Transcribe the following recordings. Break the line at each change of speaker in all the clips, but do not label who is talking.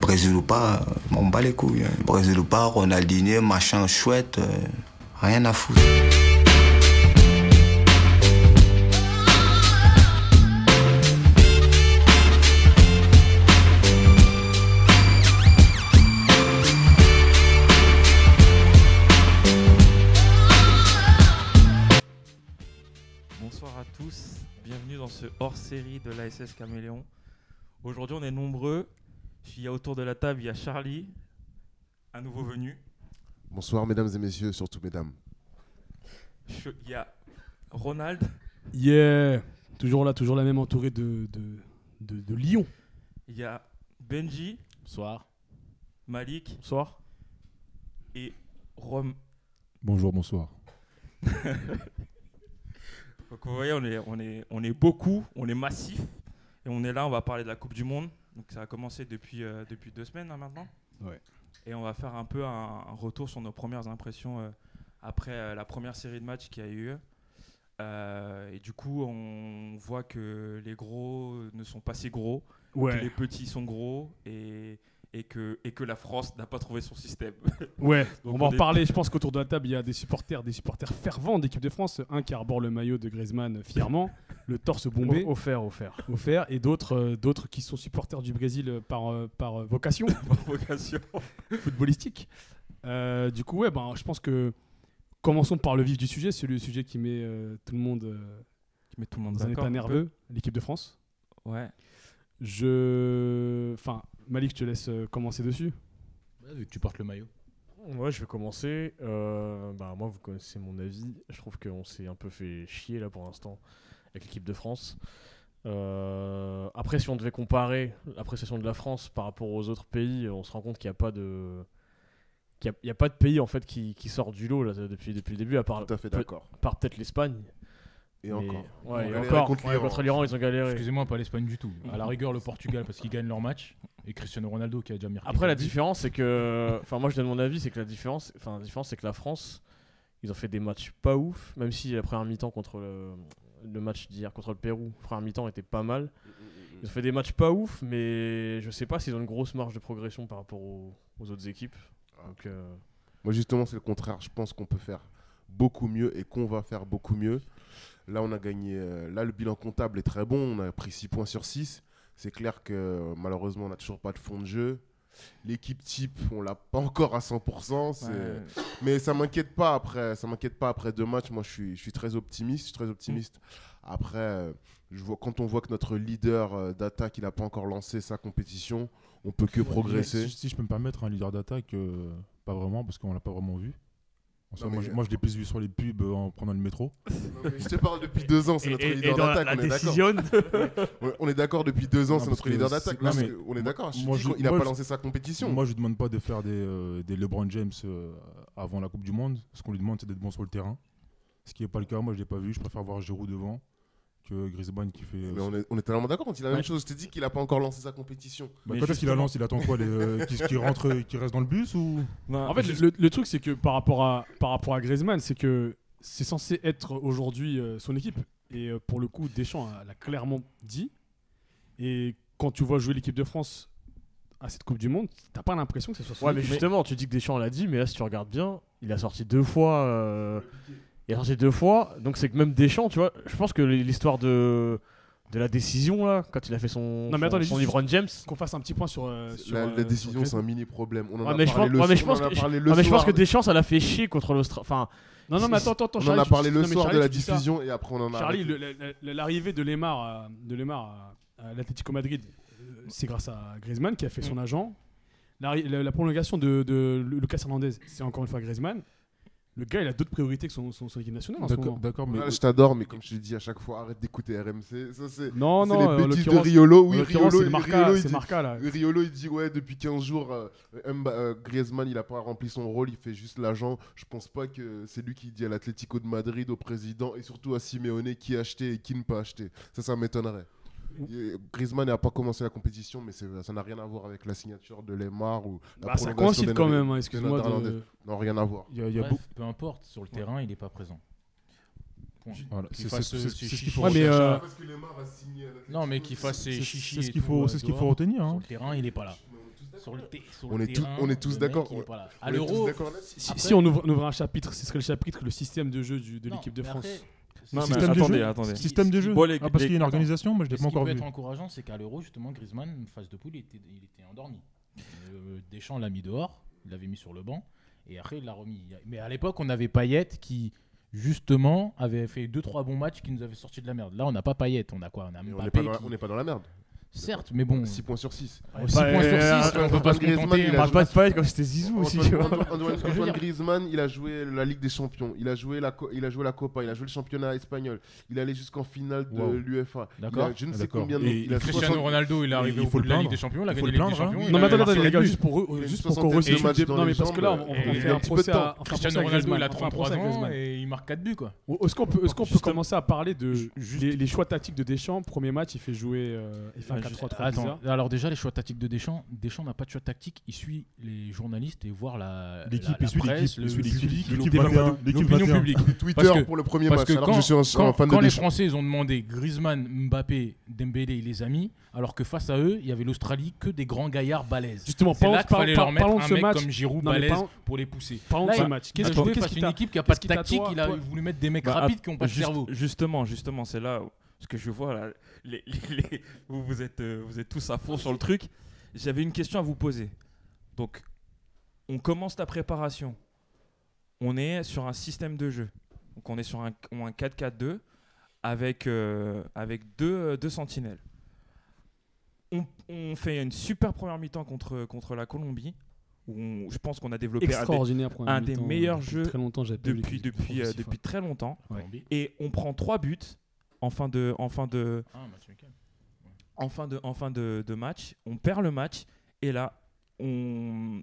Brésil ou pas, euh, m'en bat les couilles. hein. Brésil ou pas, Ronaldinho, machin chouette, euh, rien à foutre.
Bonsoir à tous, bienvenue dans ce hors-série de l'ASS Caméléon. Aujourd'hui, on est nombreux. Il y a autour de la table, il y a Charlie, un nouveau venu.
Bonsoir mesdames et messieurs, surtout mesdames.
Je- Il y a Ronald,
Yeah Toujours là, toujours la même entourée de, de, de, de lions.
il y a Benji,
Bonsoir.
Malik
Bonsoir.
et Rome.
Bonjour, bonsoir.
Donc vous voyez, on est, on, est, on est beaucoup, on est massif. Et on est là, on va parler de la Coupe du Monde. Donc ça a commencé depuis, euh, depuis deux semaines là, maintenant.
Ouais.
Et on va faire un peu un, un retour sur nos premières impressions euh, après euh, la première série de matchs qui a eu. lieu. Euh, et du coup, on voit que les gros ne sont pas si gros, que les
Ouais,
petits sont gros et, et, que, et que la France n'a pas trouvé son système.
ouais. on va
on
en
est-
parler. Je pense qu'autour de la table, il y a des supporters, des supporters fervents d'équipe de France. Un qui arbore le maillot de Griezmann fièrement, le torse bombé. offert, offert. Offert. Et d'autres euh, d'autres qui sont supporters du Brésil euh, par, euh, par euh, vocation.
Provocation.
footballistique. Euh, du coup, ouais, ben, je pense que commençons par le vif du sujet, c'est le sujet qui met euh, tout le monde euh,
Qui met tout le monde
dans un
d'accord,
état
un peu.
nerveux, l'équipe de France.
Ouais.
Je, enfin, Malik, je te laisse euh, commencer dessus.
vu que tu portes le maillot.
Ouais, je vais commencer. Euh, bah, moi, vous connaissez mon avis. Je trouve qu'on s'est un peu fait chier là pour l'instant avec l'équipe de France. Euh, après, si on devait comparer l'appréciation de la France par rapport aux autres pays, on se rend compte qu'il n'y a pas de qu'il y a- il y a, pas de pays en fait qui, qui sort du lot là, depuis, depuis le début, à part,
Tout à fait
peut-
d'accord.
à part peut-être l'Espagne.
Et
Ah, mais-
encore.
Ouais,
Ils ont
et
galéré
encore.
contre
Ouais, Mm-hmm.
l'Iran.
Contre l'Iran, ils ont galéré.
Excusez-moi, pas l'Espagne du tout. À la rigueur, le Portugal parce qu'ils gagnent leur match et Cristiano Ronaldo qui a déjà marqué.
Après, la
deux buts.
différence, c'est que. Enfin, moi, je donne mon avis, c'est que la différence, enfin, la différence, c'est que la France, ils ont fait des matchs pas ouf, même si la première mi-temps contre le, le match d'hier contre le Pérou, la première mi-temps était pas mal. Ils ont fait des matchs pas ouf, mais je sais pas s'ils ont une grosse marge de progression par rapport aux, aux autres équipes. Donc, euh,
Moi justement c'est le contraire, je pense qu'on peut faire beaucoup mieux et qu'on va faire beaucoup mieux. Là on a gagné, euh, là le bilan comptable est très bon, on a pris 6 points sur 6. C'est clair que malheureusement on n'a toujours pas de fond de jeu. L'équipe type, on l'a pas encore à 100%. c'est-
Ouais.
Mais ça m'inquiète pas après. Ça m'inquiète pas après deux matchs. Moi, je suis, je suis très optimiste. Je suis très optimiste. Après, euh, je vois quand on voit que notre leader euh, d'attaque, il n'a pas encore lancé sa compétition, on peut que progresser.
Si, si je peux me permettre, un leader d'attaque, euh, pas vraiment parce qu'on l'a pas vraiment vu. En soi,
Non,
moi,
mais-
je- moi, je l'ai plus vu sur les pubs euh, en prenant le métro.
Je te parle depuis deux ans, c'est notre leader d'attaque. On est d'accord. On- On est d'accord depuis deux ans,
Non,
c'est notre
parce que
leader
c'est-
d'attaque.
non,
Là,
mais
c'est- on est
moi-
d'accord. Je te
moi,
dis
je-
qu'il n'a
moi,
pas
je-
lancé sa compétition.
Moi, je lui demande pas de faire des, euh, des LeBron James euh, avant la Coupe du Monde. Ce qu'on lui demande, c'est d'être bon sur le terrain. Ce qui n'est pas le cas. Moi, je l'ai pas vu. Je préfère voir Giroud devant que Griezmann qui fait. euh,
Mais on est, on est totalement d'accord. On dit la même
Ouais.
chose. Je t'ai dit qu'il n'a pas encore lancé sa compétition.
Bah,
Mais
quand est-ce qu'il la
justement-
lance Il attend quoi les, euh, Qu'il qu'il rentre, euh, qu'il reste dans le bus ou
Ah,
En fait, le, le truc, c'est que par rapport à par rapport à Griezmann, c'est que c'est censé être aujourd'hui euh, son équipe. Et euh, pour le coup, Deschamps euh, l'a clairement dit. Et quand tu vois jouer l'équipe de France à cette Coupe du Monde, t'as pas l'impression que ce soit son
ouais, mais
équipe.
justement, tu dis que Deschamps l'a dit, mais là, si tu regardes bien, il a sorti deux fois. euh, il a sorti deux fois, donc c'est que même Deschamps, tu vois, je pense que l'histoire de. De la décision là, quand il a fait son,
Non, mais attendez,
son, son
juste-
LeBron James.
qu'on fasse un petit point sur, euh, sur,
la,
euh,
la
sur
décision,
Griezmann.
c'est un mini problème. On en
Ouais,
a
mais je
parlé
pense-
le
ouais, mais je
soir- on
pense
en a
que-
parlé le
Ah, mais je pense
soir.
que Deschamps, ça l'a fait chier contre l'Australie. Enfin,
Non, non, mais attends, attends, attends,
On en
Charlie,
a
tu-
parlé
non,
le
mais
soir
Charlie,
de la
tu dis ça.
diffusion et après on en a
Charlie,
arrêté.
le- le- le- l'arrivée de Lemar à, de Lemar à, à l'Atlético Madrid, euh, c'est grâce à Griezmann qui a fait
Mm.
son agent. L'arri- La, la prolongation de, de Lucas Hernandez, c'est encore une fois Griezmann. Le gars, il a d'autres priorités que son, son- son équipe nationale en ce
D'accord,
moment.
d'accord, mais
Ah, je t'adore, mais comme je te dis à chaque fois, arrête d'écouter RMC. Ça, c'est
Non,
c'est
non, euh,
les
en
bêtises de
l'occurrence-
Riolo.
en
Oui,
l'occurrence,
Riolo,
c'est Marca,
Riolo, il
c'est
dit-
Marca, là.
Riolo, il dit Ouais, depuis 15 jours, euh, Mba- euh, Griezmann, il a pas rempli son rôle, il fait juste l'agent. Je pense pas que c'est lui qui dit à l'Atlético de Madrid, au président et surtout à Simeone qui a acheté et qui ne pas acheter. Ça, ça m'étonnerait. Et Griezmann n'a pas commencé la compétition, mais c'est- ça n'a rien à voir avec la signature de Lemar ou la
Bah, ça
prolongation
coïncide quand
d'Enrique.
même, hein, excuse-moi.
Jonathan
de-
Hernandez. Non, rien à voir.
il y a, il y a
Bref,
beaucoup.
peu importe, sur le terrain, il n'est pas présent. Point.
Voilà,
Qu'il
c'est-
fasse
c'est-
ce-
c'est-
ce
c'est ce qu'il
chichi
faut
Ouais, mais,
recherché.
euh,
Parce que Lemar a signé à l'Atlético
Non, mais qu'il fasse
C'est
ses chichis.
c'est ce
et
qu'il
tout,
faut,
euh,
c'est ce qu'il
tu
faut
vois.
retenir. hein.
Sur le terrain, il n'est pas là. Sur le, thé- sur
On
le
est tous-
terrain,
on est tous
le mec,
d'accord,
il est
on-
pas là.
On
À
est tous
l'euro,
d'accord là-dessus
Si,
Après-
si on, ouvre, on ouvrait un chapitre, ce serait le chapitre, le système de jeu du- de
Non,
l'équipe de
mais
France.
Non,
après, ce
mais
qui-
système de
attendez,
jeu.
attendez.
Ce qui-
Système de jeu.
Bon, les-
Ah, parce
les-
qu'il y a une organisation, moi je l'ai
Ce
pas
qui
encore
peut
vu.
être encourageant, c'est qu'à l'Euro, justement, Griezmann, phase de poule, il était, il était endormi. Euh, Deschamps l'a mis dehors, il l'avait mis sur le banc, et après, il l'a remis. Mais à l'époque, on avait Payet qui, justement, avait fait 2-3 bons matchs qui nous avaient sorti de la merde. Là, on n'a pas Payet, on a quoi On a
Mais On
Mbappé.
n'est pas, dans la-
qui-
on n'est pas dans la merde.
Certes, mais bon,
6 points sur 6.
Ouais,
6
bah,
points sur
euh,
6, on
Antoine
peut pas se
Griezmann,
contenter.
il
On
a
hein.
parle pas de Payet comme c'était Zizou aussi, tu vois.
Antoine- Antoine-
Ce que je veux
Antoine
dire.
Griezmann, il a joué la Ligue des Champions, il a joué la, co- il a joué la Copa, il a joué le championnat espagnol, il est allé jusqu'en finale de
Wow.
l'UEFA. Il a-
D'accord.
Je ne
Ah,
sais
d'accord.
combien de
Et
il a
Cristiano
60
Ronaldo, il est arrivé
il
au
faut
bout
le
de la Ligue
plaindre,
des Champions, il a
hein.
gagné
Faut le
la Ligue des
plaindre, hein.
Champions.
Non,
il
Non, mais
avait
attendez,
marqué
attendez, les
des
gars,
buts.
juste pour, eux-
Il a une
juste pour qu'on
soixantaine
reçoive
de
le
matchs
match.
dans
Non, mais
les
parce que là,
jambes.
on, on
Et il
fait
a
un
un petit peu
procès
de temps.
à, on fait un procès à
Cristiano Ronaldo, il
Griezmann, on
a
fait un
33
procès à
ans
Griezmann.
et il marque 4 buts, quoi.
Oh, Est-ce qu'on peut, est-ce qu'on peut
Juste-
commencer à parler de
Juste-
les, les choix tactiques de Deschamps Premier match, il fait jouer euh, il fait un
Ah,
4-3-3
Attends,
bizarre.
alors déjà les choix tactiques de Deschamps, Deschamps n'a pas de choix tactique, il suit les journalistes et voir la
L'équipe,
la-
il
la
suit l'équipe,
presse,
il
le
suit l'équipe,
public,
l'équipe
l'opinion
21,
publique,
l'équipe
l'opinion
21.
publique.
Twitter
Parce que-
pour le premier
parce
match,
que
alors
quand-
je suis un, un
quand-
fan
quand
de
les
Deschamps.
Français ils ont demandé Griezmann, Mbappé, Dembélé, il les a mis, alors que face à eux, il y avait l'Australie que des grands gaillards balèzes.
Justement,
C'est
parlons,
là qu'il
par-
fallait
par-
leur mettre
parlons de
un
ce
mec
match.
comme Giroud
Non, mais
balèze
parlons-
pour les pousser.
Parlons de
Là,
ce
il-
match.
Il
Qu'est-ce
a
qui-
joué
qu'est-ce
face
qui
à une
t'a-
équipe Ah, qui a pas
qu'est-ce
de
qui t'a-
tactique,
toi-
il a
toi-
voulu mettre des mecs
Bah,
rapides qui ont pas de
Juste-
cerveau.
Justement, justement, c'est là où- ce que je vois là. les- les- les- vous, vous êtes, euh, vous êtes tous à fond sur le truc. J'avais une question à vous poser. Donc, on commence la préparation. On est sur un système de jeu. Donc, on est sur un, un 4-4-2 avec, euh, avec deux, euh, deux sentinelles. On, on fait une super première mi-temps contre, contre la Colombie. Où on- je pense qu'on a développé un des-
extraordinaire pour
un des
mi-temps,
meilleurs
euh, depuis
jeux
très longtemps, j'avais pas vu
depuis,
l'équipe de
depuis,
France
euh,
aussi
depuis très longtemps.
Ouais.
Colombie.
Et on prend trois buts en fin de, en fin de,
Ah, match amical.
en fin de, en fin de, de match. On perd le match et là, on,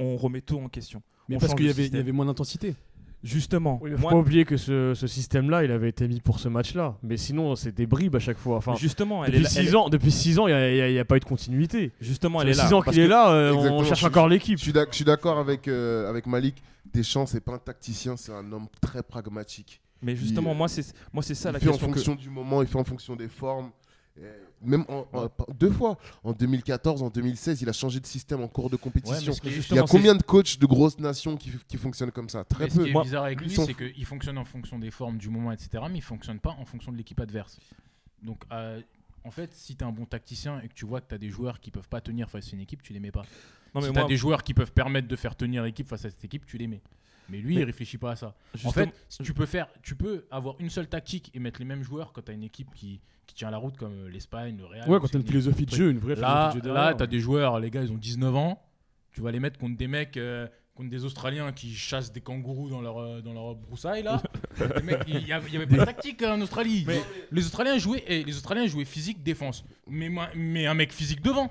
on remet tout en question.
fort. Mais
on
parce
change
qu'il y
de
avait, il y
système.
avait moins d'intensité.
Justement,
Oui, mais faut
moi,
pas oublier que ce, ce système-là, il avait été mis pour ce match-là. Mais sinon, c'est des bribes à chaque fois. Enfin,
justement, elle est
depuis
là. elle
6 ans, depuis six ans, il n'y a, pas eu de continuité.
est- justement,
Ça
elle est
fait
là.
six ans
parce
qu'il est
que-
là, euh,
Exactement,
on cherche
je-
encore
Je
l'équipe.
suis d'ac- je suis d'accord avec, euh, avec Malik. Deschamps, c'est pas un tacticien, c'est un homme très pragmatique.
Mais justement,
Il-
moi, c'est, moi, c'est ça
il
la
fait en
question que.
fonction du moment, il fait en fonction des formes. Euh, Même en- en- deux fois, en 2014, en 2016, il a changé de système en cours de
Ouais,
compétition.
mais ce qui est-
Il y a
Justement,
combien de coachs de grosses nations qui, qui fonctionnent comme ça Très
Mais ce
peu.
qui est
Moi-
bizarre avec lui,
Ils sont-
c'est qu'il fonctionne en fonction des formes, du moment, etc. Mais il fonctionne pas en fonction de l'équipe adverse. Donc, euh, en fait, si tu es un bon tacticien et que tu vois que tu as des joueurs qui peuvent pas tenir face à une équipe, tu les mets pas.
Non mais
si tu
moi,
as des joueurs qui peuvent permettre de faire tenir l'équipe face à cette équipe, tu les mets. Mais lui,
Mais-
il réfléchit pas à ça.
justement-
En fait, si tu peux faire, tu peux avoir une seule tactique et mettre les mêmes joueurs quand tu as une équipe qui, qui tient la route comme euh, l'Espagne, le Real.
Ouais,
ou
quand
c'est
t'as une philosophie de jeu, une vraie
Là,
philosophie de jeu
là
derrière.
tu as des joueurs, les gars, ils ont 19 ans. Tu vas les mettre contre des mecs, euh, contre des Australiens qui chassent des kangourous dans leur, euh, dans leur broussaille, là. Les mecs, Il n'y avait pas de tactique hein, en Australie. Les, Australiens jouaient, eh, les Australiens jouaient physique, défense. Mais, moi- mais un mec physique devant.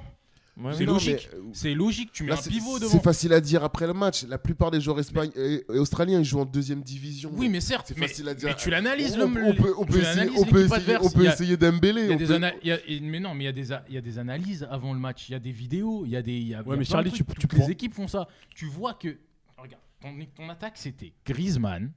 Ouais,
c'est
mais-
Non,
logique.
mais, euh,
C'est logique, tu mets
là,
un
c'est-
pivot
C'est
devant.
facile à dire après le match. La plupart des joueurs espagn- et, et australiens ils jouent en deuxième division.
Oui, mais certes,
C'est
mais,
facile à dire.
mais tu l'analyses.
on,
le-
on peut, on
tu
peut essayer,
l'analyses,
on peut
l'équipe
essayer,
adverse.
on peut
Il y a-
essayer
il
Dembélé.
y a
on
des
peut-
ana- il y a- et- mais non, mais il y a des a- il y a des analyses avant le match, il y a des vidéos, il y a des il y a- il y a
Ouais, mais
plein de
Charlie,
trucs.
tu- tu
Toutes
prends-
les équipes font ça. Tu vois que regarde, ton, ton attaque c'était Griezmann,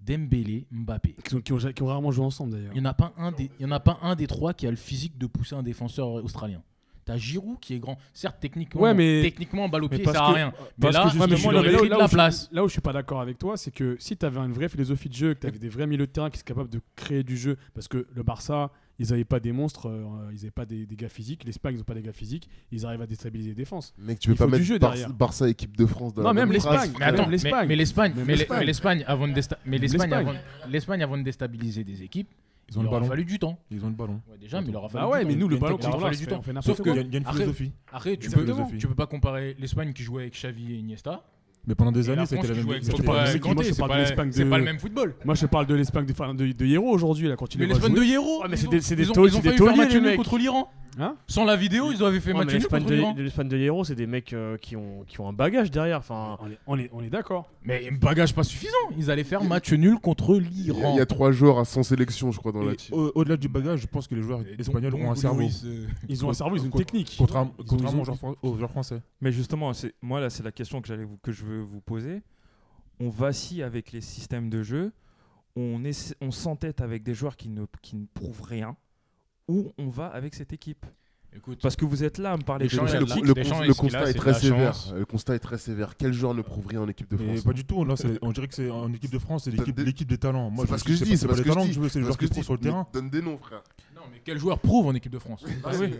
Dembélé, Mbappé.
qui ont, qui ont ja- qui ont rarement joué ensemble d'ailleurs.
Il n'y en a pas un des il y en a pas un des trois qui a le physique de pousser un défenseur euh, australien. T'as Giroud qui est grand, certes techniquement,
Ouais, mais-
techniquement balle au
mais
pied, ça
parce
sert à
que-
rien. Mais
Parce
là,
que justement,
justement, il
là-
aurait
là-
pris
là
de
où
la
je-
place.
Là où je suis pas d'accord avec toi, c'est que si tu avais une vraie philosophie de jeu, que tu avais des vrais milieux de terrain qui sont capables de créer du jeu, parce que le Barça, ils n'avaient pas des monstres, euh, ils n'avaient pas des, des gars physiques, l'Espagne, ils n'ont pas des gars physiques, ils arrivent à déstabiliser les défenses.
Mec, tu peux
Il
pas
faut du
mettre
jeu
Bar-
derrière.
Barça équipe de France dans
Non,
la
même
même
l'Espagne.
phrase,
Mais
frère.
attends,
Même
mais-
l'Espagne.
mais l'Espagne,
Même
mais l'E-
l'Espagne.
mais l'Espagne avant de désta- mais
Même
l'Espagne
l'Espagne.
avant l'Espagne avant de déstabiliser des équipes,
Ils
il
ont le
leur a
ballon.
fallu du temps.
Ils ont le ballon.
Ouais, déjà, mais il leur a fallu
Ah ouais,
du
mais
temps.
nous, le
Il y a
ballon
une
qui
technique,
nous
il leur a
lance,
fallu
on fait n'importe
Sauf
Il
quoi.
y a
que,
il y a une
Arrête.
philosophie.
après, tu peux,
Exactement.
tu peux pas comparer l'Espagne qui jouait avec Xavi et Iniesta.
Mais pendant des
et la
années,
France
c'était la
qui
même
jouait avec
c'était
Pogba.
la même-
Ouais. musique,
Pogba et
moi, je
Kanté. C'est
parle de
pas,
l'Espagne
c'est
de-
pas le même football.
Moi, je parle de l'Espagne de, enfin, de, de Hierro aujourd'hui, là, quand il
Mais
les voit
l'Espagne de
jouer.
Hierro,
Ouais, mais
ils
c'est
ont-
des- c'est des
ils ont-
taux-
ils
c'est
ont
des
failli faire
tauliers,
match
les
nul
mecs.
contre l'Iran.
Hein
Sans la vidéo, ils avaient fait
Ouais,
match
mais
nul
L'Espagne
contre
de,
l'Iran.
de l'Espagne de l'Héros, c'est des mecs euh, qui, ont, qui ont un bagage derrière. Enfin,
On est, on est, on est d'accord.
Mais bagage pas suffisant. Ils allaient faire match nul contre
Il y a-
l'Iran.
il y a trois joueurs à 100 sélections, je crois, dans la
Et
team.
au- Au-delà du bagage, je pense que les joueurs
Et donc-
espagnols
donc,
ont un cerveau.
Luis, euh,
Ils ont un cerveau, ils ont une
Contre-
technique.
Contrairement
Ils ont-
contrairement
ils ont-
aux joueurs fran- aux joueurs français.
Mais justement, c'est- moi là, c'est la question que j'allais vous- que je veux vous poser. On vacille avec les systèmes de jeu, on essa- on s'entête avec des joueurs qui ne qui ne prouvent rien, ou on va avec cette équipe.
Écoute,
Parce que vous êtes là à me parler
Les
de
gens,
Le,
il a de
logique.
la-
le-
des
le
gens,
cons-
il-
le
ce qu'il a,
constat est
c'est de
très
la
sévère.
chance.
Le constat est très sévère. Quel joueur ne prouve rien en équipe de
Et
France
pas du tout. Là, c'est- on dirait que c'est en équipe de France, c'est
T'as
l'équipe
des-
l'équipe des talents. Moi,
C'est pas ce que je
c'est
dis,
pas-
c'est
C'est
pas
pas
ce
les
que je
talents que
dis.
je veux, c'est les
Parce
joueurs
que
qui
je dis,
sont sur le
mais
terrain.
Donne des noms, frère.
non, mais quel joueur prouve en équipe de France
Bah oui.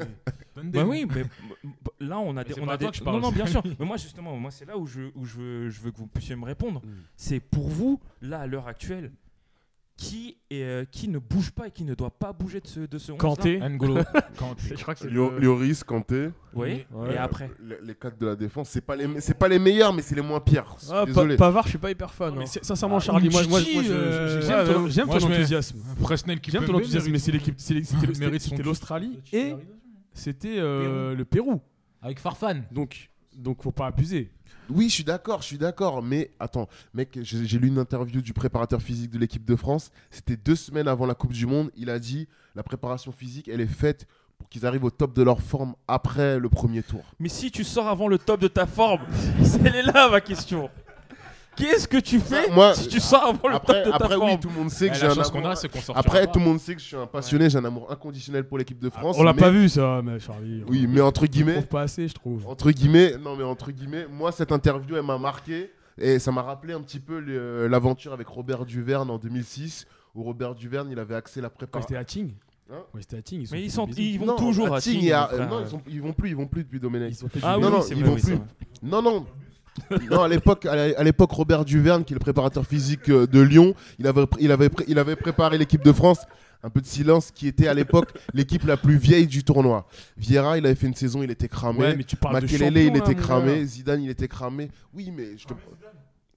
Donne des-
Bah oui, mais b- b- là on a des,
Ah c'est
on
pas
a
à toi
des-
que je
non
parle,
non
c'est
bien
à
sûr.
lui.
Mais moi justement, moi c'est là où je où je veux, je veux que vous puissiez me répondre.
Mm.
C'est pour vous là à l'heure actuelle qui est, euh, qui ne bouge pas et qui ne doit pas bouger de ce de ce 11 -là
Kanté,
N'Golo Kanté.
Je crois que c'est
Lio-
le-
Lloris, Kanté, Euh,
Vous voyez
Ouais.
Et après.
les, les quatre de la défense, c'est pas les me- c'est pas les meilleurs, mais c'est les moins pires. Je suis
Ah, Pa-
Désolé.
Pavard, je suis pas hyper fan.
Mais
hein.
c'est- sincèrement,
Ah,
Charlie, moi, moi,
Umtiti,
moi, je- je-
euh,
j'aime
ouais,
ton,
ouais.
j'aime
Moi,
ton
je mets-
enthousiasme.
Presnel qui
J'aime ton enthousiasme, mais c'est l'équipe, c'est l'équipe- c'était-
Mérite son
c'était
titre.
l'Australie et c'était euh, le Pérou.
Avec Farfan.
Donc, donc faut pas abuser.
Oui, je suis d'accord, je suis d'accord. Mais attends, mec, j'ai j'ai lu une interview du préparateur physique de l'équipe de France. C'était deux semaines avant la Coupe du Monde. Il a dit la préparation physique, elle est faite pour qu'ils arrivent au top de leur forme après le premier tour.
Mais si tu sors avant le top de ta forme, c'est elle est là ma question. Qu'est-ce que tu
Ça,
fais
moi,
si tu sors avant Oh, le
Après,
top de ta
après oui,
forme
tout le monde sait que
Ouais,
j'ai
la
un
chance qu'on
amour-
a, c'est qu'on sortira
Après,
pas.
tout le monde sait que je suis un passionné, j'ai un amour inconditionnel pour l'équipe de France.
On l'a
mais-
pas vu ça, mais Charlie.
Oui,
on-
mais Oh, entre
on le
guillemets,
trouve pas assez, je trouve.
entre guillemets, non mais entre guillemets, moi cette interview elle m'a marqué et ça m'a rappelé un petit peu le- euh, l'aventure avec Robert Duverne en 2006 où Robert Duverne il avait axé la
Quand
préparation.
c'était à Ting.
Hein
quand c'était à Ting, ils sont
Mais ils sont
fait
ils
baiser.
vont
Non,
toujours à
Ating,
Tignes,
il y a-
mon frère.
non, ils, sont- ils vont plus, ils vont plus depuis
Ils
Domenech.
sont fait
Ah
baiser.
oui,
non, non,
c'est
ils
vrai,
vont
oui,
plus.
c'est vrai.
Non non. non, à l'époque, à la- à l'époque, Robert Duverne, qui est le préparateur physique euh, de Lyon, il avait, pré- il avait, pré- il avait préparé l'équipe de France. Un peu de silence, qui était à l'époque l'équipe la plus vieille du tournoi. Vieira, il avait fait une saison, il était cramé.
Ouais, mais tu parles de
Makelele,
champion, hein, euh,
il
là,
était
mon
cramé. Zidane, il était cramé. Oui, mais je te.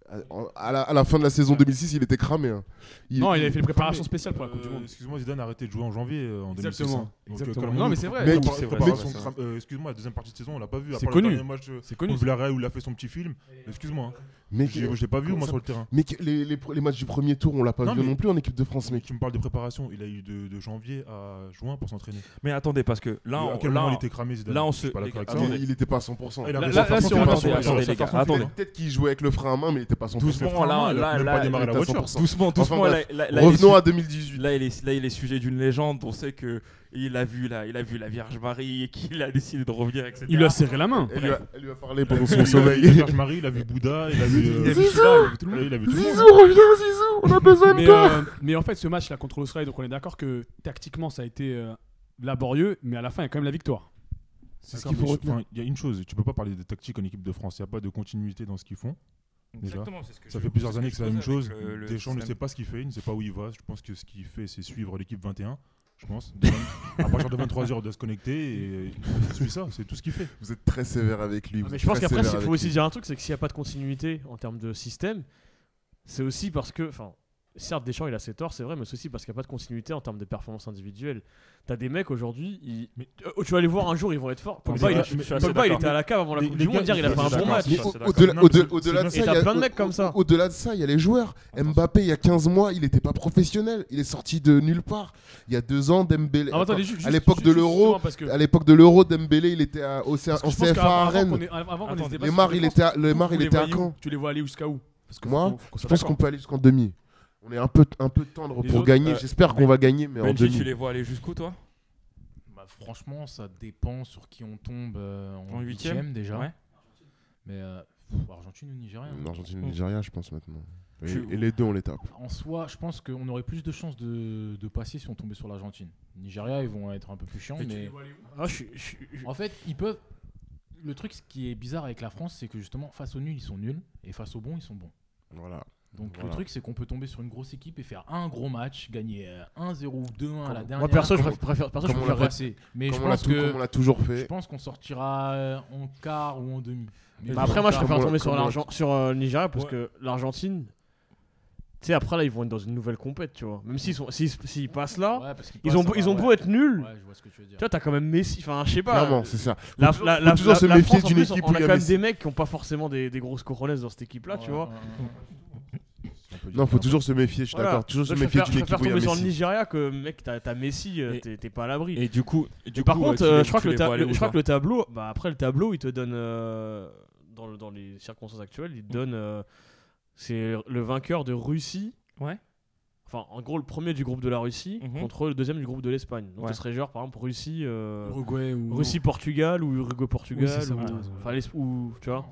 À- À la, à la fin de la saison 2006, il était cramé. hein.
gars.
Il-
Non, il avait fait une préparation spéciale pour la Coupe du
Euh,
Monde.
Excuse-moi, Zidane a arrêté de jouer en janvier euh, en 2006.
Exactement.
hein. Donc, euh,
Exactement.
Colombo,
Non, mais c'est vrai.
Mais-
compar-
c'est vrai,
comparaison
c'est vrai.
cram- euh, excuse-moi, la deuxième partie de saison, on l'a pas vu. à
C'est
part
connu.
Le dernier match euh,
C'est
contre
connu.
Villarreal où il a fait son petit film. Excuse-moi, hein.
Mais,
j'ai je l'ai pas vu
comment
moi
ça-
sur le terrain.
mais que- les, les pr- les matchs du premier tour, on l'a pas
Non,
vu
mais-
non plus en équipe de France, mec.
Tu me parles de préparation, il a eu de, de janvier à juin pour s'entraîner.
Mais attendez parce que là
à
on,
quel
là,
moment il était cramé Zidane
là, on
Je suis
se-
pas
les
d'accord avec
gars,
ça.
attendez.
il était pas à 100%.
Ah, il a
Là-
raison,
là-
Farfan
là, si on
fait
regarde-
pas
attendez,
son- son-
attendez,
son-
les gars,
Farfan fait
attendez.
Peut-être qu'il jouait avec le frein à main, mais il était pas à 100%.
Doucement, là,
il a
là,
même
là,
pas démarré la
là,
voiture.
doucement, doucement,
Enfin,
doucement,
bref.
là, là, là,
Revenons
il est-
à 2018.
Là, il est, là, il est sujet d'une légende. On sait que il a vu la, il a vu la Vierge Marie et qu'il a décidé de revenir, etc.
Il lui a serré la main.
Elle lui, a, elle lui a parlé pendant
Il a
son
vu
sommeil.
la Vierge Marie, il a vu Bouddha, il a vu. euh,
Il a vu Zidane, il a vu tout le
il
monde.
a vu tout le monde.
reviens, Zizou, on a besoin
Mais, euh, mais en fait, ce match-là contre l'Australie, donc on est d'accord que tactiquement, ça a été euh, laborieux, mais à la fin, il y a quand même la victoire.
C'est
ce
ça,
qu'il faut
mais je-
retenir.
enfin, Il y a une chose, tu peux pas parler de tactique en équipe de France. Il n'y a pas de continuité dans ce qu'ils font.
Exactement, c'est ce que
Ça
je-
fait plusieurs
ce
années
que je
que c'est la même
posais avec euh,
chose.
le- le
Deschamps ne
système.
sait pas ce qu'il fait, il ne sait pas où il va. Je pense que ce qu'il fait, c'est suivre l'équipe 21, je pense. De- à partir de 23h, de se connecter et il suit ça. C'est tout ce qu'il fait.
Vous êtes très sévère avec lui.
Ah,
vous
mais
êtes
je pense
très
qu'après,
sévère
il faut
avec
aussi
lui.
dire un truc, c'est que s'il n'y a pas de continuité en termes de système, c'est aussi parce que, enfin, certes, Deschamps, il a ses torts, c'est vrai, mais c'est aussi parce qu'il n'y a pas de continuité en termes de performance individuelle. T'as des mecs aujourd'hui, ils-
Mais-
euh, tu vas les voir un jour, ils vont être forts.
Non,
Pogba,
mais-
il, a-
je suis- je suis
assez
Pogba, il
d'accord.
était à la cave avant la
Les-
Coupe
les
du
gars,
Monde, dire, il a
je
fait
suis
un bon
d'accord.
match.
Mais
Ça,
au-
c'est
Au-delà
d'accord.
au-delà-
Non, mais
au-delà de
c'est-
ça,
Et
il y
t'as
a-
plein de mecs
au-
comme ça.
au- Au-delà de ça, il y a les joueurs. Mbappé, il y a 15 mois, il n'était pas professionnel. Il est sorti de nulle part. Il y a deux ans, Dembélé.
Ah, attendez,
Attends,
juste- juste-
à l'époque
juste-
de
juste
l'Euro,
justement, parce que-
à l'époque de l'Euro, Dembélé, il était à- au C-
parce que
en
je pense
CFA
qu'avant-
à
avant
Rennes.
qu'on ait- avant qu'on ait ce
Attendez,
Les
débat sur
Mars,
la
il
défense,
était à, le
vous
Mar, il
les
était à
voyez où
Caen.
Tu les vois aller jusqu'à où Parce que
Moi,
faut qu'on- qu'on
Je
soit
pense
d'accord.
qu'on peut aller jusqu'en demi. On est un peu, un peu tendre
Les
pour
autres,
gagner.
euh,
J'espère qu'on va gagner, mais en
Benji, tu
demi.
les vois aller jusqu'où toi
Bah, franchement, ça dépend sur qui on tombe euh, en,
En huitième
huitième déjà.
Ouais.
Mais euh, pff, Argentine ou Nigérien hein.
Argentine
ou
Nigeria, je pense maintenant.
Et- Tu- et
les deux, on les tape.
En soi, je pense qu'on aurait plus de chances de, de passer si on tombait sur l'Argentine. Nigeria, ils vont être un peu plus chiants,
Mais tu les
mais
vois aller où
Ah, je suis- je suis- je-
en fait, ils peuvent. Le truc ce qui est bizarre avec la France, c'est que justement, face aux nuls, ils sont nuls, et face aux bons, ils sont bons.
Voilà.
Donc le
Voilà.
truc, c'est qu'on peut tomber sur une grosse équipe et faire un gros match, gagner euh, 1-0 ou 2-1 à la dernière.
Moi, perso, je
Comme-
préfère, perso, je
comme on
comme
préfère
on
l'a
rester-
passé. Mais je
Comme on l'a
pense
tout-
que
comme on l'a toujours
je
fait.
pense qu'on sortira euh, en quart ou en demi. Mais
Bah
bon,
après, moi, je
quart,
préfère
Comme on-
tomber sur
comme on-
l'Argent- sur euh, le Nigeria parce
Ouais.
que l'Argentine, tu sais, après là, ils vont être dans une nouvelle compète, tu vois. Même s'ils sont- s'ils s'ils passent là,
ouais, parce qu'ils
ils
passent,
ont
ça
beau-
va,
ils ont
ouais.
beau être nuls.
Ouais, je vois ce que tu veux dire.
Tu vois, t'as quand même Messi, enfin, je sais pas.
Clairement, c'est ça.
La,
Faut
la-
toujours-
la-
faut toujours
la-
se
la
méfier
France, en
d'une
plus,
équipe
On
où
a
il y a
quand même
Messi.
des mecs qui ont pas forcément des, des grosses couronnes dans cette équipe-là, tu
Ouais,
vois.
ouais, ouais, ouais.
On peut dire
Non,
ça.
faut toujours se méfier, je suis
Voilà.
d'accord. Toujours se
Moi, je
méfier
préfère,
d'une
je préfère
équipe où il y a
tomber sur le
Messi.
Nigeria que, mec, t'as t'as Messi, euh,
Et-
t'es t'es pas à l'abri.
Et du coup,
Mais
du
par
coup,
contre,
euh, tu
euh,
les-
je crois
tu
que le
les
ta-
vois aller
le-
où,
je crois que
toi
le tableau, bah, après le tableau, il te donne euh, dans, le- dans les circonstances actuelles, il te donne euh, c'est le vainqueur de Russie.
Ouais.
Enfin, en gros, le premier du groupe de la Russie
Mhm.
contre le deuxième du groupe de l'Espagne. Donc,
Ouais.
ce serait genre, par exemple, Russie. euh,
Uruguay ou.
Russie-Portugal ou Uruguay-Portugal.
Oui, c'est ça,
ou-
ouais, t'as raison.
enfin, l'Es- ou, tu vois,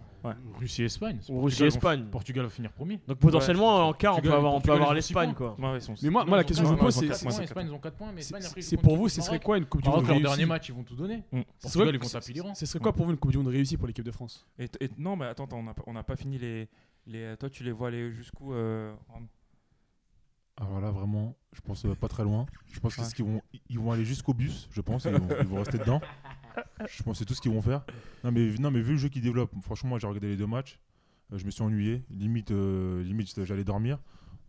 Russie-Espagne.
ou Russie-Espagne.
Portugal va finir premier.
Donc potentiellement en quart on peut
Portugal-
avoir, on peut
Portugal,
avoir
ils ont
l'Espagne
six
quoi.
Ouais, ils sont-
Mais moi, moi la question que je me pose,
non,
c'est-
ils ont quatre
c'est.
points,
Moi,
c'est
l'Espagne, ils ont 4 points, mais Espagne,
c'est-
après, ils
C'est
jouent
pour
contre
vous,
le
ce serait
Maroc.
quoi une Coupe du
Maroc,
Monde
leur dernier
réussie
match, ils vont tout donner.
Mm.
C'est vrai
Portugal, ils
que
vont
c'est-
taper l'Iran.
Ce serait quoi pour vous une Coupe du Monde réussie pour l'équipe de France
Et, t- et- non, mais attends, attends, on n'a pas- on n'a pas fini les, les. euh, Toi, tu les vois aller jusqu'où euh, en-
Alors là, vraiment, je pense euh, pas très loin. Je pense que
Ouais.
c'est ce qu'ils vont, ils vont aller jusqu'au bus, je pense. et Ils vont, ils vont rester dedans. Je pense que c'est tout ce qu'ils vont faire. Non mais, non, mais vu le jeu qu'ils développent, franchement, j'ai regardé les deux matchs. euh, je me suis ennuyé. Limite, euh, limite j'allais dormir.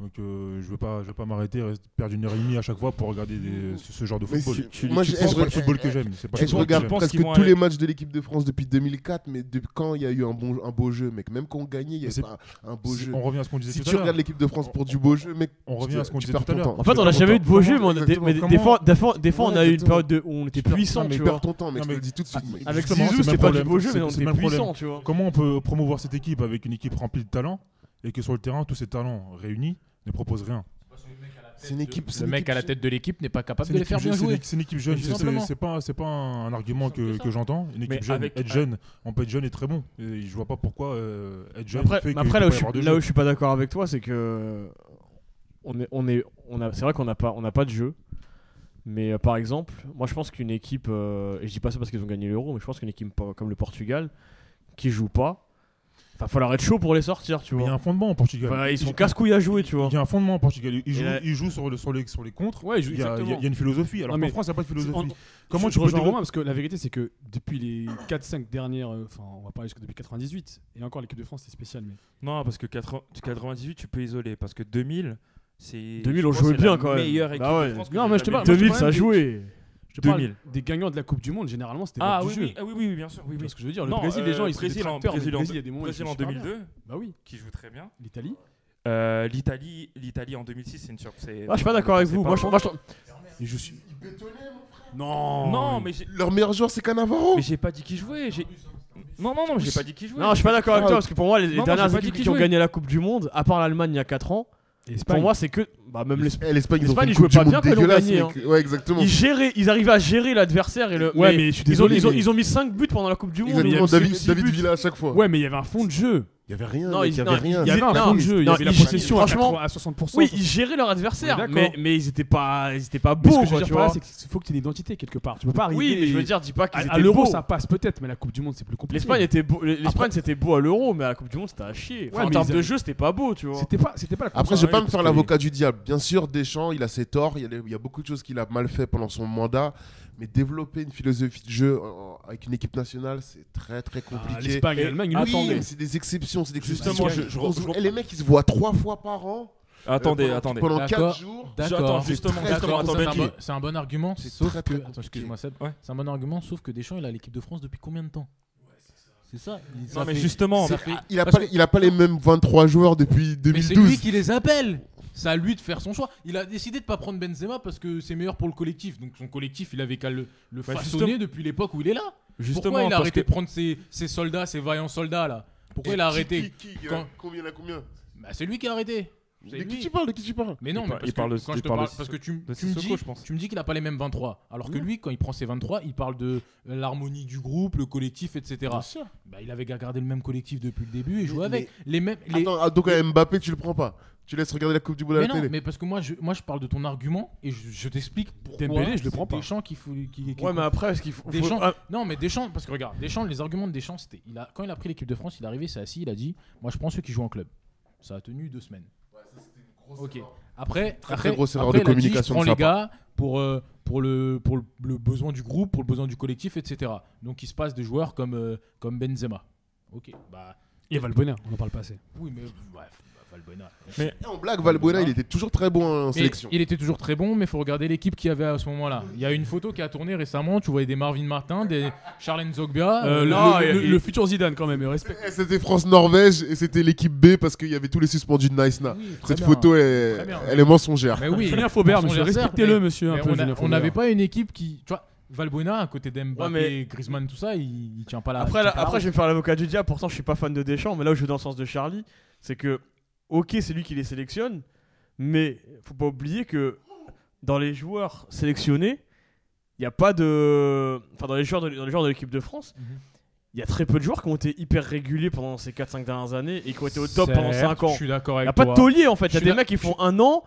Donc euh, je veux pas, je veux pas m'arrêter, reste- perdre une heure et demie à chaque fois pour regarder des- ce, ce genre de
Mais
football.
tu- tu-
C'est
moi,
pas
je-
le
je-
football que j'aime. C'est pas
Et
le
je
football que
regarde
j'aime.
pense
presque
qu'ils vont
tous
aller-
les matchs de l'équipe de France depuis 2004, mais depuis quand il y a eu un, bon, un beau jeu, mec Même quand on gagnait, il y
Mais
avait
c'est-
pas un, un beau jeu.
On revient à ce qu'on disait
Si
tout
tu
à l'heure.
regardes l'équipe de France pour du beau jeu, mec,
On
tu
revient
te-
à ce qu'on
tu
disait
perds
tout à
ton
l'heure.
temps.
En fait on n'a
Comment-
jamais eu de beau jeu mais
comment-
on a- des, mais des- des
comment-
fois, des fois, des fois, on a
Ouais,
eu une
exactement.
période de, où on était
Tu perds-
puissant
non, mais
tu
Tu
vois.
perds ton temps, mec, je
Non,
te
mais-
le dis tout de suite. mec.
Avec
Justement,
Zizou
c'est
c'était
même
pas du
problème.
beau jeu
C'est-
mais on
c'est
était
même problème.
puissant tu vois.
Comment on peut promouvoir cette équipe avec une équipe remplie de talents et que sur le terrain, tous ces talents réunis ne proposent rien
C'est une équipe. c'est
Le
une
mec
équipe
à la
jeune.
tête de l'équipe n'est pas capable
C'est
de
une
les
équipe
faire bien
jeune, c'est une
jouer.
équipe- C'est une équipe jeune,
Tout
c'est- c'est
simplement.
c'est pas, c'est pas un argument que, que j'entends. Une équipe
Mais
jeune,
avec-
être jeune, on peut être jeune et très bon. Et je vois pas pourquoi euh, être jeune
Après,
fait
mais
que
après là,
tu peux
où
pas
je,
avoir
suis-
de
là
jeu.
où je suis pas d'accord avec toi, c'est que on est, on est, on a, c'est vrai qu'on n'a pas, on n'a pas de jeu. Mais euh, par exemple, moi je pense qu'une équipe, euh, et je dis pas ça parce qu'ils ont gagné l'euro, mais je pense qu'une équipe po- comme le Portugal qui joue pas, il va falloir être chaud pour les sortir, tu
Mais Il y a
vois.
un fondement en Portugal.
Bah,
Enfin, ils sont
Il-
casse-couilles à jouer, tu vois.
Il y a un fondement en Portugal. Ils jouent,
là-
ils jouent sur, le, sur, les, sur les contres.
Ouais,
Il y, a, il y a- il y a une philosophie. Alors
Non,
qu'en
mais-
France, il n'y a pas de philosophie.
on- je,
Comment tu
je
peux
rejoins
développer-
Romain parce que la vérité c'est que depuis les 4-5 dernières, euh, enfin on va parler jusque depuis 98 et encore l'équipe de France c'est spécial mais
Non, parce que 80 98, tu peux isoler. Parce que 2000, c'est.
2000
je
on
pense
jouait
c'est la
bien quand même.
meilleure équipe
Bah ouais.
de France que
Non,
j'ai
mais je te
jamais vue.
parle-
2000 ça
parle des-
jouait.
je te parle
2000.
des gagnants de la Coupe du Monde généralement c'était
Ah
l'ordre
oui,
du
oui,
jeu.
ah oui, oui, oui, bien sûr. Oui,
Tu vois
oui.
ce que je veux dire Le
Non,
Brésil les gens
euh,
ils sont
Brésil
des
en,
tracteurs, mais
Brésil
le
en-
Brésil, il y a des moments où ils
Brésil en
sont super
2002,
bien. Bah oui,
qui joue très bien.
l'Italie.
Euh, L'Italie, l'Italie en 2006, c'est une surprise.
Ah, je suis pas d'accord avec
C'est
vous.
pas
Moi, je,
bon.
moi, je-
Et je suis
Non.
Non, mais j'ai-
Leur meilleur joueur, c'est Cannavaro.
mais j'ai pas dit qui jouait. j'ai- Non, non, non, j'ai pas dit qui jouait.
Non, je suis pas d'accord avec
Ah,
toi parce que pour moi, les, les
Non, non, j'ai
dernières
pas
équipes
dit qu'ils
qui ont
jouaient.
gagné la Coupe du Monde, à part l'Allemagne il y a 4 ans, pour
Espagne.
moi, c'est que. Bah, même l'Espagne.
Eh, L'Espagne, ils ont
L'Espagne,
fait une
ils jouaient
Coupe du
pas bien
Monde
quand ils l'ont
dégueulasse,
gagné,
mec. Ouais, exactement.
Ils, géraient, ils arrivaient à gérer l'adversaire et le.
Ouais, mais je suis désolé,
Ils ont, ils, ont,
mais-
ils ont mis 5 buts pendant la Coupe du Monde.
Exactement,
Ils-
David
six
David
buts.
Villa à chaque fois.
Ouais, mais il y avait un fond de jeu.
Il y avait rien.
Non,
mec, Il
ils-
y
non,
avait rien.
Il y avait un
Non,
fond de jeu, il y
non,
avait la
ils-
possession à
franchement-
80 à 60%.
Oui, ils géraient leur adversaire,
Oui, d'accord.
mais, mais ils étaient pas, ils étaient pas
Mais ce
beaux,
que je veux
quoi,
dire
tu
par là,
vois.
c'est qu'il faut que tu aies une identité quelque part. Tu peux pas arriver.
Oui, mais je veux
et-
dire, dis pas qu'ils
à, à
étaient
l'euro
beaux.
ça passe peut-être, mais la Coupe du Monde c'est plus compliqué.
L'Espagne était beau, l'Espagne c'était beau à l'euro, mais à la Coupe du Monde c'était à chier. Enfin,
Ouais,
en
mais
termes
ils
de
avaient-
jeu, c'était pas beau, tu vois.
C'était pas, c'était pas la Coupe
Après, je vais pas me
parce
faire
que-
l'avocat du diable. Bien sûr, Deschamps, il a ses torts. Il y a, les- il y a beaucoup de choses qu'il a mal fait pendant son mandat. Mais développer une philosophie de jeu euh, avec une équipe nationale, c'est très très
Ah,
compliqué.
L'Espagne, l'Allemagne,
oui,
attendez.
mais c'est des exceptions. C'est des exceptions.
Justement, je- je-
On se-
je-
eh, les mecs, ils se voient trois fois par an. euh,
Attendez,
pendant-
attendez.
Pendant
D'accord.
quatre jours.
J'attends justement,
très
justement,
D'accord,
attendez.
c'est un bon- C'est un bon argument,
C'est
sauf
très,
que.
très
Attends, excuse-moi, Seb.
Ouais.
C'est un bon argument, sauf que Deschamps, il a l'équipe de France depuis combien de temps C'est ça. il- ça
Non, mais
fait-
justement,
ça fait-
Il a,
Parce
pas, il a pas les mêmes 23 joueurs depuis
Mais c'est lui
2012.
qui les appelle. C'est à lui de faire son choix. Il a décidé de pas prendre Benzema parce que c'est meilleur pour le collectif. Donc son collectif, il avait qu'à le, le
Bah,
façonner
justement-
depuis l'époque où il est là. Pourquoi
Justement,
il a
parce
arrêté
que.
de prendre ses, ses soldats, ses vaillants soldats là Pourquoi il a arrêté Quand-
euh, Combien il a combien
bah, C'est lui qui a arrêté. C'est
De qui
lui.
tu parles De qui tu parles
Mais non,
Il
mais
par-
parce
il parle
que
de-
quand
il
je te
parle de
parle,
Sissoko,
parce que tu, m-
de
tu me
Sissoko,
dis,
je pense.
tu me dis qu'il a pas les mêmes 23. Alors que
Non.
lui, quand il prend ses 23, il parle de l'harmonie du groupe, le collectif, etc. Bah, il avait qu'à garder le même collectif depuis le début et jouer
Mais-
avec les mêmes. les-
Attends, ah, donc euh, Mbappé, tu le prends pas Tu laisses regarder la Coupe du Monde à
Mais
la
non,
télé
mais parce que moi, je, moi, je parle de ton argument et je, je t'explique pourquoi.
Dembélé, je le
c'est
prends pas.
Deschamps qui fout- qui- qui-
Ouais, mais après, est-ce qu'il faut.
Des
faut-
gens-
ah,
Non, mais Deschamps, parce que regarde, Deschamps, les arguments de Deschamps, c'était. Il a, quand il a pris l'équipe de France, il est arrivé, c'est assis, il a dit Moi, je prends ceux qui jouent en club. Ça a tenu deux semaines. ok. Après,
Très,
après,
très grosse erreur
après,
de
il a dit,
communication
je
de sa
prends les gars pour, euh, pour, le, pour le, le besoin du groupe, pour le besoin du collectif, etc. Donc, il se passe des joueurs comme, euh, comme Benzema. Ok, bah.
Et Valbuena, on en parle pas assez.
Oui, mais. Bref, bah, Valbuena.
Et En blague, Valbuena, il était toujours très bon en
Mais
sélection.
Il était toujours très bon, mais il faut regarder l'équipe qu'il y avait à ce moment-là. Il y a une photo qui a tourné récemment, tu voyais des Marvin Martin, des Charlene Zogbia. euh, le-
non,
le-
le,
le- le-
futur Zidane quand même, respect.
Eh, C'était France-Norvège et c'était l'équipe B parce qu'il y avait tous les suspendus de Naïsna.
Oui, très
Cette
bien.
photo, est,
Très bien.
elle est mensongère.
Mais oui,
Julien Faubert,
Son
monsieur,
adversaire,
respectez-le,
mais-
monsieur. un
mais
peu,
on a-
Julien
on
Faubert.
n'avait pas une équipe qui. Tu vois, Valbuena à côté d'Mbappé,
Ouais, mais-
Griezmann, tout ça, il, il tient pas la.
Après,
il
là-
tient pas la
après
route.
je vais me faire l'avocat du diable, pourtant je suis pas fan de Deschamps, mais là où je vais dans le sens de Charlie, c'est que, ok, c'est lui qui les sélectionne, Mais faut pas oublier que dans les joueurs sélectionnés, il n'y a pas de. Enfin, dans les joueurs de, dans les joueurs de l'équipe de France, il
Mhm.
y a très peu de joueurs qui ont été hyper réguliers pendant ces 4-5 dernières années et qui ont été au top
Certes,
pendant 5 ans.
Je suis d'accord
Il n'y
avec
a
toi.
pas de taulier en fait. Il y
Je
a
suis
des
d'ac-
mecs qui font un an.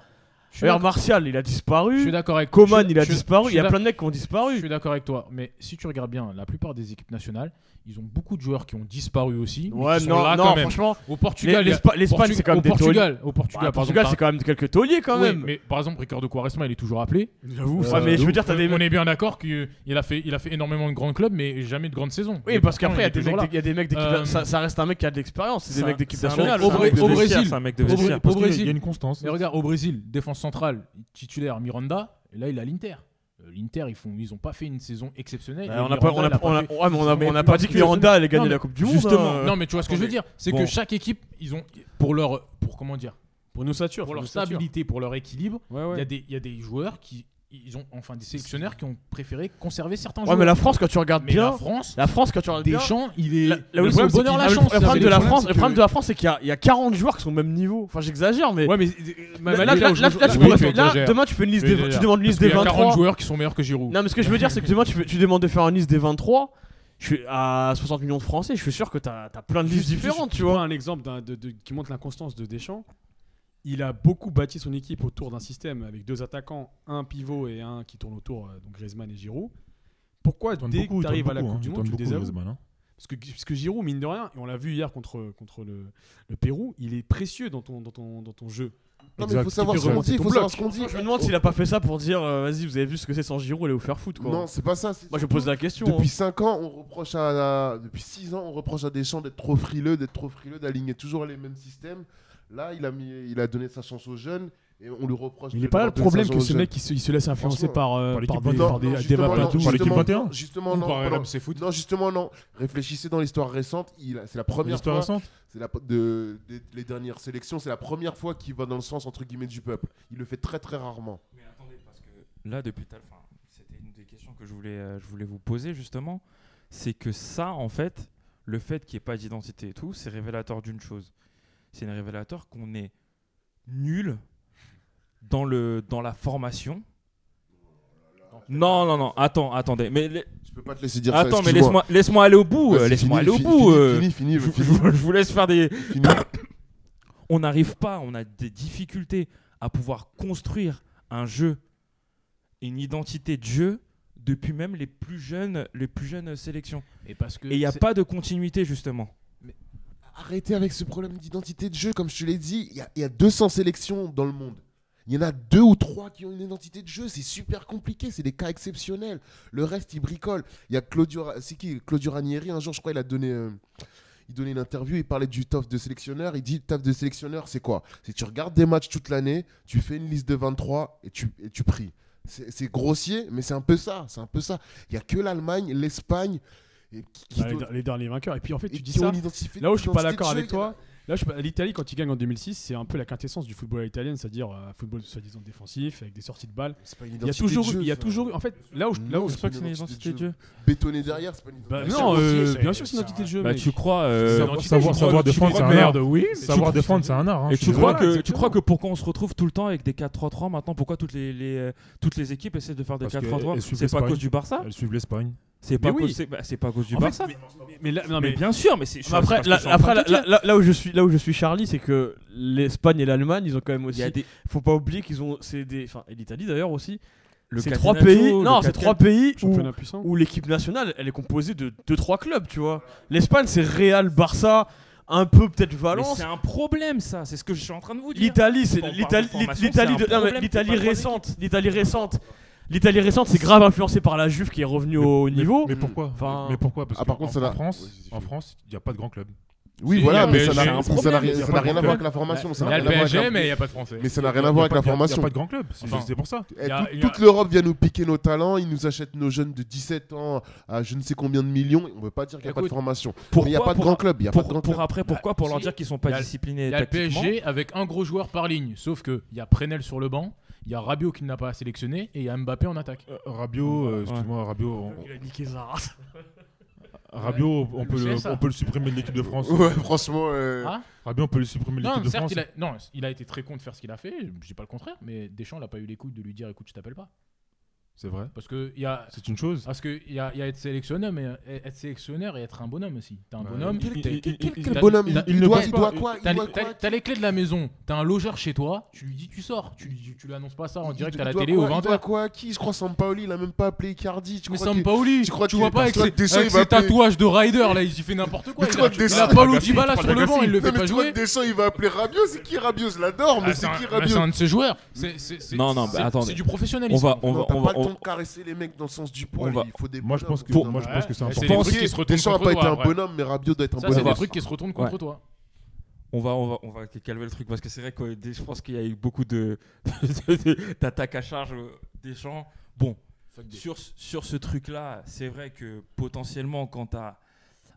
Je suis
Air
d'ac-
Martial, il a
je suis
disparu.
d'accord avec
Coman,
je-
il a
je- je-
disparu.
je
Il y a
suis
plein de mecs qui ont
Je
disparu.
suis d'accord avec toi, mais si tu regardes bien, la plupart des équipes nationales, ils ont beaucoup de joueurs qui ont disparu aussi. mais
Ouais,
qui sont
non,
là
non,
quand même.
franchement,
Au
les-
Portugal, il y a-
l'Espa- l'Espagne,
Portu-
c'est quand même
au
des tauliers.
Portugal, au Portugal,
Bah,
par
Portugal, c'est
exemple,
quand même quelques tauliers quand
t'as-
même.
Oui, mais par exemple, Ricardo Quaresma, il est toujours appelé.
J'avoue,
Ouais,
ça.
mais je
de
veux
ouf.
dire, t'as des
On est bien d'accord qu'il a fait, il a fait énormément de grands clubs, mais jamais de grandes saisons.
Oui,
Et
parce
pourtant,
qu'après, il y a
il est
des
toujours
mecs
là.
d'é- il y a des mecs d'équipe.
Euh,
ça, ça reste un mec qui a de l'expérience. C'est
c'est
des
un-
mecs d'équipe
c'est un mec-
nationale.
c'est un
ça.
Au Bra-
mec de
au
vestiaire,
Brésil.
C'est un mec de
Au Bra-
vestiaire.
au
Parce qu'il y a- Il y a
Brésil.
une constance.
Mais regarde, au Brésil, défense centrale, titulaire Miranda, et là, il a l'Inter. Euh, L'Inter, ils font, ils ont pas fait une saison exceptionnelle.
Bah,
et
on n'a
Miranda,
pas, on a-
il a
on a-
fait-
ouais, Ah, mais on a-
Mais
on n'a
plus
pas
parce
dit que
que-
Miranda allait gagner
mais-
la Coupe du Monde.
justement,
hein.
Non, mais tu vois ce que je veux
Attendez.
dire, c'est
Bon.
que chaque équipe, ils ont pour leur, pour comment dire,
Pour nous sature.
pour leur stabilité, pour leur équilibre,
Ouais,
il y
ouais.
a des, il y a des joueurs qui, ils ont enfin des sélectionneurs qui ont préféré conserver certains
Ouais,
joueurs.
mais la France, quand tu regardes
Mais la
bien,
France,
la France, quand tu regardes bien,
Deschamps, il est.
la- là où
le
ils sont
problème, c'est
bonheur,
qu'il-
la
Ah, le
chance. Le
problème,
problème de
c'est
la
que-
France, le
que-
problème de la France, c'est qu'il y a- il y a 40 joueurs qui sont au même niveau. Enfin, j'exagère, mais
Ouais, mais
là,
mais
là-
là où
là-
je
là-
rejoins-
tu
oui,
pourrais-
tu
là,
exagères.
demain, tu fais une liste
Tu
des,
exagères.
tu demandes une liste
Il
des
y a 40
23.
joueurs qui sont meilleurs que Giroud.
Non, mais ce que je veux dire, c'est que demain, tu, fais- tu demandes de faire une liste des 23. Je suis à 60 millions de Français, je suis sûr que t'as as plein de listes
Juste- juste-
différentes, tu
je
vois.
prends un exemple d'un- de- de- qui montre l'inconstance de Deschamps. Il a beaucoup bâti son équipe autour d'un système avec deux attaquants, un pivot et un qui tourne autour, euh, donc Griezmann et Giroud. Pourquoi
Il tourne
dès
beaucoup,
que
il
tu arrives à
tourne
la
beaucoup,
Coupe
hein.
du
Il
Monde,
tourne
tu
beaucoup,
désavoues
Griezmann, hein.
parce que, parce que Giroud, mine de rien, et on l'a vu hier contre, contre le, le Pérou, il est précieux dans ton, dans ton, dans ton jeu.
Non, mais il faut savoir
Tu
ce
peux
qu'on dit.
remonter
Il
ton
faut savoir
bloc.
ce qu'on dit.
Je me demande s'il a pas fait ça pour dire euh, vas-y, vous avez vu ce que c'est sans Giroud, allez vous faire foutre quoi.
Non, c'est pas ça. c'est-
Moi je pose la question.
Depuis
hein.
5 ans, on reproche à, à- depuis 6 ans, on reproche à Deschamps d'être trop frileux, d'être trop frileux, d'aligner toujours les mêmes systèmes. Là, il a mis, il a donné sa chance aux jeunes et on lui
hein.
reproche.
Il
de
n'est pas là le
leur donner sa
problème
chance
que
aux
ce
jeunes.
mec il se, il se laisse influencer
Franchement,
par, euh,
par
par
l'équipe
des,
de-
par des,
non,
des
justement,
Mbappé à
non,
tout.
Par l'équipe
justement,
21.
non, Justement, non,
par
pendant-
RMC Foot.
non, justement, non. Réfléchissez dans l'histoire récente. Il a- C'est la première
L'histoire
fois.
récente.
C'est la, de, des- les dernières sélections. C'est la première fois qu'il va dans le sens entre guillemets du peuple. Il le fait très très rarement.
Mais attendez, parce que là, depuis tout à l'heure, enfin, c'était une des questions que je voulais, euh, je voulais vous poser justement. C'est que ça, en fait, le fait qu'il n'y ait pas d'identité et tout, c'est révélateur d'une chose. C'est un révélateur qu'on est nul dans, le, dans la formation. Non, non, non, attends, attendez. Mais les-
Je peux pas te laisser dire ça.
attends, mais
excuse-moi.
laisse-moi laisse aller au bout. euh,
Vas-y,
laisse-moi aller
finis,
au
fi-
bout.
finis,
euh,
Fini, fini,
je,
fini,
je- je vous laisse faire des.
fini.
On n'arrive pas, on a des difficultés à pouvoir construire un jeu, une identité de jeu depuis même les plus jeunes, les plus jeunes sélections.
Et parce que
Et il n'y a
c'est-
pas de continuité justement.
Arrêtez avec ce problème d'identité de jeu, comme je te l'ai dit, il y a- il y, a 200 sélections dans le monde. Il y en a deux ou trois qui ont une identité de jeu, c'est super compliqué, c'est des cas exceptionnels. Le reste, ils bricolent. Il y a Claudio, Ra- c'est qui Claudio Ranieri, un jour, je crois, il a donné, euh, il donnait une interview, il parlait du taf de sélectionneur. Il dit, le taf de sélectionneur, c'est quoi C'est tu regardes des matchs toute l'année, tu fais une liste de 23 et tu, et tu pries. C'est c'est grossier, mais c'est un peu ça, c'est un peu ça. Il y a que l'Allemagne, l'Espagne, et qui, qui
Bah, les,
doivent-
les derniers vainqueurs. Et puis en fait,
et
tu dis
qui ont
ça.
une identifi-
Là où je suis pas
identité de
d'accord
jeu,
avec
il y en a-
toi, là, je, suis pas- l'Italie, quand ils gagnent en 2006, c'est un peu la quintessence du football italien, c'est-à-dire euh, football soi-disant défensif, avec des sorties de balles.
C'est pas une
Il y a
identité
toujours,
de
eu-
jeu,
il y a
ça.
toujours, eu- en fait, là où, je- là où
Non,
je-
c'est pas que c'est une identité de jeu. Bétonné derrière, c'est pas une identité
Bah
de jeu.
non, euh,
c'est-
bien sûr, c'est une identité de jeu.
Bah,
mec.
tu crois euh,
Savoir- Savoir savoir défendre, c'est un art.
merde, oui.
Savoir défendre, c'est un art. hein,
Et
je suis
tu crois,
désolé.
que, tu crois que pourquoi on se retrouve tout le temps avec des 4-3-3 maintenant Pourquoi toutes les, les, euh, toutes les équipes essaient de faire des
Parce que elles
4-3-3
suivent
C'est pas à
l'Espagne.
cause du Barça
Elles suivent l'Espagne.
C'est pas, à
oui.
cause- c'est- bah, c'est pas à cause du
En fait,
Barça
mais- Mais là, non,
mais,
mais
bien sûr, mais c'est. je-
Mais après,
parce que
là,
je suis en
après,
train
là,
de te dire.
là- là où je suis, là où je suis Charlie, c'est que l'Espagne et l'Allemagne, ils ont quand même
Il
aussi.
y a des-
Faut pas oublier qu'ils ont, c'est des, enfin, et l'Italie d'ailleurs aussi.
le
c'est trois
Catenaccio,
pays.
le
Non, c'est
Caten-
trois pays où,
championnat puissant.
où l'équipe nationale, elle est composée de deux trois clubs, tu vois. L'Espagne, c'est Real, Barça, un peu peut-être
Mais
Valence.
C'est un problème, ça. C'est ce que je suis en train de vous dire.
L'Italie, c'est
Quand on parle
l'Italie,
de formation,
l'Italie,
c'est un
de- non, mais
problème,
l'Italie
c'est pas
récente, l'Italie récente, l'Italie récente, c'est grave influencé par la Juve qui est revenue au haut niveau.
Mais pourquoi
Enfin-
Mais pourquoi Parce
Ah, par
que
contre,
en-
ça
en
n'a-
France,
Ouais, vas-y,
en
fais.
France, il n'y a pas de grand club.
Oui,
Si,
voilà,
il y a
mais
un
ça n'a
PSG,
rien-
c'est un
ça n'a
problème, il
rien
y a
ça
pas
n'a
de
rien à voir
problème.
avec la formation. ça
Il
n'a
y a
rien
le
à voir avec la-
PSG, mais il n'y a pas de Français.
Mais ça n'a
Il y a-
rien à
il y a
voir avec
pas
la
de- il y a- Il n'y
formation.
a pas de grand club. C'est
Enfin,
c'est pour ça.
Eh,
Il y a-
tout-
il y a-
Toute l'Europe vient nous piquer nos talents, ils nous achètent nos jeunes de 17 ans à je ne sais combien de millions, et on ne veut pas dire qu'il n'y a pas de
Écoute,
formation. Mais
Pourquoi
il n'y a pas de
pour-
grand club, il n'y a pas
pour,
de grand
pour
club.
après, pourquoi Pour leur
Ah, si.
dire qu'ils sont pas
Il y a-
disciplinés
Il y a le
tactiquement.
PSG avec un gros joueur par ligne, sauf que il y a Prenel sur le banc, il y a Rabiot qui n'a pas sélectionné et il y a Mbappé en attaque.
Euh, Rabiot, euh, excuse-moi, Rabiot, on-
Il a niqué Zara.
Rabiot, on,
Le
peut le,
CSA.
on peut le supprimer de l'équipe de France.
Ouais, franchement, euh,
Ah
Rabiot, on peut le supprimer de
non,
l'équipe de
certes,
France.
il a, non, il a été très con de faire ce qu'il a fait, je dis pas le contraire, mais Deschamps n'a pas eu les couilles de lui dire écoute, je t'appelle pas.
C'est vrai.
Parce que il y a.
C'est une chose.
Parce que il y a, il y a être sélectionneur, mais euh, être sélectionneur et être un bonhomme aussi. T'es un
Ouais.
bonhomme.
Il- il- il- il-
t'as-
quel bonhomme
t'as-
il, il
ne
doit,
pense
il
pas.
doit quoi
T'as
Il doit
les, t'as-
quoi
t'as les clés de la maison, t'as un logeur chez toi, tu lui dis tu sors, tu, lui dis- tu lui annonces pas ça en direct à la
Il doit
télé ou
quoi Il
20
doit quoi Qui Je crois Sampaoli, il a même pas appelé Icardi. Tu
Mais
crois qu'il-
Sampaoli,
tu crois
tu
qu'il
vois
est
pas avec
parti
ses,
de Deschamps,
avec
il va
ses
appeler-
tatouages de rider là, il s'y fait n'importe
Mais
quoi.
tu
Il
crois
a,
que
il
Deschamps-
a pas
Agassi,
l'Oudibala
tu
sur
parles
le banc,
d'Agassi.
il le
Non,
fait
mais
pas
tu crois
jouer.
que Deschamps, il va appeler Rabiot. C'est qui Rabiot Je l'adore, mais c'est
Ah,
qui
C'est un, mais
Rabiot
c'est un de ses joueurs. C'est- c'est- c'est-
Non, non,
c'est-
bah, attendez.
C'est du
On
professionnalisme.
va, on va,
Non, T'as
on va,
pas
on-
le temps de caresser les mecs dans le sens du poil.
on va-
Il faut des
Moi, je pense que,
bonhommes,
moi, je pense que c'est
Ouais,
important.
c'est
Vous
des
pensiez,
trucs qui se retournent
Deschamps a
contre
pas été
toi,
un
ouais.
bonhomme, mais Rabiot doit être un
Ça, c'est
va-
des
bonhomme.
trucs qui se retournent contre
Ouais.
toi.
On va, on va, on va calmer le truc parce que c'est vrai que euh, des- je pense qu'il y a eu beaucoup de de- d'attaques à charge euh, des gens. Bon, sur, ce- sur ce truc-là, c'est vrai que potentiellement, quand tu as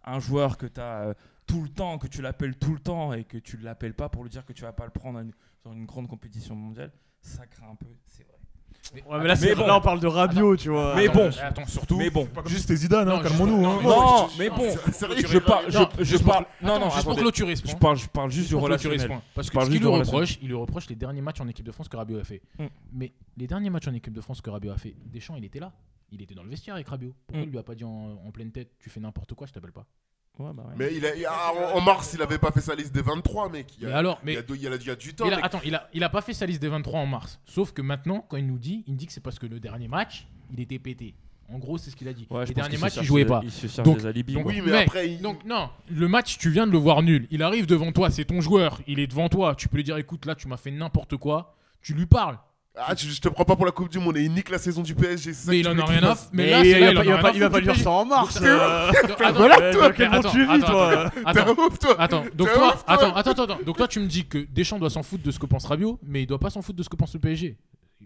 un joueur que tu as tout le temps, que tu l'appelles tout le temps et que tu ne l'appelles pas pour lui dire que tu vas pas le prendre à une- dans une grande compétition mondiale, ça craint un peu, c'est vrai.
Ouais, mais là,
Mais
c'est-
bon.
là, on parle de Rabiot, tu vois.
Mais bon.
Attends, surtout.
mais bon,
Juste les Zidane, hein,
Non,
calmons-nous.
juste-
hein.
non,
non,
juste-
mais bon,
sérieux,
je, parle-
non,
je, je parle, non, non,
Attends, juste pour
attendez.
clôturer ce point.
je parle, je parle juste du
Pour clôturer ce
relationnel.
point. Parce que
parle
ce qu'il
juste
lui
du
reproche, il lui reproche les derniers matchs en équipe de France que Rabiot a fait.
Mm.
Mais les derniers matchs en équipe de France que Rabiot a fait, Deschamps, il était là. Il était dans le vestiaire avec Rabiot. Pourquoi
Mm.
il lui a pas dit en, en pleine tête Tu fais n'importe quoi, je t'appelle pas
Ouais, bah ouais.
Mais il a- ah, en en mars, il avait pas fait sa liste des 23, mec. Il y
Mais
a-
alors,
il y
mais.
a deux- il y a il y a du temps.
Il a,
mec.
attends, il a, il a pas fait sa liste des 23 en mars. Sauf que maintenant, quand il nous dit, il dit que c'est parce que le dernier match, il était pété. En gros, c'est ce qu'il a dit.
Ouais, je pense
les derniers
qu'il se
matchs, il
cherche
jouait
des-
pas.
Il se cherche
Donc-
des alibis.
donc
quoi.
Oui, mais
Mais,
après, il-
Donc non, le match tu viens de le voir nul. Il arrive devant toi, c'est ton joueur, il est devant toi. Tu peux lui dire écoute là tu m'as fait n'importe quoi. Tu lui parles.
Ah, tu- je te prends pas pour la Coupe du Monde et il nique la saison du PSG. c'est ça que
Mais il
tu
en
veux
a
qu'il
rien à
fasse
f-
Mais
mais là,
il-
c'est là,
il
il en a
va
rien
pas-
à
il va pas
foutre
lui dire
du
ça en mars.
PSG.
euh.
Donc, attends,
Voilà, toi,
attends,
quel monde
attends,
tu vis,
attends,
toi.
Attends,
T'es un
attends,
ouf, toi.
attends. Donc
T'es
toi,
ouf, toi.
attends, attends, attends, attends. Donc toi tu me dis que Deschamps doit s'en foutre de ce que pense Rabiot, mais il doit pas s'en foutre de ce que pense le PSG.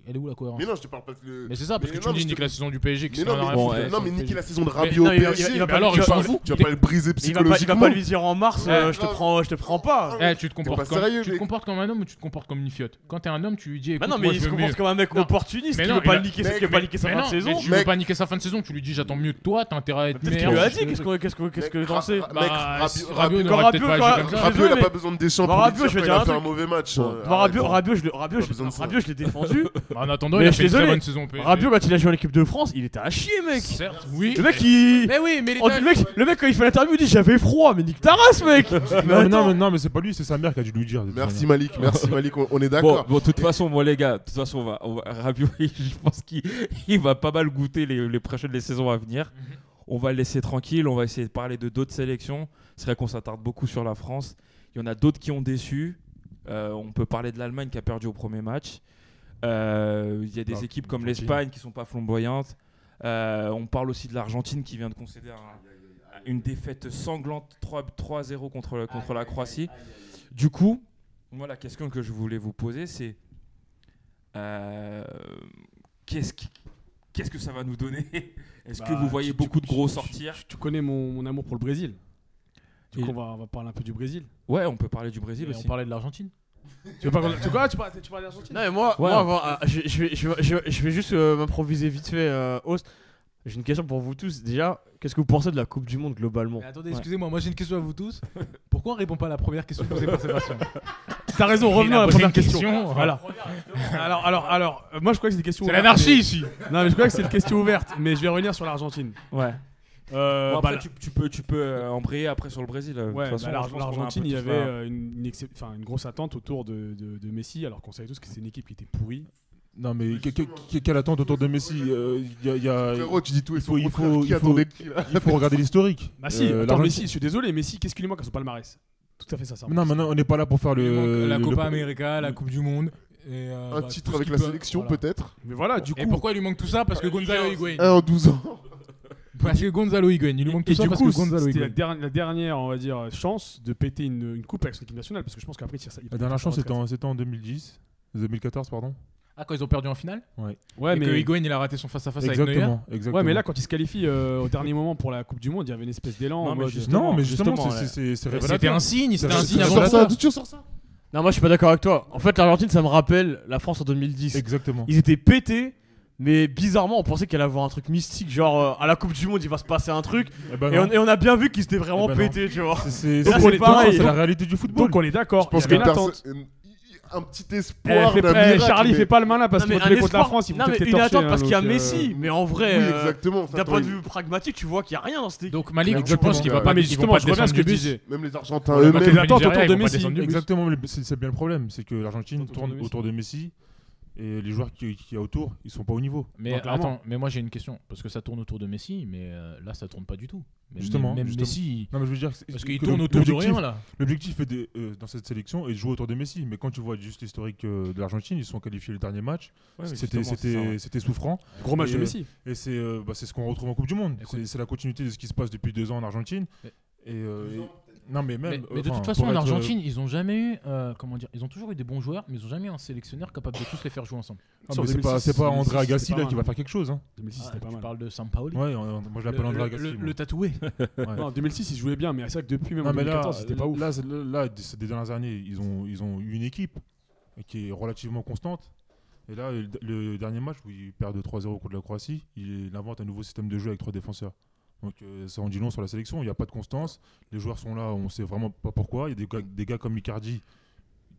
Elle est où la cohérence
Mais non, je te parle pas de le.
Mais c'est ça parce
mais
que tu
non,
me
mais
dis
je
nique
te-
la saison du PSG.
Mais non, mais,
non,
Ouais.
non, mais niquer la saison de Rabiot
non,
au
il va- il va-
PSG.
il va
mais
pas-
alors
il
il
va-
s'en
il
fout.
Tu vas pas le briser
Il va pas- il va
psychologiquement. Ah,
pas lui dire en mars,
Ouais.
euh, je te
Non.
prends, je te prends pas.
Eh, tu te
pas
comportes comme
sérieux,
tu te
mec.
comportes comme un homme ou tu te comportes comme une fiotte Quand t'es un homme, tu lui dis
Bah
écoute,
non, mais
moi,
il
je
se
veux
comporte
mieux.
comme un mec
Non.
opportuniste
Mais
qui
non,
veut pas
il a-
niquer
Mec,
qui veut pas niquer sa
Mais
fin de
non,
saison.
mais tu veux
Mec.
pas niquer sa fin de saison, tu lui dis j'attends mieux de toi, t'as intérêt à être
Qu'est-ce
meilleur.
qu'il lui a
Merde.
dit Qu'est-ce qu'on- qu'est-ce qu'on- qu'est-ce que
Mec,
t'en sais
Ra-
Bah,
Mec,
si
Rabiot-
Rabiot
quand
n'aurait peut-être
Rabiot-
pas joué
quand-
comme ça.
Rabiot, il a
désolé.
pas besoin de Deschamps
Bah,
pour lui
Rabiot,
dire
je vais
qu'il
dire
a
un
fait un
truc.
mauvais match.
Bon,
hein.
bah, Rabiot,
Arrête.
Rabiot, je le- Rabiot,
Pas besoin de
je-
ça.
Rabiot, je l'ai défendu.
Bah, En attendant,
Mais
il a
je suis
fait une très
désolé.
bonne saison au PSG.
Rabiot, quand il a joué en équipe de France, il était à chier, mec.
Certes, oui.
Le mec, il.
Mais oui, mais les
Oh,
gars,
le, mec, le mec, quand il fait l'interview, il dit J'avais froid, mais nique ta race, mec
Non, mais non,
attends.
mais non, mais c'est pas lui, c'est sa mère qui a dû lui dire. de toute
Merci
manière.
Malik, merci Malik, on on est
Bon,
d'accord.
bon, de toute façon, moi, les gars, de toute façon, on va, on va- Rabiot, je pense qu'il il va pas mal goûter les, les prochaines les saisons à venir. On va le laisser tranquille, on va essayer de parler de d'autres sélections. C'est vrai qu'on s'attarde beaucoup sur la France. Il y en a d'autres qui ont déçu. Euh, on peut parler de l'Allemagne qui a perdu au premier match. Euh, il y a des
Ah,
équipes comme
l'Argentine.
l'Espagne qui sont pas flamboyantes. Euh, on parle aussi de l'Argentine qui vient de concéder un- une défaite sanglante 3 3-0 contre, le- contre la Croatie. Du coup, moi, la question que je voulais vous poser, c'est euh, qu'est-ce qui- qu'est-ce que ça va nous donner Est-ce que
Bah,
vous voyez
tu- tu-
beaucoup de gros
tu-
sortir
Tu, tu connais mon, mon amour pour le Brésil. Du
Et-
coup, on va, on va parler un peu du Brésil.
Ouais, on peut parler du Brésil
Et on
aussi.
parlait de l'Argentine.
Tu veux pas qu'on- tu quoi Tu parles tu parles d'Argentine
Non, mais moi,
Ouais.
moi, avant, ah, je, je vais, je, vais- je vais- je vais juste euh, m'improviser vite fait, euh, host. J'ai une question pour vous tous. Déjà, qu'est-ce que vous pensez de la Coupe du Monde globalement
Mais attendez,
Ouais.
excusez-moi, moi j'ai une question à vous tous. Pourquoi on répond pas à la première question posée par Sébastien
T'as raison, revenons à la
posé
première
une
question.
question, Ah.
Voilà. Alors, alors, alors, euh, moi je crois que c'est une question
C'est
ouverte,
l'anarchie ici
mais- Non, mais je crois que c'est une question ouverte, mais je vais revenir sur l'Argentine.
Ouais.
Euh,
Bon,
bah,
après,
la-
tu, tu peux, tu peux euh, embrayer après sur le Brésil. euh, de
ouais,
toute façon,
bah,
je pense qu'on
l'Ar-
a un peu
l'Argentine, il y
tous
avait
la-
euh, une, une excep- enfin, une grosse attente autour de, de- de Messi, alors qu'on savait tous que c'est une équipe qui était pourrie.
Euh,
Non, mais que- que- que- quelle attente autour de Messi euh, il y a- il y a-
Frérot, tu dis tout,
il
il
faut-
faut.
il
Il
faut-
faut. Qui
il faut-
attendait qui là
Il faut regarder l'historique.
Bah si,
Euh,
attends,
l'Argentine-
Messi, je suis désolé, Messi, qu'est-ce qu'il lui manque à son palmarès Tout à fait ça, ça.
Non, mais non, on n'est pas là pour faire
Il
le.
manque La
le-
Copa
le-
América, la
le-
Coupe du Monde. et, euh,
Un
bah,
titre
tout ce
avec
qui
la
peut-
sélection
voilà.
peut-être
Mais voilà, du
Et
coup,
pourquoi il lui manque tout ça Parce que Gonzalo Higuain.
Un en 12 ans.
Parce que Gonzalo Higuain, il lui manque
Et
tout ça
du
parce
coup,
que Gonzalo
c'était la,
Higuain.
dernière- la dernière, on va dire, chance de péter une, une coupe avec son équipe nationale, parce que je pense qu'après, il tire ça. il
La
prend
dernière
sa
chance, c'était
retraite.
en, c'était en 2010. 2014, pardon.
Ah, quand ils ont perdu en finale
Ouais,
Et
mais,
que Higuain il a raté son face-à-face avec Neuer
Exactement. exactement.
ouais, mais là, quand il se qualifie euh, au dernier moment pour la Coupe du Monde, il y avait une espèce d'élan.
Non,
en
mais
mode-
justement,
Non, mais justement,
justement,
c'est-
là.
c'est c'est
C'était
révélateur.
un signe, c'était un
C'est-
signe
c'est-
avant
Sors
c'est-
ça,
ça.
d'où tu sors ça
Non, moi, je suis pas d'accord avec toi. En fait, l'Argentine, ça me rappelle la France en 2010.
Exactement.
Ils étaient pétés, Mais bizarrement, on pensait qu'elle allait avoir un truc mystique, genre euh, à la Coupe du Monde, il va se passer un truc.
Eh ben
Et
non.
on, et on a bien vu qu'il s'était vraiment
Eh ben non.
pété, tu vois.
C'est- C'est
Donc
ça,
on
c'est
est pareil.
pareil, c'est la réalité du football.
euh, Donc on est d'accord.
Je pense
il y
que
a une attente.
personne- un petit
Eh,
espoir
fais-
d'un
eh,
miracle,
Charlie,
mais-
fais pas le malin parce
Non, mais
que
un
contre les- contre la
espoir-
France, il faut
non, mais
peut-être
une
torcher,
attente
hein,
parce qu'il y a
donc, euh,
Messi. Mais en vrai,
Oui,
euh,
exactement. Enfin,
d'un
attends,
point de
ils-
vue pragmatique, tu vois qu'il n'y a rien dans cette équipe.
Donc Malik,
Exactement.
tu penses qu'il va
Ouais,
pas
mais
ils vont
justement,
pas
je reviens à ce
descendre
que
du
tu
bus.
disais.
Même les Argentins
Ouais, bah,
eux-mêmes.
t'es
L'attente
Nigeria,
autour
ils
de
vont pas
Messi.
descendre du bus.
Exactement, mais le- c'est c'est bien le problème, c'est que l'Argentine
Autour de
tourne
Messi.
autour de Messi et les joueurs qui qui y a autour, ils sont pas au niveau.
Mais
Donc, clairement.
attends, mais moi j'ai une question parce que ça tourne autour de Messi, mais euh, là ça tourne pas du tout. Même-
Justement,
même
justement.
Messi,
Non, mais je veux dire,
parce qu'il
que
tourne
le-
autour de
l'objectif-
rien là.
L'objectif est de- euh, dans cette sélection est de jouer autour de Messi, mais quand tu vois juste l'historique euh, de l'Argentine, ils sont qualifiés le dernier match,
Ouais, mais
c'était
justement, c'est ça, ouais.
c'était c'était souffrant
Gros match de
Et, euh,
Messi.
et c'est euh, bah, c'est ce qu'on retrouve en Coupe du Monde.
Écoute.
C'est c'est la continuité de ce qui se passe depuis deux ans en Argentine.
Mais-
Et, euh, et- non mais
Mais,
même
mais de
enfin,
toute façon,
pour
en
être, euh,
Argentine, ils ont jamais eu, euh, comment dire, ils ont toujours eu des bons joueurs, mais ils ont jamais eu un sélectionneur capable de tous les faire jouer ensemble.
ah,
sur
mais c'est
2006,
pas c'est pas
c'était
André
pas
Agassi là
mal.
qui va faire quelque chose. Hein.
2006,
Ah,
c'était pas
tu
mal.
parles de Sampaoli.
Ouais, on- on- moi je
Le,
l'appelle André
le-
Agassi.
le-
moi.
le tatoué.
Ouais.
Non, 2006, il jouait bien, mais c'est vrai que depuis même en
Non, Ah, mais là, euh,
2014, c'était pas ouf.
là, c'est- là, là, ces des dernières années, ils ont, ils ont eu une équipe qui est relativement constante. Et là, le, le dernier match où ils perdent 3-0 contre la Croatie, il, il invente un nouveau système de jeu avec trois défenseurs. Donc euh, ça en dit long sur la sélection. Il n'y a pas de constance. Les joueurs sont là, on sait vraiment pas pourquoi. Il y a des gars, des gars comme Icardi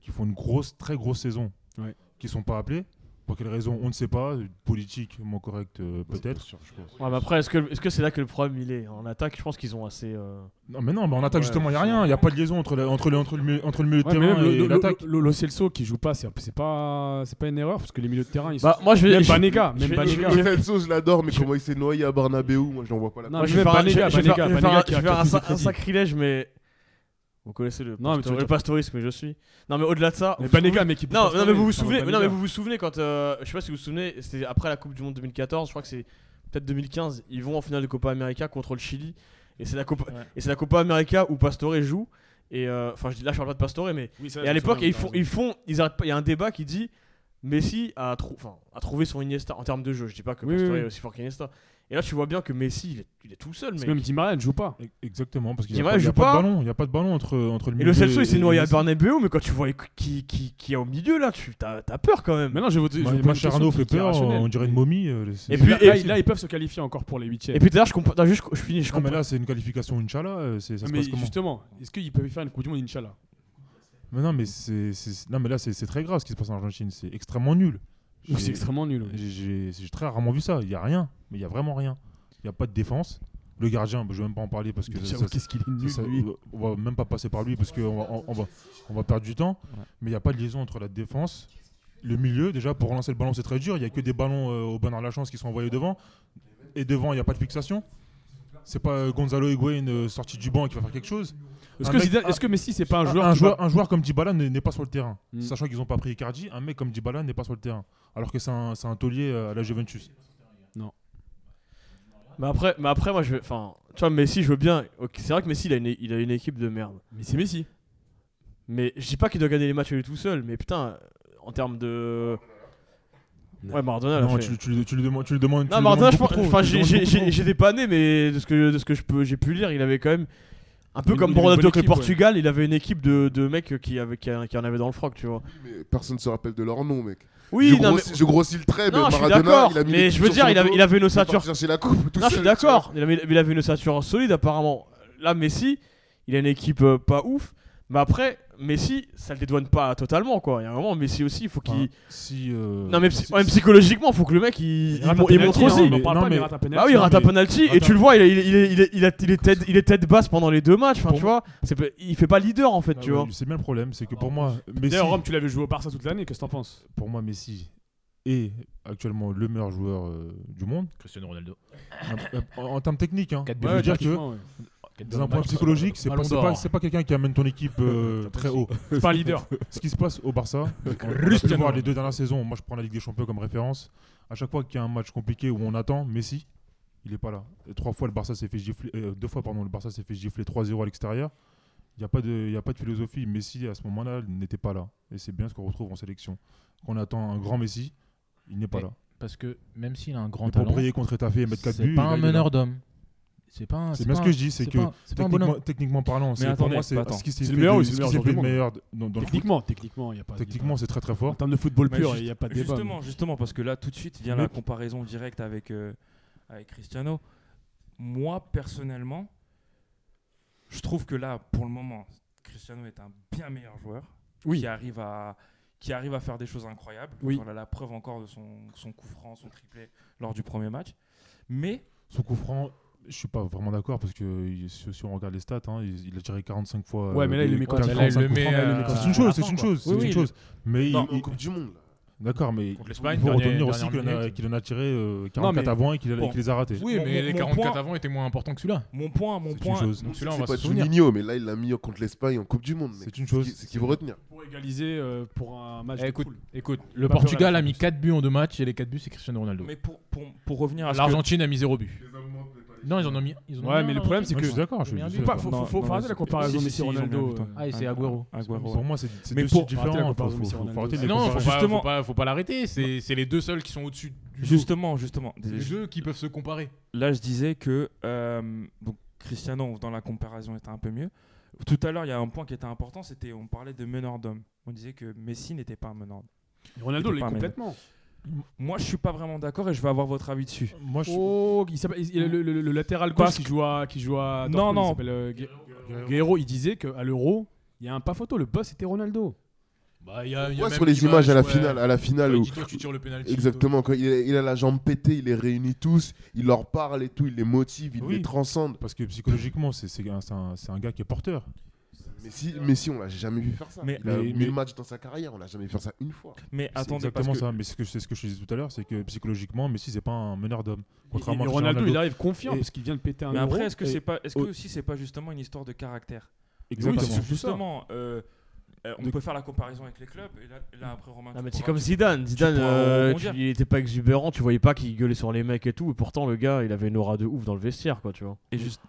qui font une grosse, très grosse saison,
Ouais.
qui sont pas appelés. Pour quelle raison On ne sait pas. Politiquement correct, euh, peut-être.
Ouais, mais après, est-ce que est-ce que c'est là que le problème il est En attaque, je pense qu'ils ont assez. euh,
Non, mais non, mais en attaque
Ouais,
justement, il n'y a
c'est-
rien. Il n'y a pas de liaison entre, la- entre, le, entre, le, milieu- entre le milieu de
Ouais, mais
terrain
même le-
et
le-
l'attaque.
le- le- Lo Celso qui joue pas, c'est c'est pas, c'est pas une erreur parce que les milieux de terrain, ils sont.
Bah, moi, je vais.
Même
je-
Banega,
je
même
vais-
Banega.
je-
gars.
je vais-
Le Celso, je l'adore, mais
Je-
comment il s'est noyé à Barnabéu, moi je n'en vois pas la
Non,
Moi,
mais
je vais
même
faire un-
Banega,
je vais faire-
Banega,
je vais faire un-
Banega
je
qui a
vais faire un
accusé
sa-
de
un
crédit.
sacrilège, mais. Vous connaissez le,
Non, mais tu
pastor-
veux
le
dire-
pastorisme, je suis. Non, mais au-delà de ça.
Mais
vous vous
Banega, mec, il peut
Non,
pas se
non, mais vous
tromper,
vous
c'est un
souvenez, mais non, mais
Banega.
vous vous souvenez quand, euh, je sais pas si vous vous souvenez, c'était après la Coupe du Monde 2014, je crois que c'est peut-être 2015, ils vont en finale de Copa América contre le Chili, et c'est la Copa,
Ouais.
et c'est la Copa América où Pastore joue, et euh, enfin je dis là je parle pas de Pastore, mais et à l'époque ils font, ils font, ils arrêtent pas, il y a un débat qui dit Messi a, trou- enfin, a trouvé son Iniesta en termes de jeu, je dis pas que
Oui,
Pastore
oui, oui.
est aussi fort qu'Iniesta, et là tu vois bien que Messi il est, il est tout seul,
C'est
mais
même Di Maria ne joue pas.
E- Exactement, parce qu'il
Di
n'y a,
Maria
pas- il y a
joue
pas
pas.
de ballon. Il n'y a pas de ballon entre, entre le
et le
milieu
Celso il s'est noyé à
Messi.
Bernabeu, mais quand tu vois qui, qui, qui est au milieu là, tu t'as t'as peur quand même.
Maintenant, je vais vous dire.
Moi, moi, Charnot fait peur, on dirait une momie. euh, le- c'est-
Et puis-
là, là, ils- là, ils peuvent se qualifier encore pour les huitièmes.
Et puis d'ailleurs je comprends, attends, juste, je finis, je
Non, mais
comprends.
là, c'est une qualification, Inch'Allah. euh, c'est- Ça se
mais
passe comment
justement, est-ce qu'ils peuvent faire une Coupe du Monde, Inch'Allah
mais non, mais c'est- c'est- non, mais là, c'est c'est très grave ce qui se passe en Argentine. C'est extrêmement nul.
Ou
J'ai-
C'est extrêmement nul. ouais.
j'ai- J'ai j'ai très rarement vu ça. Il n'y a rien. Mais il n'y a vraiment rien. Il n'y a pas de défense. Le gardien, bah, je ne vais même pas en parler parce que
Déjà,
ça- ça-
Qu'est-ce qu'il est
Ça,
nul,
ça,
lui.
on va même pas passer par lui parce qu'on va, on, on va, on va perdre du temps.
Ouais.
Mais il n'y a pas de liaison entre la défense, le milieu. Déjà, pour relancer le ballon, c'est très dur. Il n'y a que des ballons euh, au bonheur de la chance qui sont envoyés devant. Et devant, il n'y a pas de fixation. C'est pas euh, Gonzalo Higuaín euh, sorti du banc qui va faire quelque chose.
Est-ce
un
que
mec-
Zidane- est-ce que Messi, c'est pas un
Un
joueur
un
qui va-
joueur, un joueur comme Dybala n'est n'est pas sur le terrain.
Mm.
Sachant qu'ils n'ont pas pris Icardi, un mec comme Dybala n'est pas sur le terrain. Alors que c'est un, c'est un taulier euh, à la Juventus.
Mais après, mais après moi je vais. Enfin, tu vois, Messi, je veux bien. ok, c'est vrai que Messi, il a, une, il a une équipe de merde.
Mais c'est Messi.
Mais je dis pas qu'il doit gagner les matchs à lui tout seul, mais putain, en termes de. Ouais, Maradona, l'a
Non,
fait.
tu, tu le- tu le demandes. Tu le demandes tu
Non,
le
Maradona,
demandes
je pense.
beaucoup trop,
Enfin, j'ai-
tu le demandes
j'ai-
beaucoup trop.
j'ai j'ai dépanné, mais de ce que, de ce que je peux- j'ai pu lire, il avait quand même. Un peu
Il-
comme
il avait une
Ronaldo
bonne
avec le
équipe, ouais.
Portugal, il avait une équipe de, de mecs qui, avaient- qui, qui en avaient dans le froc, tu vois.
Mais personne ne se rappelle de leur nom, mec.
Oui,
je,
non, mais.
grossis, je grossis le trait, mais
Non, je suis
Maradona,
d'accord,
il a mis
mais
l'équipe
je veux
sur
dire,
son
il avait,
dos,
il avait une
il est parti
ossature
chercher la coupe tout
Non, je suis
seul, tu vois.
d'accord. Il avait, il avait une ossature solide, apparemment. Là, Messi, il a une équipe euh, pas ouf. Mais après, Messi, ça le dédouane pas totalement, quoi. Il y a un moment, Messi aussi, il faut qu'il.
Enfin,
Bah,
si, euh,
non, mais psy-
si-
ouais, psychologiement, il faut que le mec, il, il,
rate
mon-
un
il
penalty,
montre
hein,
aussi.
on en
mais-
parle
non,
pas, mais il
mais-
rate un penalty.
Bah oui, il rate un
mais-
penalty. Et
Attends.
tu le vois, il, a- il, il, il, il a- il est tête, il est tête basse pendant les deux matchs. Enfin,
Pour
tu vois, c'est pas- il fait pas leader, en fait,
Bah
Ah
tu
ouais,
vois.
C'est bien le problème, c'est que
Ah,
pour moi, Messi,
D'ailleurs, Rome, tu l'avais joué au Barça toute l'année, qu'est-ce que t'en penses
pour moi, Messi est actuellement le meilleur joueur euh, du monde. Euh,
Cristiano Ronaldo. Oh,
en, en termes techniques, hein.
Quatre
je
buts.
veux dire que d'un point psychologique, c'est pas,
Ballon
c'est pas,
d'or.
c'est pas quelqu'un qui amène ton équipe euh, très haut.
C'est pas un leader.
Ce qui se passe au Barça,
Cristiano
juste voir les deux dernières saisons, moi je prends la Ligue des Champions comme référence. À chaque fois qu'il y a un match compliqué où on attend Messi, il est pas là. Et trois fois le Barça s'est fait gifler, euh, deux fois pardon, le Barça s'est fait gifler 3-0 à l'extérieur. Il n'y a, pas de- il y a pas de philosophie. Messi à ce moment-là n'était pas là. Et c'est bien ce qu'on retrouve en sélection. Quand on attend un grand Messi, il n'est pas
Mais
là.
Parce que même s'il a un grand
Mais pour
talent,
briller contre Etafé et mettre 4
c'est
buts.
pas
là,
un
il est là.
meneur d'homme. C'est pas un-
C'est
c'est
bien
pas
ce
un-
que je dis, c'est que
pas- c'est pas un bonhomme.
techniquement, techniquement parlant, c'est pour
attendez,
moi c'est
attends.
ce qui s'est
C'est
fait
le meilleur
de-
ou c'est le
ce qui
meilleur
s'est
joueur
fait
du
de
monde
meilleur dans dans le foot.
Techniquement, techniquement, il n'y a pas de
Techniquement, c'est très très
En
fort.
termes de football
Mais
pur,
juste-
il n'y a pas de débat.
Justement, justement, parce que là, tout de suite vient
Mais-
la comparaison directe avec, euh, avec Cristiano. Moi, personnellement, je trouve que là, pour le moment, Cristiano est un bien meilleur joueur
Oui.
qui, arrive à, qui arrive à faire des choses incroyables.
Oui.
On a la preuve encore de son, son coup franc, son triplé lors du premier match. Mais
Son coup franc, je suis pas vraiment d'accord parce que il- si si on regarde les stats, hein, il il a tiré 45 fois.
Ouais,
euh,
mais là, il
les-
le met quand il
45
Là, il le
coups
met,
francs.
euh,
met quand
C'est une
à
chose,
la
c'est
fin,
une
quoi.
chose, c'est
Oui,
une
oui,
chose. Mais il-
Non, en
il-
Coupe du Monde, là.
d'accord, mais
Contre
il
l'Espagne,
faut
dernier-
retenir aussi
dernière
qu'il en a-
minute.
qu'il en a tiré euh,
Non,
44
mais-
avant et qu'il a-
Bon.
et qu'il les a ratés.
Oui,
Mon-
mais
mon-
les
mon
44
point-
avant étaient moins importants que celui-là.
mon point, mon
C'est une
point,
chose.
Donc celui-là, on
C'est
va
pas
se souvenir.
Juninho, mais là, il l'a mis contre l'Espagne en Coupe du Monde. mec.
C'est une chose.
C'est ce qu'il faut retenir.
Pour égaliser euh, pour un match.
Eh,
de
écoute,
foule.
écoute, le
Pas peur
Portugal
à la
a mis
France.
4 buts en deux matchs et les 4 buts, c'est Cristiano Ronaldo.
mais pour, pour, pour revenir à ce que-
L'Argentine a mis 0 but. Non, ils en ont mis. ils en ont
Ouais,
mis
mais
un,
le problème, c'est
Moi,
que-
je suis d'accord. je suis-
Mais un
je
Faut
suis
pas-
d'accord.
faut,
Non,
faut, faut
non,
arrêter
c'est-
la comparaison euh,
si, si, ils ont bien
Messi-Ronaldo.
vu, toi.
Ah, et c'est
Agüero.
Agüero.
Agüero, ouais.
Pour moi, c'est c'est
Mais
deux
pour-
styles
arrêtez la
différents. hein, Faut
comparaison
faut- faut
Messi-Ronaldo.
arrêter de les
Non, faut
comparer.
pas,
Justement.
faut pas, faut pas l'arrêter. C'est c'est les deux seuls qui sont au-dessus du lot.
Justement, justement.
C'est les
Je-
deux qui peuvent se comparer.
là je disais que euh, donc Cristiano dans la comparaison était un peu mieux. Tout à l'heure, il y a un point qui était important, c'était on parlait de meneur d'homme. On disait que Messi n'était pas un meneur. d'homme.
Ah, Ronaldo
Il était
l'est
pas un meneur.
complètement.
Moi, je suis pas vraiment d'accord et je vais avoir votre avis dessus.
Moi, je
Oh, il s'appelle- il- le, le- le- le latéral gauche
Parce
qui joue à, qui joue à
Non,
Dortmund,
non.
il s'appelle, euh, Gue- Guerrero, il disait qu'à l'Euro, il y a un pas photo. Le boss c'était Ronaldo.
Bah, il y a- il y a
Ouais,
même
sur les
l'image,
images à la
ouais.
finale, à la finale
Ouais,
où
dis-toi, tu tires le penalty.
Exactement, quand il a, il a la jambe pétée, il les réunit tous, il leur parle et tout, il les motive, il
Oui.
les transcende.
parce que psychologiquement, c'est- c'est un, c'est un- c'est un gars qui est porteur.
Mais si, mais si on l'a jamais vu faire ça.
Mais-
il a
mais-
1000
mais-
matchs dans sa carrière, on l'a jamais vu faire ça une fois.
Mais
C'est
attendez, parce
exactement
que
ça. Mais c'est ce que- c'est ce que je disais tout à l'heure, c'est que psychologiquement, Messi, c'est pas un meneur d'homme. Contrairement
Et- et
à
Ronaldo, il
Cristiano
arrive confiant
Et-
parce qu'il vient de péter un
mais
euro.
après, est-ce que
Et-
c'est pas, est-ce que
Oh.
aussi c'est pas justement une histoire de caractère
Exactement.
Oui, c'est surtout ça.
Justement, euh, euh, on
De-
peut faire la comparaison avec les clubs et là, là, après Romain.
Ah,
tu
mais c'est
pourras-
comme Zidane. Zidane,
pourras
euh,
rebondir.
tu- il était pas exubérant, tu voyais pas qu'il gueulait sur les mecs et tout. Et pourtant, le gars, il avait une aura de ouf dans le vestiaire, quoi, tu vois.
Et juste.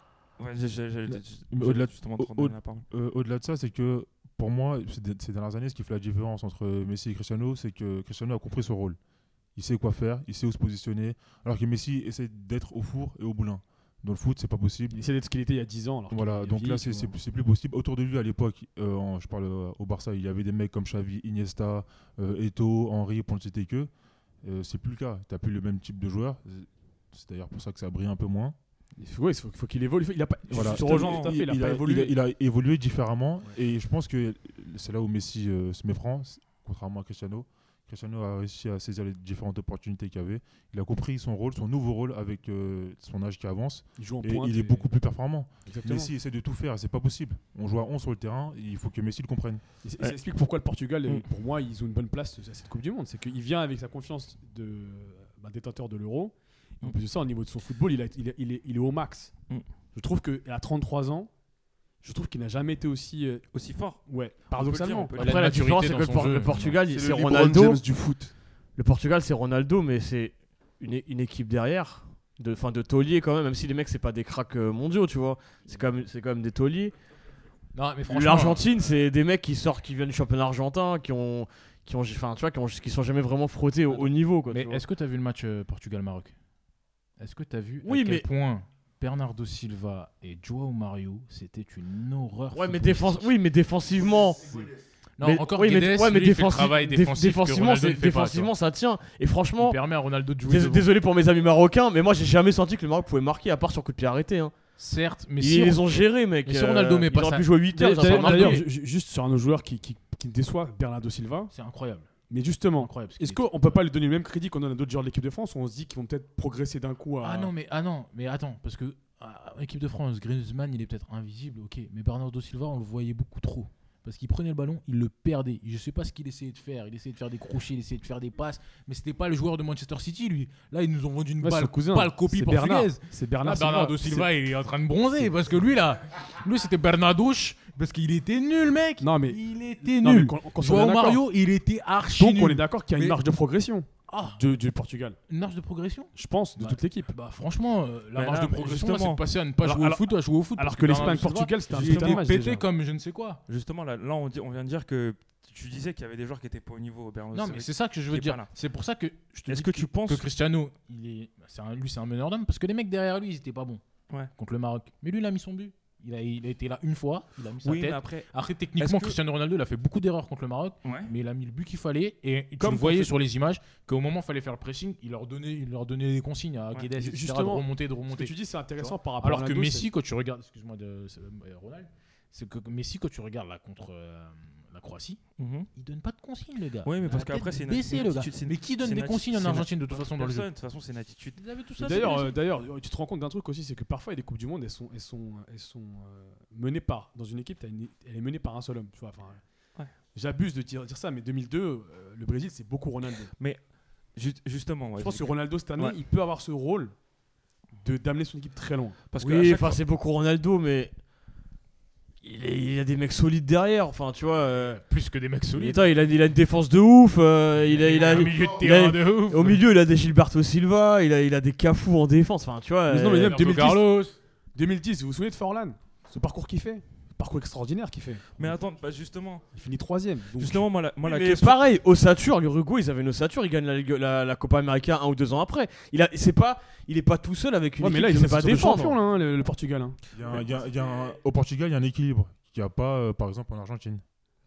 Ouais, j'ai- j'ai- j'ai- j'ai-
Mais au-delà de-
justement te
au-
redonner la parole.
Euh, Au-delà de ça, c'est que pour moi, ces de- ces dernières années, ce qui fait la différence entre Messi et Cristiano, c'est que Cristiano a compris son rôle. Il sait quoi faire, il sait où se positionner, alors que Messi essaie d'être au four et au moulin. Dans le foot, c'est pas possible.
Il essaie d'être ce qu'il était il y a 10 ans. alors qu'il
Voilà,
est
donc là,
vieilli,
c'est
tu
c'est
vois.
plus, c'est plus possible. Autour de lui, à l'époque, euh, en- je parle euh, au Barça, il y avait des mecs comme Xavi, Iniesta, euh, Eto, Henry, pour ne citer que. Euh, c'est plus le cas. T'as plus le même type de joueur. C'est d'ailleurs pour ça que ça brille un peu moins.
Il faut, ouais, il faut, faut qu'il évolue. Il a pas, je
Voilà.
te rejoins tout à fait, il, a pas
a-
évolué.
il a- il a évolué différemment et je pense que c'est là où Messi euh, se méprend, c- contrairement à Cristiano. Cristiano a réussi à saisir les différentes opportunités qu'il avait. Il a compris son rôle, son nouveau rôle avec euh, son âge qui avance
il joue en
et
pointe.
il est beaucoup plus performant.
Exactement.
Messi essaie de tout faire, et c'est pas possible. On joue à 11 sur le terrain, et il faut que Messi le comprenne.
Et c- et Ça explique pourquoi le Portugal, euh, pour moi, ils ont une bonne place à cette Coupe du Monde. C'est qu'il vient avec sa confiance de bah, détenteur de l'euro. Et En plus de ça, au niveau de son football, il, a- il, a- il est, il est au max.
Mm.
Je trouve qu'à 33 ans, je trouve qu'il n'a jamais été aussi. euh,
Aussi fort.
ouais,
on
paradoxalement.
peut le dire.
Il a de
Après, la
maturité
différence, c'est
dans
que le,
son
Por-
jeu.
le Portugal,
le
c'est
LeBron
Ronaldo.
James du foot.
Le Portugal, c'est Ronaldo, mais c'est une, é- une équipe derrière, de, fin, de tauliers quand même, même si les mecs, c'est pas des cracks euh, mondiaux, tu vois. C'est quand, même- c'est quand même des tauliers.
Non, mais franchement, euh,
L'Argentine, c'est des mecs qui sortent, qui viennent du championnat argentin, qui ont. Qui, ont, enfin, tu vois, qui, ont, qui sont jamais vraiment frottés au, au niveau. Quoi,
Mais
tu vois.
est-ce que tu as vu le match euh, Portugal-Maroc Est-ce que tu as vu
Oui,
à quel
mais-
point Bernardo Silva et Joao Mario, c'était une horreur
Ouais, mais,
footballistique.
défense... oui, mais défensivement,
Non,
mais,
encore
oui, mais-
Guedes,
ouais, mais
lui, il fait le
défensi-
travail
dé-
défensif que
défensivement,
Ronaldo
c'est-
ne fait pas,
défensivement, ça tient. Et
tu vois.
franchement,
Il permet à Ronaldo de jouer
dés-
devant.
désolé pour mes amis marocains, mais moi j'ai jamais senti que le Maroc pouvait marquer à part sur coup de pied arrêté. hein.
Certes, mais
Ils
si
les
on-
ont gérés, mec. euh,
mais si Ronaldo met
ils
pas
auraient
ça-
pu jouer 8 heures. ils auraient
D'ailleurs,
marqué.
d'ailleurs, ju- ju- juste sur un de nos joueurs qui, qui, qui me déçoit, Bernardo Silva.
c'est incroyable.
Mais justement,
incroyable ce qu'il
est-ce
est.
qu'on peut pas lui donner le même crédit qu'on donne à d'autres joueurs de l'équipe de France où on se dit qu'ils vont peut-être progresser d'un coup à.
Ah non, mais ah non, mais attends parce que ah, équipe de France, Griezmann, il est peut-être invisible, OK, mais Bernardo Silva, on le voyait beaucoup trop parce qu'il prenait le ballon, il le perdait. Je sais pas ce qu'il essayait de faire, il essayait de faire des crochets, il essayait de faire des passes, mais c'était pas le joueur de Manchester City lui. Là, ils nous ont vendu une
Ouais,
balle,
son cousin,
balle copie
c'est Bernard.
portugaise.
C'est
Là,
Bernard
Bernardo Silva, il est en train de bronzer parce que lui là, lui c'était Bernardouche parce qu'il était nul mec.
Non, mais-
il était
Non, mais
nul.
qu'on- qu'on soit
Joao
bien d'accord.
Mario, il était archi
Donc on est
nul.
d'accord qu'il y a une
Mais-
marge de progression
Ah,
de- du Portugal.
une marge de progression
Je pense, de
Ouais.
toute l'équipe.
Bah franchement, euh, la
Mais
marge
là,
de progression, là, c'est
justement.
de passer à ne pas
Alors-
jouer
alors-
au foot, à jouer au foot.
Alors
parce
que
Bernardo Silva,
l'Espagne-Portugal, c'était un
il
putain de
était
match,
pété
déjà.
comme je ne sais quoi.
Justement, là, là, on, dit, on vient de dire que tu disais qu'il y avait des joueurs qui étaient pas au niveau au Bernardo
Non,
Silva.
mais c'est ça que je
il
veux
est pas
dire.
là.
C'est pour ça que je te
Est-ce
dis
que tu penses
bah, que Cristiano, il est, c'est un- lui, c'est un meneur d'homme parce que les mecs derrière lui, ils étaient pas bons.
Ouais.
contre le Maroc. Mais lui, il a mis son but. Il a, il a été là une fois, il a mis sa
Oui, mais
tête.
après.
Après, techniquement,
que-
Cristiano Ronaldo, il a fait beaucoup d'erreurs contre le Maroc,
Ouais.
mais il a mis le but qu'il fallait. Et tu
Comme
le voyais
contre-
sur les images qu'au moment où il fallait faire le pressing, il leur donnait, il leur donnait des consignes à
Ouais.
Guedes, etc., de
Justement,
remonter,
Ce
de
que
remonter.
tu dis, c'est intéressant par rapport
Alors
à
que
Ronaldo,
Messi, quand tu regardes, excuse-moi de c'est, euh, Ronald, c'est que Messi, quand tu regardes là contre euh, la Croatie,
Mhm.
il donne pas de consignes, le gars.
Oui, mais
Il a
parce
la tête
qu'après, c'est une-
baissée,
une
le gars.
attitude, c'est une-
Mais qui donne
c'est
des
une
consignes en
attitude-
Argentine de toute façon dans le jeu
Personne, de toute façon, c'est une attitude.
Ils avaient tout
c'est-
ça.
D'ailleurs, euh, d'ailleurs, tu te rends compte d'un truc aussi, c'est que parfois, il y a des coupes du monde, elles sont, elles sont, elles sont euh, menées par. Dans une équipe, t'as une- elle est menée par un seul homme. Tu vois, enfin,
Ouais.
J'abuse de dire, dire ça, mais 2002, euh, le Brésil, c'est beaucoup Ronaldo.
Ju- Justement, ouais,
Je pense que Ronaldo cette année,
Ouais.
il peut avoir ce rôle de d'amener son équipe très loin.
parce que à
Oui,
chaque
enfin, c'est beaucoup Ronaldo, mais. Il, est- il a des mecs solides derrière, enfin, tu vois. euh,
plus que des mecs solides.
Attends, il a, il a une défense de ouf, euh, il a. Il a
un milieu de
il
terrain
a-
de ouf.
Au milieu, il a des Gilberto Silva, il a, il a des Cafou en défense, enfin, tu vois.
Mais non, mais
euh,
même
Roberto
2010.
Carlos.
2010, vous vous souvenez de Forlan Ce parcours qu'il fait Ce Parcours extraordinaire qu'il fait.
Mais attends, bah justement,
Il finit troisième. donc-
justement, moi, la, moi, la
mais
question.
pareil, Ossature, l'Uruguay, ils avaient une ossature, ils gagnent la, Ligue- la, la Copa América un ou deux ans après. Il a, c'est pas, il est pas tout seul avec une
Ouais, mais
équipe
là,
qui
il
sait
est
pas
pas champion,
défendre.
là, hein, le, le Portugal. hein.
Il y a un- il y a- il y a un- Au Portugal, il y a un équilibre qu'il n'y a pas, euh, par exemple, en Argentine.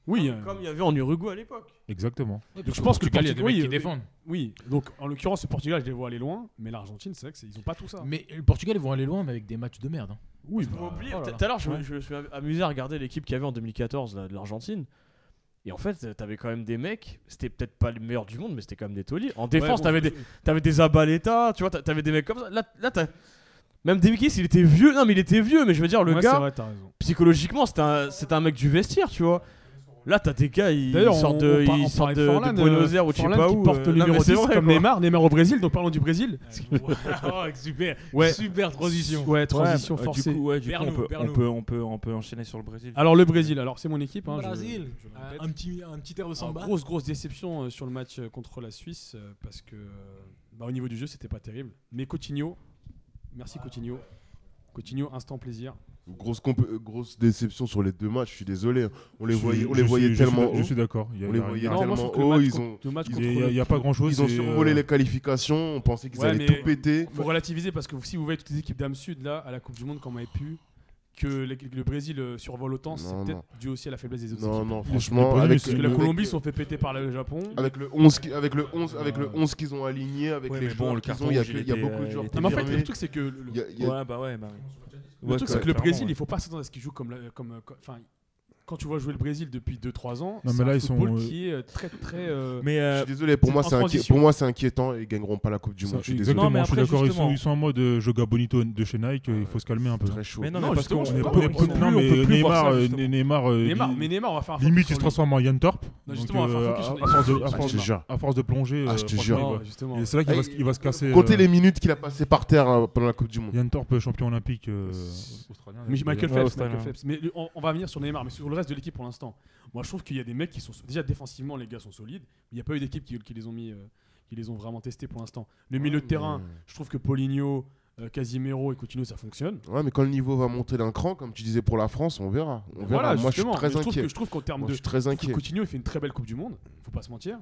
Oui, euh,
Comme il y avait en Uruguay à l'époque.
Ah,
Exactement.
je pense que le
Portugal, il y a des
Portugais,
mecs qui
euh,
défendent.
oui. Donc, en l'occurrence, le Portugal, je les vois aller loin, mais l'Argentine, c'est vrai qu'ils ont pas tout ça.
Mais le Portugal, ils vont aller loin, mais avec des matchs de merde. hein.
oui,
Vous
bah,
oubliez,
oh là
t-
là.
Tout à l'heure, je, me-
Ouais.
je me suis amusé à regarder l'équipe qu'il y avait en 2014 là, de l'Argentine. Et en fait, t'avais quand même des mecs, c'était peut-être pas les meilleurs du monde, mais c'était quand même des tauliers. En défense,
bon,
t'avais, des, t'avais des Abaleta, tu vois, t'a- t'avais des mecs comme ça. Là, là t'as. Même Demikis, il était vieux. Non, mais il était vieux, mais je veux dire, le
ouais, c'est
gars,
vrai, t'as raison.
psychologiquement, c'était un, c'était un mec du vestiaire, tu vois. Là, t'as des gars, ils
D'ailleurs,
sortent
on-
de,
on par- on
ils sortent
parlait de
de, de
Forlan,
Buenos
euh,
Aires ou je sais
Forlan
pas
qui
où.
porte
euh,
le
non, mais
numéro
c'est
10
vrai,
comme
quoi.
Neymar, Neymar au Brésil, donc parlons du Brésil.
Oh, super.
Ouais.
Super transition.
Ouais, transition
Ouais,
euh,
bah,
forcée.
Du coup, ouais, du coup,
Bernou,
on, peut, on,
Bernou.
peut, on, peut, on peut enchaîner sur le Brésil.
Alors, le Brésil, alors c'est mon équipe. hein, je-
Brésil.
je le répète.
Un petit un petit air de
Alors,
samba.
grosse grosse déception euh, sur le match euh, contre la Suisse euh, parce que euh, bah, au niveau du jeu c'était pas terrible. Mais Coutinho, merci Coutinho. Coutinho, instant plaisir.
Grosse, compé- euh, grosse déception sur les deux matchs, je suis désolé. On les
Je suis-
voyait, on
je
les
suis-
voyait
je suis-
tellement
Je
haut.
suis d'accord. Il y a-
On
il
les
y a-
voyait
il y a-
tellement
moi, je trouve
haut,
que le match
ils
con-
ont,
le match
il y
contre
a- il y a-
le-
il y a pas grand chose.
ils ont survolé
euh,
les qualifications, on pensait qu'ils
Ouais,
allaient
mais-
tout péter.
faut relativiser parce que si vous voyez toutes les équipes d'âme sud là à la Coupe du monde comme on avait pu que les- le Brésil euh, survole autant, c'est
Non,
peut-être dû aussi à la faiblesse des autres
Non,
équipes.
non,
Le
franchement,
Brésil,
avec
c'est
Parce que
le-
la
avec-
Colombie se sont fait péter par le Japon.
Ah,
avec le 11 qui- avec le 11 avec le 11 qu'ils ont aligné avec
Ouais,
les
mais bon,
joueurs
le
qu'ils
carton
ont, il y a,
rouge,
que-
il
il y a
était,
beaucoup de
euh,
joueurs.
il
Non,
était
mais en fait,
confirmés.
le truc c'est que le- le-
Il y a- il y a-
Ouais, bah ouais, bah ouais.
Le
Ouais,
truc, c'est que le
clairement,
Brésil,
ouais.
il faut pas s'attendre à ce qu'il joue comme. la- comme, euh, co- enfin, quand tu vois jouer le Brésil depuis 2-3 ans,
mais
c'est
là,
un
ils sont,
football
euh,
qui est euh, très très. euh,
Mais
Je
euh,
suis désolé, pour moi
en
c'est inqui-
transition.
pour moi, c'est inquiétant et ils gagneront pas la Coupe du Monde. Je suis désolé.
Exactement,
mais
je suis
après,
d'accord. Ils sont,
justement-
ils sont en mode euh, Joga Bonito de chez Nike, euh, il faut se calmer un peu.
Très chaud.
mais non,
Non,
mais parce
justement,
qu'on
je
On est
sais
on
pas,
peu-
ils
peu-
sont-
non,
on
mais
peut plus voir
Neymar,
ça,
euh,
justement.
Neymar, euh,
Neymar,
li-
mais Neymar, on va faire un
limite,
focus
il se
sur lui.
transforme en Yann Torp.
Non,
Donc,
justement, on va faire
euh,
focus sur lui.
à force de- à
Ah, je
force
te jure.
de- à force de plonger,
Ah,
euh,
je te
franchement,
jure.
il
Non,
va-
justement.
Et c'est là qu'il
Ah,
va, se- il va se casser.
Comptez
euh,
les minutes qu'il a passé par terre euh, pendant la Coupe du Monde.
Yann Torp, euh, champion olympique euh,
C'est-
australien.
Mais Michael
Ouais,
Phelps,
Australien.
Michael Phelps. Mais le- on, on va venir sur Neymar, mais sur le reste de l'équipe pour l'instant. Moi, je trouve qu'il y a des mecs qui sont déjà défensivement, les gars sont solides. Il n'y a pas eu d'équipe qui, qui les ont mis, euh, qui les ont vraiment testés pour l'instant. Le milieu de terrain, je trouve que Paulinho, euh, Casimiro et Coutinho, ça fonctionne.
Ouais, mais quand le niveau va monter d'un cran, comme tu disais pour la France, on verra. On verra.
Voilà,
Moi, je suis
justement. Mais
très
je trouve
inquiet.
que- je trouve qu'en termes
Moi,
de
je suis très
Je trouve
inquiet.
que Coutinho, il fait une très belle Coupe du Monde, faut pas se mentir.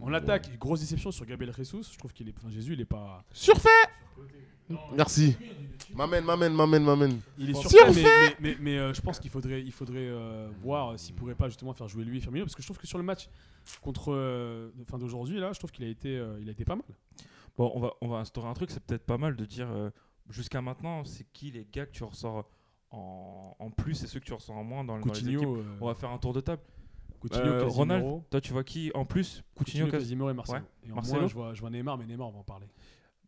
En attaque, grosse déception sur Gabriel Jesus. Je trouve qu'il est. Enfin, Jésus, il est pas.
Surfait Merci. M'amène, m'amène, m'amène, m'amène.
Il est
Si
surfait,
on
mais, mais- mais- mais, euh, je pense qu'il faudrait, il faudrait euh, voir euh, s'il pourrait pas justement faire jouer lui et Firmino. Parce que je trouve que sur le match contre. euh, fin d'aujourd'hui, là, je trouve qu'il a, été, euh, il a été pas mal.
Bon, on va, on va instaurer un truc, c'est peut-être pas mal de dire euh, jusqu'à maintenant, c'est qui les gars que tu ressors en, en plus et ceux que tu ressors en moins dans, dans les équipes.
Coutinho, euh,
On va faire un tour de table.
Coutinho,
Euh,
Casemiro,
Ronald, toi tu vois qui en plus Coutinho,
Coutinho,
Cas-
Casemiro et Marcelo. Et en
Marcelo.
moins, je vois, je vois Neymar, mais Neymar, on va en parler.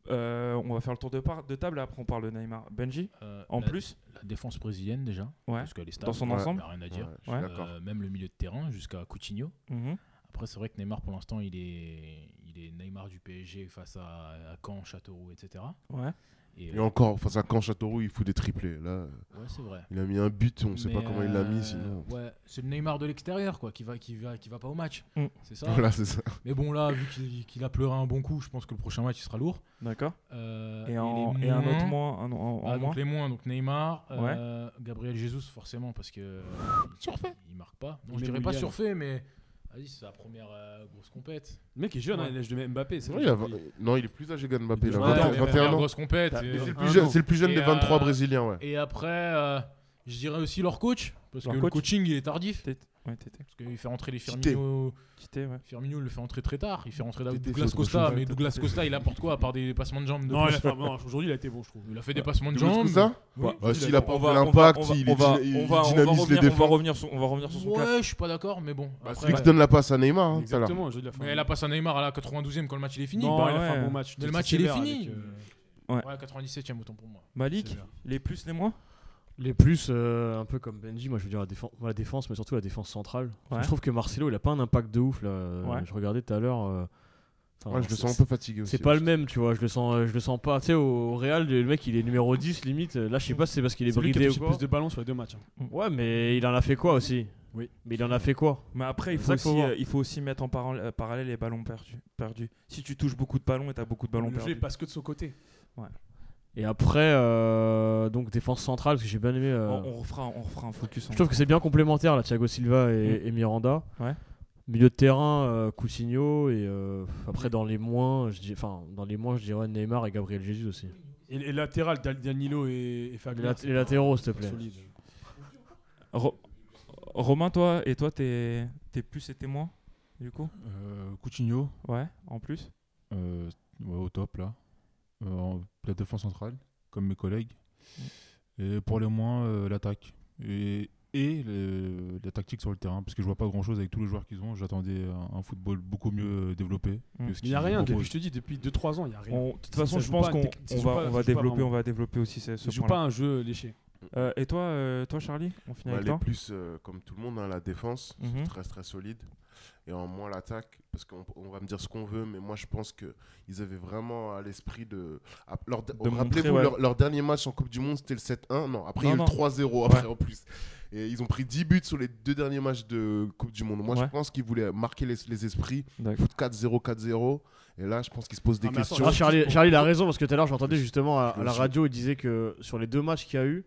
Euh, on va faire le tour de, par- de table et après on parle de Neymar. Benji,
Euh,
en
la-
plus
La défense brésilienne, déjà.
Ouais.
Parce qu'elle est stable.
Dans son
ouais,
ensemble
y a rien à
Ouais,
dire.
je suis
Ouais.
d'accord.
Euh, même le milieu de terrain jusqu'à Coutinho.
Mhm.
Après, c'est vrai que Neymar, pour l'instant, il est, il est Neymar du PSG face à, à Caen, Châteauroux, etc.
Ouais.
Et,
Et encore, face à Caen Châteauroux, il fout des triplés. Là, euh,
ouais, c'est vrai.
il a mis un but, on sait
Mais,
pas comment il l'a
euh,
mis sinon.
ouais, c'est le Neymar de l'extérieur, quoi, qui va, qui va, qui va pas au match.
Mm.
C'est ça.
Voilà, c'est ça.
Mais bon, là, vu qu'il qu'il a pleuré un bon coup, je pense que le prochain match, il sera lourd.
D'accord.
Euh,
Et,
les
en- et un autre
moins-
moins, un, en- en
Ah,
moins.
donc les moins, donc Neymar, euh, Gabriel Jesus forcément parce que euh, il, il marque pas. Non,
Même
je dirais pas
Willian.
surfait, mais Vas-y, c'est sa première euh, grosse compète.
Le mec est jeune, hein,
Ouais.
il a l'âge de Mbappé. c'est
Non,
vrai.
il a vingt- non, il est plus âgé que Mbappé. Il a
Ouais,
21
mais-
Première
21 ans.
grosse compète.
Mais
et-
C'est le
un
plus jeune-
an.
c'est le plus jeune
Et,
des 23
euh,
Brésiliens, ouais.
Et après, euh, je dirais aussi leur coach. Parce
Leur
que le
coach.
coaching, il est tardif.
T'es- Ouais, t'étais
Parce qu'il fait rentrer les
Quitté.
Firmino.
quitté, ouais.
Firmino il le fait rentrer très tard. Il fait rentrer
T'es
Douglas
défaut,
Costa.
coaching.
Mais Douglas Costa, il apporte quoi à part des passements de jambes de
Non, il
plus
a fait- non, aujourd'hui, il a été bon, je trouve.
Il a fait des passements de
Tu vois
jambes.
tout ça
Oui.
Bah, S'il
On
a pas
va- on va-
l'impact,
on va-
il,
on va-
il
on va- on va
dynamise
revenir-
les
On va
défenses.
revenir sur, on va revenir sur son cas.
Ouais, je suis pas d'accord, mais bon.
Bah, Celui
Après,
qui donne la passe à
Ah,
Neymar. hein, tout à l'heure.
Exactement, aujourd'hui, il a fait
mais
un-
elle a passé à Neymar à la 92e quand le match il est fini.
Non,
Bah
il a fait un
ouais.
bon match.
Mais le match, il est
sévère
fini.
avec, euh,
Ouais, 97e autant pour moi.
Malik,
Sévère.
les plus, les moins
Les plus, euh, un peu comme Benji, moi je veux dire la, défense, la défense, mais surtout la défense centrale.
Ouais.
Je trouve que Marcelo, il a pas un impact de ouf là. Euh,
Ouais.
Je regardais tout à l'heure. euh, enfin,
Ouais, je le
c'est-
sens un peu fatigué aussi.
C'est pas le même, tu vois. Je le sens, euh, je le sens pas. Tu sais, au, au Real, le mec il est numéro 10 limite. Euh, Là, je sais pas si c'est parce qu'il est
C'est lui qui a
bridé ou
touché
quoi.
plus de ballons sur les deux matchs. hein.
Ouais, mais il en a fait quoi aussi
Oui.
Mais il en a fait quoi
Mais après, il
C'est
faut,
ça qu'il faut
aussi,
voir.
euh, il faut aussi mettre en paran- euh, parallèle les ballons perdus. perdus. Si tu touches beaucoup de ballons et t'as beaucoup de ballons
Le jeu,
perdus.
il passe que de son côté.
Et après, euh, donc défense centrale, parce que j'ai bien aimé. euh,
On, on refera, on refera un focus. hein. en-
Je trouve que c'est bien complémentaire là, Thiago Silva et, et Miranda.
Ouais.
Milieu de terrain, euh, Coutinho et euh, après dans les moins, je dis, enfin dans les moins, je dirais Neymar et Gabriel Jesus aussi.
Et, et latéral, Dal- Danilo et, et
Les,
Fagner.
lat-
c'est
les latéraux, s'il te plaît.
solide.
Ro- Romain, toi et toi, t'es t'es plus et t'es moins, du coup
Euh, Coutinho,
Ouais, en plus.
euh, ouais, au top là. Euh, en- la défense centrale, comme mes collègues.
Mm.
Et pour les moins, euh, l'attaque. Et, et le- la tactique sur le terrain, parce que je vois pas grand chose avec tous les joueurs qu'ils ont. J'attendais un, un football beaucoup mieux euh, développé.
Mm.
que ce
Il n'y a
qu'ils
rien, depuis,
proposent.
je te dis, depuis 2-3 ans, il n'y a rien.
On- De toute
Ça-
façon,
ça
je
joue
pense
pas,
qu'on
t'es- ça
on
joue
va,
pas-
on
ça
va
joue pas
développer,
vraiment.
on va développer aussi ce,
Il
ce
joue
point
pas un jeu léché.
et toi, euh, toi, Charlie, on finit
Ouais,
avec
les
toi.
plus, euh, comme tout le monde, hein, la défense,
Mhm.
c'est très très solide. Et en moins l'attaque, parce qu'on on va me dire ce qu'on veut, mais moi je pense que ils avaient vraiment à l'esprit de. à- leur- Rappelez-vous,
montrer, ouais.
leur, leur dernier match en Coupe du Monde, c'était le 7-1. Non, après
Non,
il y a eu
non.
le 3-0 après en plus. Et ils ont pris 10 buts sur les deux derniers matchs de Coupe du Monde. Moi je
Ouais.
pense qu'ils voulaient marquer les, les esprits,
D'accord.
foutre 4-0, 4-0. Et là je pense qu'ils se posent des
Ah, mais attends,
questions.
Ah, Charlie, Charlie, il a raison parce que tout à l'heure j'entendais justement à, à la
Aussi.
radio, il disait que sur les deux matchs qu'il y a eu,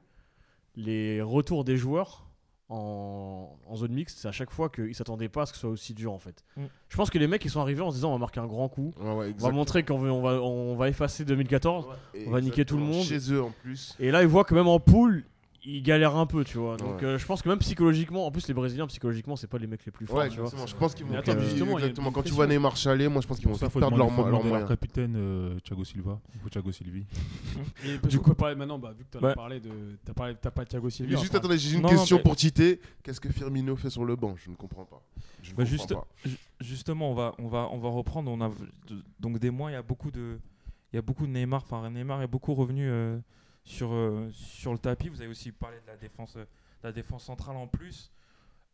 les retours des joueurs en, en zone mixte, c'est à chaque fois qu'ils s'attendaient pas à ce que ce soit aussi dur en fait.
Mm.
Je pense que les mecs ils sont arrivés en se disant on va marquer un grand coup,
Ouais, ouais,
on va
exact.
montrer qu'on veut- on va, on va effacer 2014.
Et
on va niquer tout le
exactement,
monde.
Chez eux en plus.
Et là, ils voient que même en poule, ils galèrent un peu, tu vois. Donc,
Ouais.
euh, je pense que même psychologiquement, en plus, les Brésiliens, psychologiquement, c'est pas les mecs les plus forts,
Ouais,
tu vois.
exactement. Je pense qu'ils vont.
Mais attends, mais
euh,
justement, il y a
exactement.
une
Quand tu
pression.
vois Neymar Chalet, moi je pense qu'ils vont
Pour ça,
vite
faut
perdre
demander-
leur,
faut
leur
demander à
moyen.
capitaine, euh, Thiago Silva, ou Thiago Silvi.
Et parce
Du
qu'on
coup-
peut parler maintenant, bah, vu que tu as
Ouais.
parlé de. T'as parlé, t'as pas Thiago Silva.
Mais juste attendez, j'ai une
Non, non,
question
mais-
pour Tité. Qu'est-ce que Firmino fait sur le banc Je ne comprends pas. Je ne
Bah,
comprends
juste-
pas.
Ju- Justement, on va, on va, on va reprendre. On a de- donc des mois. Il y a beaucoup de, il y a beaucoup de Neymar. Enfin, Neymar est beaucoup revenu euh, sur euh, sur le tapis. Vous avez aussi parlé de la défense, euh, de la défense centrale en plus,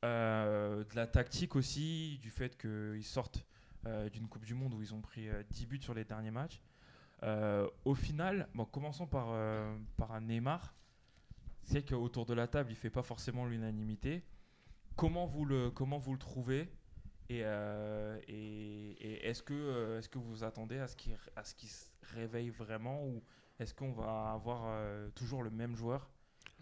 euh, de la tactique aussi, du fait qu'ils sortent euh, d'une Coupe du Monde où ils ont pris euh, 10 buts sur les derniers matchs. Euh, au final, bon, commençons par euh, par un Neymar. C'est qu'autour de la table, il fait pas forcément l'unanimité. Comment vous le comment vous le trouvez? Et, euh, et, et est-ce que, euh, est-ce que vous attendez à ce qu'il à ce qu'il se réveille vraiment ou est-ce qu'on va avoir euh, toujours le même joueur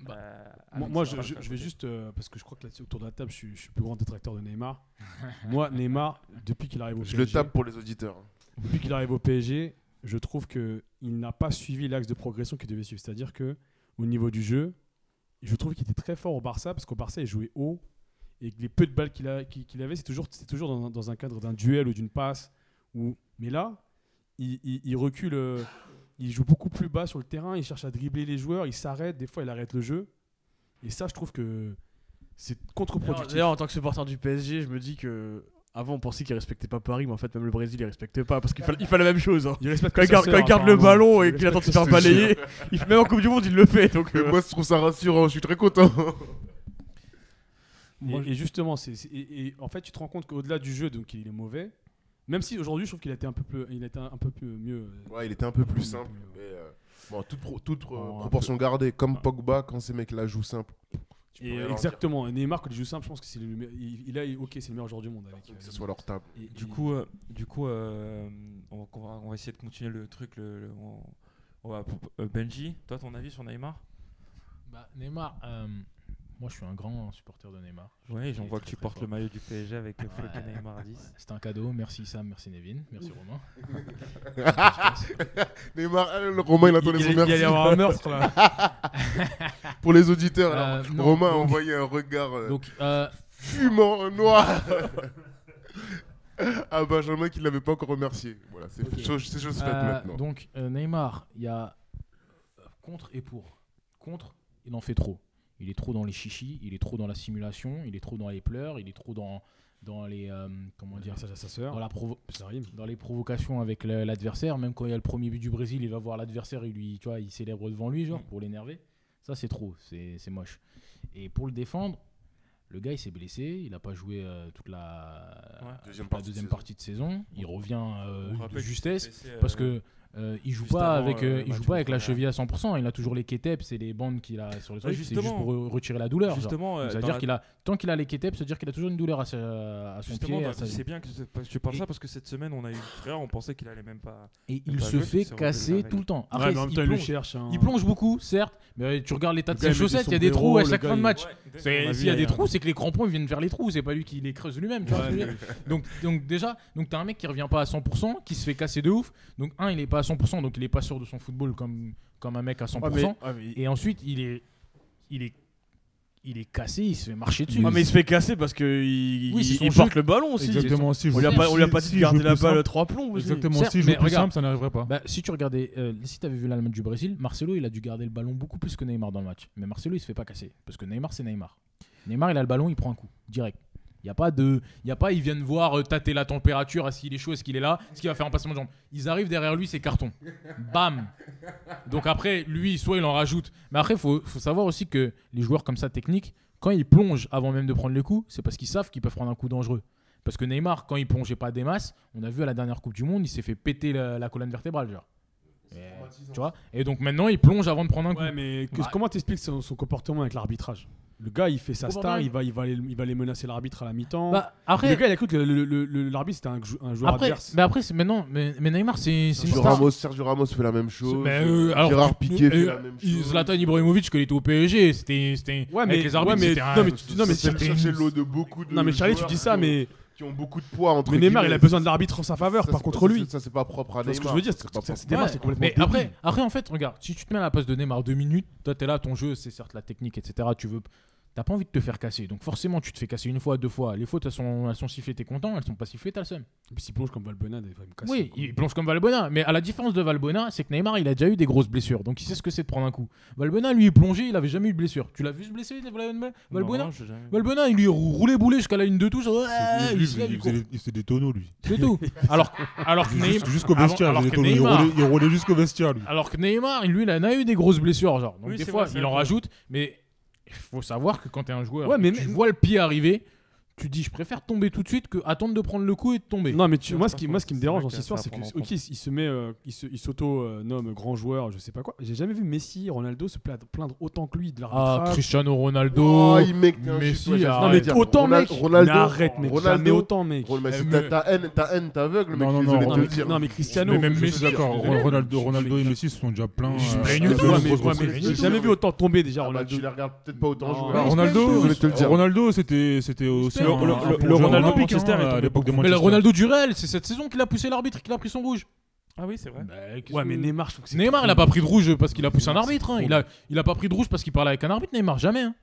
Bah,
euh,
Moi,
Ah,
avec
moi,
sa
je, je-
passe à
je vais
côté
juste. euh, parce que je crois que là-dessus, autour de la table, je suis, je suis le plus grand détracteur de Neymar. moi, Neymar, depuis qu'il arrive au
Je
PSG.
le tape pour les auditeurs.
depuis qu'il arrive au PSG, je trouve que il n'a pas suivi l'axe de progression qu'il devait suivre. C'est-à-dire que au niveau du jeu, je trouve qu'il était très fort au Barça parce qu'au Barça il jouait haut et que les peu de balles qu'il a- qu'il- qu'il avait, c'est toujours, c'est toujours dans, un- dans un cadre d'un duel ou d'une passe. Ou mais là, il, il- il recule, euh, il joue beaucoup plus bas sur le terrain, il cherche à dribbler les joueurs, il s'arrête, des fois il arrête le jeu. Et ça, je trouve que c'est
D'ailleurs,
contre-productif.
D'ailleurs, en tant que supporter du PSG, je me dis que. Avant, on pensait qu'ils respectaient pas Paris, mais en fait, même le Brésil, ils respectaient pas parce qu'il fallait, il fallait la même chose. hein.
Il respecte
Quand
que
il
sa
garde, quand
sœur,
il garde le
apparemment.
ballon et
Il
qu'il attend de se faire
respecte ses
balayer, il- même en Coupe du Monde, il le fait. Donc, euh,
moi, je trouve ça rassurant. Je suis très content.
Et, et justement, c'est c'est- et, et en fait, tu te rends compte qu'au-delà du jeu, donc il est mauvais. Même si aujourd'hui, je trouve qu'il a été un peu plus, il a été un, un peu plus mieux. euh,
Ouais, il était un peu plus
un
simple.
peu
Mais,
mieux.
euh, bon, toute, pro- toute, euh,
Bon, un
proportion gardée. Comme Pogba, quand ces mecs-là jouent simple. tu peux
Et
rien leur
exactement. Et Neymar, quand il joue simple, je pense que c'est le, meilleur- il, il a, ok, c'est le meilleur joueur du monde. Avec,
dire, Que
euh,
ce soit leur table.
et-
Du
et-
coup, euh, du coup euh, on, on va, on va essayer de continuer le truc. Le, le- on, on va, euh, Benji, toi ton avis sur Neymar
Bah, Neymar, euh, Moi, je suis un grand supporter de Neymar.
Ouais,
Il
j'en
est
vois que
très,
tu
très
portes
fort.
le maillot du PSG avec le feu
Ouais.
Neymar 10.
C'est un cadeau. Merci Sam, merci Nevin, merci Romain.
Neymar, ah, le Romain, il attendait son
il y a
merci.
avoir un meurtre là.
Pour les auditeurs, là,
Euh, non,
Romain a
donc-
envoyé un regard euh,
Donc, euh,
fumant, euh, noir. à Benjamin qui ne l'avait pas encore remercié. Voilà, c'est
Ok.
chose, c'est chose faite
euh,
maintenant.
donc euh, Neymar, il y a euh, contre et pour. Contre, il en fait trop. Il est trop dans les chichis, il est trop dans la simulation, il est trop dans les pleurs, il est trop dans dans les euh, comment dire
message à sa sœur.
dans la provo-
Ça rime.
dans les provocations avec le- l'adversaire, même quand il y a le premier but du Brésil, il va voir l'adversaire, il lui, tu vois, il célèbre devant lui,
Mm.
genre, pour l'énerver. Ça, c'est trop, c'est c'est moche. Et pour le défendre, le gars, il s'est blessé, il n'a pas joué euh, toute la
Ouais.
deuxième,
Deuxième
la
partie de
deuxième
saison.
partie de saison. Il revient euh,
On
de
rappelle
justesse
qu'il s'est blessé, euh,
parce que euh, il joue
juste
pas
avant,
avec,
euh,
euh,
le
il
match
joue pas avec la
contre la-
cheville à 100%. Il a toujours les kéteps et les bandes qu'il a sur les
Ouais,
trucs. C'est juste
justement.
pour euh, retirer la douleur. genre.
Justement, euh,
Ça veut
dans
dire
la-
qu'il a tant qu'il a les kéteps, ça veut dire qu'il a toujours une douleur à, sa- à son
justement,
pied.
dans-
à sa-
c'est bien que tu- parce que tu parles
Et-
ça parce que cette semaine, on a eu frère, on pensait qu'il allait même pas.
Et
Il
il
va
se
jouer, puis c'est
fait
revenu la
casser
veille.
tout le temps.
Ouais,
Après,
mais en même
il,
temps, il le
plonge,
cherche. hein.
il plonge beaucoup, certes, mais tu regardes l'état de
Le gars,
ses
il met des
chaussettes, il y a des trous à
sombreros,
chaque
le
fin de
gars,
match. C'est-
on a
S'il
vu
y a des
hier.
trous, c'est que les crampons ils viennent faire les trous, c'est pas lui qui les creuse lui-même. tu vois ce que je veux dire donc, donc déjà, donc t'as un mec qui revient pas à 100%, qui se fait casser de ouf. Donc un, il est pas à 100%, donc il est pas sûr de son football comme, comme un mec à 100%.
Ouais, mais- ouais, mais-
Et ensuite, il est, il est, il est cassé, il se fait marcher dessus.
Ah, mais il se fait casser parce qu'il
Oui, c'est son
il
jeu.
porte le ballon aussi.
Exactement. Si je
On lui a
joue-
pas, on lui a
si-
pas dit
si
de
je
garder
joue
la
plus
balle
simple-
trois plombs aussi.
Exactement.
Certes,
Si je
mais
joue plus
regarde.
simple, ça n'arriverait pas.
Bah, si tu regardais, euh, si t'avais vu là le match du Brésil, Marcelo il a dû garder le ballon beaucoup plus que Neymar dans le match. Mais Marcelo il se fait pas casser parce que Neymar c'est Neymar. Neymar il a le ballon, il prend un coup direct. Il y a pas de, il y a pas ils viennent voir euh, tâter la température, est-ce qu'il est chaud, est-ce qu'il est là, est-ce qu'il va faire un passement de jambe. Ils arrivent derrière lui, c'est carton. Bam. Donc après lui soit il en rajoute, mais après faut faut savoir aussi que les joueurs comme ça techniques, quand ils plongent avant même de prendre le coup, c'est parce qu'ils savent qu'ils peuvent prendre un coup dangereux. Parce que Neymar, quand il plongeait pas des masses, on a vu à la dernière Coupe du Monde, il s'est fait péter la, la colonne vertébrale. Genre. Et, tu vois Et donc maintenant, il plonge avant de prendre un coup.
Ouais, mais que-
Ouais.
comment t'expliques son, son comportement avec l'arbitrage Le gars, il fait sa star,
Comportement-
il va, il va, aller, il va aller menacer l'arbitre à la mi-temps.
Bah,
le
après,
gars, il a cru que le- le- le- l'arbitre c'était un, jou- un joueur
après,
adverse.
mais après c'est maintenant, mais, mais Neymar, c'est c'est une
Sergio
star.
Ramos, Sergio Ramos fait la même chose.
Mais, euh, alors,
Gérard
tu-
Piqué fait
euh,
la même
il-
chose.
Zlatan Ibrahimovic, quand il était au PSG, c'était. c'était-
Ouais,
avec
mais-
les arbitres,
ouais, mais-
c'était un-
non, mais tu- non, mais chercher-
c'était-
chercher l'eau de beaucoup de
non, mais Charlie, tu
joueurs
dis ça,
qui ont-
mais,
qui ont beaucoup de poids entre
mais Neymar, il a
guillemets.
besoin de l'arbitre en sa faveur,
Ça,
par
c'est
contre
pas- ça,
lui.
c'est- Ça, c'est pas propre à
Tu vois
Neymar.
ce que je veux dire c'est
pas
que
propre.
cette démarche,
Ouais,
c'est complètement
Mais après,
débile.
après, en fait, regarde, si tu te mets à la place de Neymar deux minutes, toi, t'es là, ton jeu, c'est certes la technique, etc. Tu veux. T'as pas envie de te faire casser. Donc, forcément, tu te fais casser une fois, deux fois. Les fautes, elles sont, elles sont sifflées, t'es content. Elles sont pas sifflées, t'as le seum.
Et puis s'il plonge comme Valbona, il va me casser.
Oui,
quoi.
il plonge comme Valbona. Mais à la différence de Valbona, c'est que Neymar, il a déjà eu des grosses blessures. Donc, il sait ce que c'est de prendre un coup. Valbona, lui, il plongeait, il avait jamais eu de blessure. Tu l'as vu se blesser, Valbona Valbona
Non, j'ai jamais vu.
Valbona, il lui roulait boulet jusqu'à la ligne de touche. Ouais,
Euh,
C'est-
il
lui,
se lève,
Il
il court.
faisait- il faisait des tonneaux, lui.
C'est tout. Alors, alors que Neymar-
Jus- Jusqu'au
avant-
vestiaire. il
alors
faisait des
que
tonneaux. Il
Neymar-
roulait- Il roulait jusqu'au vestiaire, lui.
alors que Neymar, lui, il en a eu des grosses blessures, genre. Donc
Oui,
des
c'est
fois,
vrai, c'est
il en
vrai.
rajoute, mais il faut savoir que quand t'es un joueur,
Ouais, mais
tu
même-
vois le pied arriver, tu dis je préfère tomber tout de suite que attendre de prendre le coup et de tomber.
Non, mais tu,
Ouais,
moi,
c'est
ce qui,
pas
moi,
faux.
ce qui me
C'est
dérange
vrai
dans
que
cette
ça
histoire,
prend
c'est
en
que,
compte.
ok, il se il se met, euh, il se- il s'auto-nomme grand joueur, je sais pas quoi. J'ai jamais vu Messi, Ronaldo se pla- plaindre autant que lui de
Ah,
l'arbitrage.
Cristiano Ronaldo.
Oh, il mec, t'es un
Messi,
chute, ouais, j'allais
arrête.
non,
Ah,
le
mais
dire.
autant,
Ronald-
mec.
Ronaldo.
Mais arrête, mec.
Ronaldo.
Jamais autant, mec.
Ronaldo,
Eh,
mais c'est
mais-
ta ta haine, ta haine, t'aveugle, mec.
Non, non,
je suis
non,
désolé de
Non,
te
mais,
le dire.
non, mais Cristiano.
Mais même
je-
Messi,
je-
d'accord.
je-
Ronaldo, Ronaldo,
je-
et Messi se sont déjà pleins.
Ils se
euh,
plaignent
de
tous,
leurs
Ouais, mais-
grosses
ouais, mais
blessures.
J'ai jamais vu autant tomber déjà
Ah bah,
Ronaldo.
tu les regardes peut-être pas autant
Non,
jouer.
ouais,
Ah, Ronaldo,
désolé de te le dire.
Ronaldo, c'était c'était aussi
Le-
un-
le-
un
le-
plongeur
le Ronaldo
olympique,
Manchester,
hein,
il
à
tombait
l'époque de
Mais le
Manchester.
Ronaldo du Real, c'est cette saison qu'il a poussé l'arbitre, qu'il a pris son rouge.
Ah oui, c'est vrai.
Ouais, mais Neymar, je trouve que c'est.
Neymar,
trop-
il a pas pris de rouge parce qu'il a poussé un
Neymar, c'est
arbitre. hein.
trop
Il a, il a pas pris de rouge parce qu'il parlait avec un arbitre. Neymar, jamais. hein.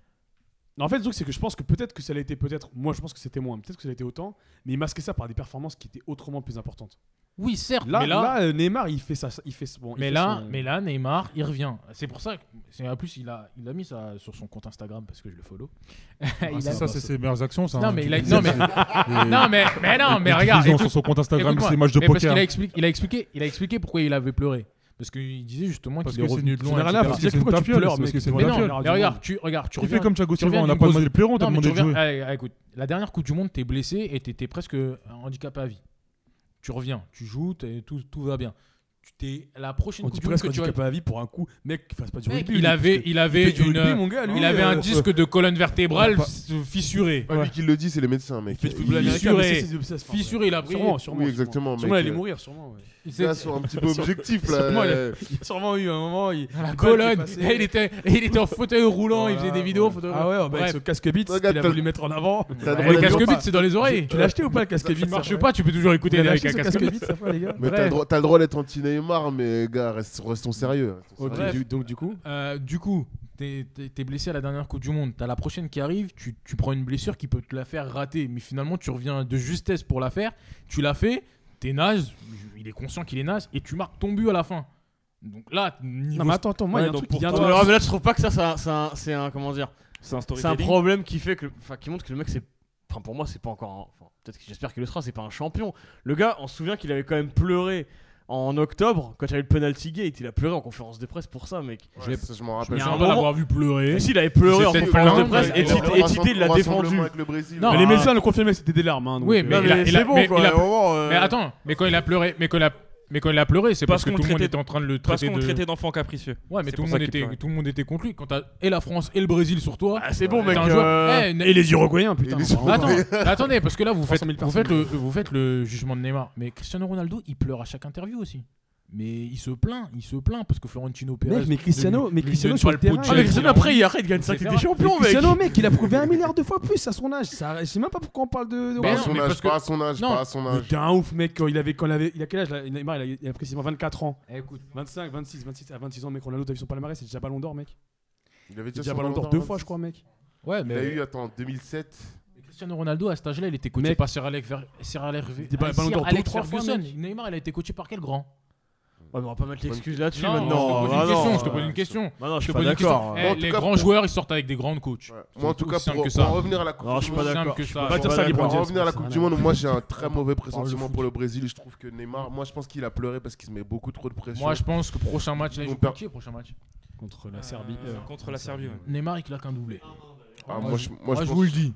En fait, le truc, c'est que je pense que peut-être que ça l'a été, peut-être. Moi, je pense que c'était moins. Peut-être que ça l'a été autant. Mais il masquait ça par des performances qui étaient autrement plus importantes.
Oui, certes.
Là,
mais là,
là, euh, Neymar, il fait ça. Il fait, bon, il
mais
fait
là,
son-
mais là, Neymar, il revient. C'est pour ça que, c'est- en plus, il a, il a mis ça sur son compte Instagram parce que je le follow.
Ah,
Il
c'est
a-
ça, c'est ses meilleures actions, ça.
Non,
hein.
mais
Tu
il a-
dis-
non, mais-
Et-
Non, mais, mais non, mais
et
regarde.
diffusant
écoute-
sur son compte Instagram,
écoute-moi.
ses matchs de
Mais parce qu'il
poker.
a, expli- il a expliqué, il a expliqué pourquoi il avait pleuré. Parce qu'il disait justement
Parce
qu'il est
que c'est
revenu
une-
de
ça
loin.
n'a rien à
etc.
voir. c'est une
pourquoi tu
tapiole,
pleures,
c'est
mec
parce que c'est
tu
une
Mais
vois
tapiole.
la
non,
fiole,
mais
du
regarde,
monde.
tu, regarde, tu
Il
reviens.
fait comme Thiago
tu
Silva,
reviens
on n'a
d'une
pas
grosse-
demandé de pleurer, on t'a
Non, mais
demandé
tu
de jouer.
reviens- eh, eh, écoute, la dernière Coupe du Monde, t'es euh, blessé et t'étais presque handicapé à vie. Tu reviens, tu joues, t'es- tout, tout va bien. tu t'es la prochaine
On
Coupe
dit
du Monde
presque
que tu
handicapé
vas-
à vie pour un coup. Mec, qui fasse pas du
Mec,
rugby.
il
lui,
avait,
parce que-
il avait
fait du
une,
rugby, mon gars, lui,
il avait un
euh,
disque de colonne vertébrale
pas-
f- fissurée.
Pas lui qui le dit, c'est les médecins, mec.
Il fait du football
Il
américain. mais
fissurait.
c'est- c'est- c'est- c'est-
Fissuré, il a pris.
Sûrement, sûrement.
Oui, exactement,
Sûrement,
mec.
il allait mourir, sûrement. ouais.
Il s'est-
Là, sont un petit peu objectifs,
Sûrement, il
là.
a- il a sûrement eu un moment. il-
à la
balle
colonne.
qui est passée.
Et Il était, et il était en fauteuil roulant, il faisait des vidéos. en fauteuil
Ah ouais,
roulant.
bah, avec
Bref.
ce casque beat, qu'il
Regarde,
a
t'as-
voulu mettre en avant.
T'as
Ouais,
droit
le
de-
casque
pas.
bite, c'est dans les oreilles.
Tu l'as acheté ou pas le casque beat
Il marche pas, tu peux toujours
Vous
écouter
l'avez
avec
acheté
un
ce
casque.
casque beat, ça va, les gars
Mais t'as le
Bref.
droit- t'as le droit d'être anti-Neymar, mais gars, reste- restons sérieux. restons
Ok,
sérieux.
du- donc du coup,
Euh, du coup, t'es t'es- t'es blessé à la dernière Coupe du Monde. T'as la prochaine qui arrive, tu, tu prends une blessure qui peut te la faire rater. Mais finalement, tu reviens de justesse pour la faire. Tu l'as fait, t'es naze, il est conscient qu'il est naze, et tu marques ton but à la fin. Donc là, niveau.
non mais attends, attends, moi il y a un
Ouais,
truc,
donc
il y a un
Non,
pour
truc-
mais alors là, je trouve pas que ça, ça- c'est un- c'est un, comment dire,
C'est un
c'est un
storytelling.
problème qui fait que, le- enfin, qui montre que le mec c'est, enfin, pour moi c'est pas encore, un... enfin, peut-être que j'espère qu'il le sera, c'est pas un champion. Le gars, on se souvient qu'il avait quand même pleuré en octobre quand il y avait le penalty gate, il a pleuré en conférence de presse pour ça, mec.
Ouais, ça, je m'en
Il
rappelle.
y a un
moment-
l'avoir vu pleurer.
Mais si, il avait pleuré en
C'était
conférence de
plein,
presse
mais-
et Tite- et Tite, il l'a défendu.
Avec le Brésil.
Non,
Mais
Ah.
les médecins l'ont confirmé, c'était des larmes. hein, donc,
Oui,
euh,
mais
Non,
il a-
mais
il a-
c'est bon
mais il
quoi.
a-
à un moment, euh,
Mais attends, mais quand il a pleuré, mais quand il a, mais quand il a pleuré, c'est
Parce
parce, que
qu'on
tout le monde
traitait-
était en train de le
Parce
traiter
qu'on
de.
le traitait d'enfant capricieux.
Ouais, mais
C'est
tout le,
pour ça
monde
qu'il
était,
pleurait.
tout le monde était contre lui. Quand t'as et la France et le Brésil sur toi,
Ah, c'est bon, mec.
t'as un joueur-
euh,
Eh,
Et les Uruguayens, putain.
les
vraiment.
Attends, attendez, parce que là, vous faites,
300 000
vous, faites le, vous faites le jugement de Neymar. Mais Cristiano Ronaldo, il pleure à chaque interview aussi. Mais il se plaint, il se plaint parce que Florentino Pérez.
Mec, mais Cristiano-
lui-
mais
lui
Cristiano
donne
sur
pas
le
pot de
terrain,
gel
Ah, mais Cristiano,
qu'il a
après,
envie.
il arrête, il gagne 5
etc.
des champions, mec.
Cristiano, mec, il a prouvé un milliard de fois plus à son âge. Ça, je sais même pas pourquoi on parle de. de-
Mais
Pas à
non,
son
mais parce
âge,
que-
pas à son âge,
non.
pas à son
Mais
âge.
t'es un ouf, mec. Quand il avait, quand il avait, il a quel âge là Neymar, il a, il a précisément 24 ans.
écoute,
25, 26, 26 à 26 ans, mec. Ronaldo, t'as vu son palmarès, c'est déjà Ballon d'Or, mec.
Il avait
Il est déjà
son
Ballon
Ballon
d'Or
d'Or
deux fois, je crois, mec.
ouais,
Il a
mais
eu, attends, 2007.
Cristiano Ronaldo, à cet âge-là, il était coaché
Mec.
par Sir Alex, Ver- Sir Alex, Ver-
était pas-
Sir
Ballon d'Or deux ou
Alex
trois fois,
Ferguson.
mec.
Neymar, il a été coaché par quel grand
Ouais, Oh, mais on va pas mettre l'excuse là-dessus
Non,
maintenant.
je te pose
Ah, non,
une question, je te
euh,
pose une question.
Bah non, je
Je
suis
te
pas
pose une
d'accord.
question.
hein.
Eh,
En tout
les
cas,
grands
pour-
joueurs, ils sortent avec des grandes coachs.
Ouais. Moi, en tout
tout
cas,
simple
pour
que
pour
ça.
en revenir à la Coupe
Non, je
du
suis
Monde,
pas
Simple
d'accord.
que
Je suis
ça.
pas
Pas
d'accord.
ça, les
Pour en
Brandis,
revenir à la
ça
Coupe
n'a
du
rien
Monde, moi j'ai un très mauvais
Parle
pressentiment
le foot.
pour le Brésil. Je trouve que Neymar, moi je pense qu'il a pleuré parce qu'il se met beaucoup trop de pression.
Moi, je pense que prochain match, là,
Ils
ils
vont
jouent
perdre.
contre qui, le prochain match
Contre la Serbie.
Euh, contre la Serbie, ouais.
Neymar, il claque un doublé.
Ah, moi, je, moi, je
Moi, je
pense- bah,
vous le dis.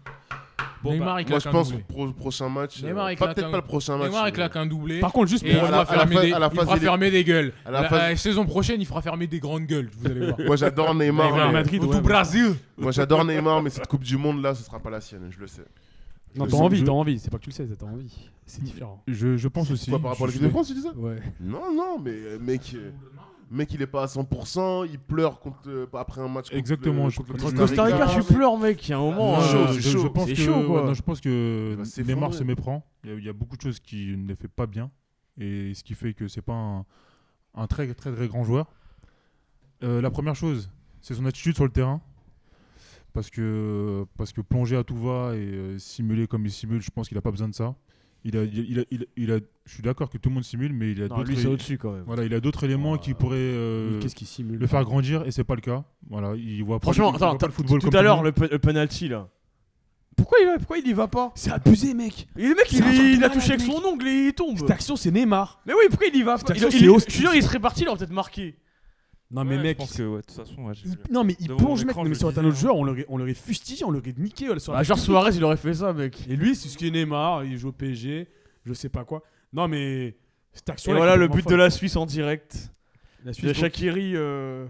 Bon,
Neymar, il
moi,
claque
je
un
pense
doublé.
que pro prochain match. euh,
Neymar, il
pas-
claque
Peut-être
un-
pas le prochain match. euh,
Neymar, il
mais-
claque un doublé.
Par contre, juste
Et
pour.
il
à la-
fera
à la
fermer
phase-
des-
à la
il
phase
fera
élite-
fermer des gueules.
à la
La-
phase-
la saison prochaine, il fera fermer des grandes gueules, vous allez voir.
Moi j'adore Neymar,
Neymar,
mais...
Madrid,
Au
ouais,
tout Brésil.
moi j'adore Neymar, mais cette Coupe du Monde là, ce sera pas la sienne, je le sais.
Non, t'as
Je-
envie,
je-
t'as envie. C'est pas que tu le sais, t'as envie. C'est différent.
Je, je pense aussi.
Quoi par rapport à
je-
l'équipe de France, tu dis ça
Ouais.
Non, non, mais euh, mec, euh, mec, il est pas à 100%, il pleure contre, euh, après un match. Contre
Exactement,
le,
je-
contre le
contre le
Costa Rica, tu
mec.
pleures, mec. Il y a un moment.
Non,
C'est
euh,
chaud,
je,
c'est
je
chaud.
pense
C'est
que,
chaud, quoi.
ouais, non, je pense que
Il va s'effondrer.
Neymar se méprend. Il y, a, il y a beaucoup de choses qui ne les fait pas bien. Et ce qui fait que c'est pas un, un très, très très grand joueur. Euh, la première chose, c'est son attitude sur le terrain. Parce que, parce que plonger à tout va et euh, simuler comme il simule, je pense qu'il n'a pas besoin de ça. Il a, il, il a- il a- il a- je suis d'accord que tout le monde simule, mais il a
Non, lui, c'est
d'autres
au-dessus quand même.
voilà, il a d'autres éléments qui pourraient euh,
Qu'est-ce qu'il simule
le faire grandir et c'est pas le cas. Voilà, il voit pas-
Franchement,
il voit
attends, t-
pas le football
tout
comme
à l'heure,
monde.
le, pe- le penalty là. Pourquoi il, va, pourquoi il y va pas
C'est abusé, mec.
Et Le mec,
C'est un
il,
truc
il
de
a
malade,
touché avec
mec.
son ongle et il tombe.
Cette action, c'est Neymar.
Mais oui, pourquoi il y va
Cette
pas Il-
action,
il-
c'est
il-
hostile.
Je suis sûr, il serait parti, il aurait peut-être marqué.
Ah,
Non, mais
ouais,
mec.
Je pense que, ouais, de toute façon, ouais, j'ai
il-
vu.
Non, mais il
Devant
plonge,
mon
mec.
écran,
Non, mais
je
ça aurait
le
été un autre
disais,
joueur, on l'aurait on l'aurait fustigé, on l'aurait niqué. euh, sur la
Bah, genre
technique.
Suarez, il aurait fait ça, mec.
Et lui, c'est ce qui est Neymar. Il joue au PSG, je sais pas quoi. Non, mais. Cette
Et
action
voilà le but de la Suisse en direct.
La
Il y a
Suisse.
Shakiri, euh,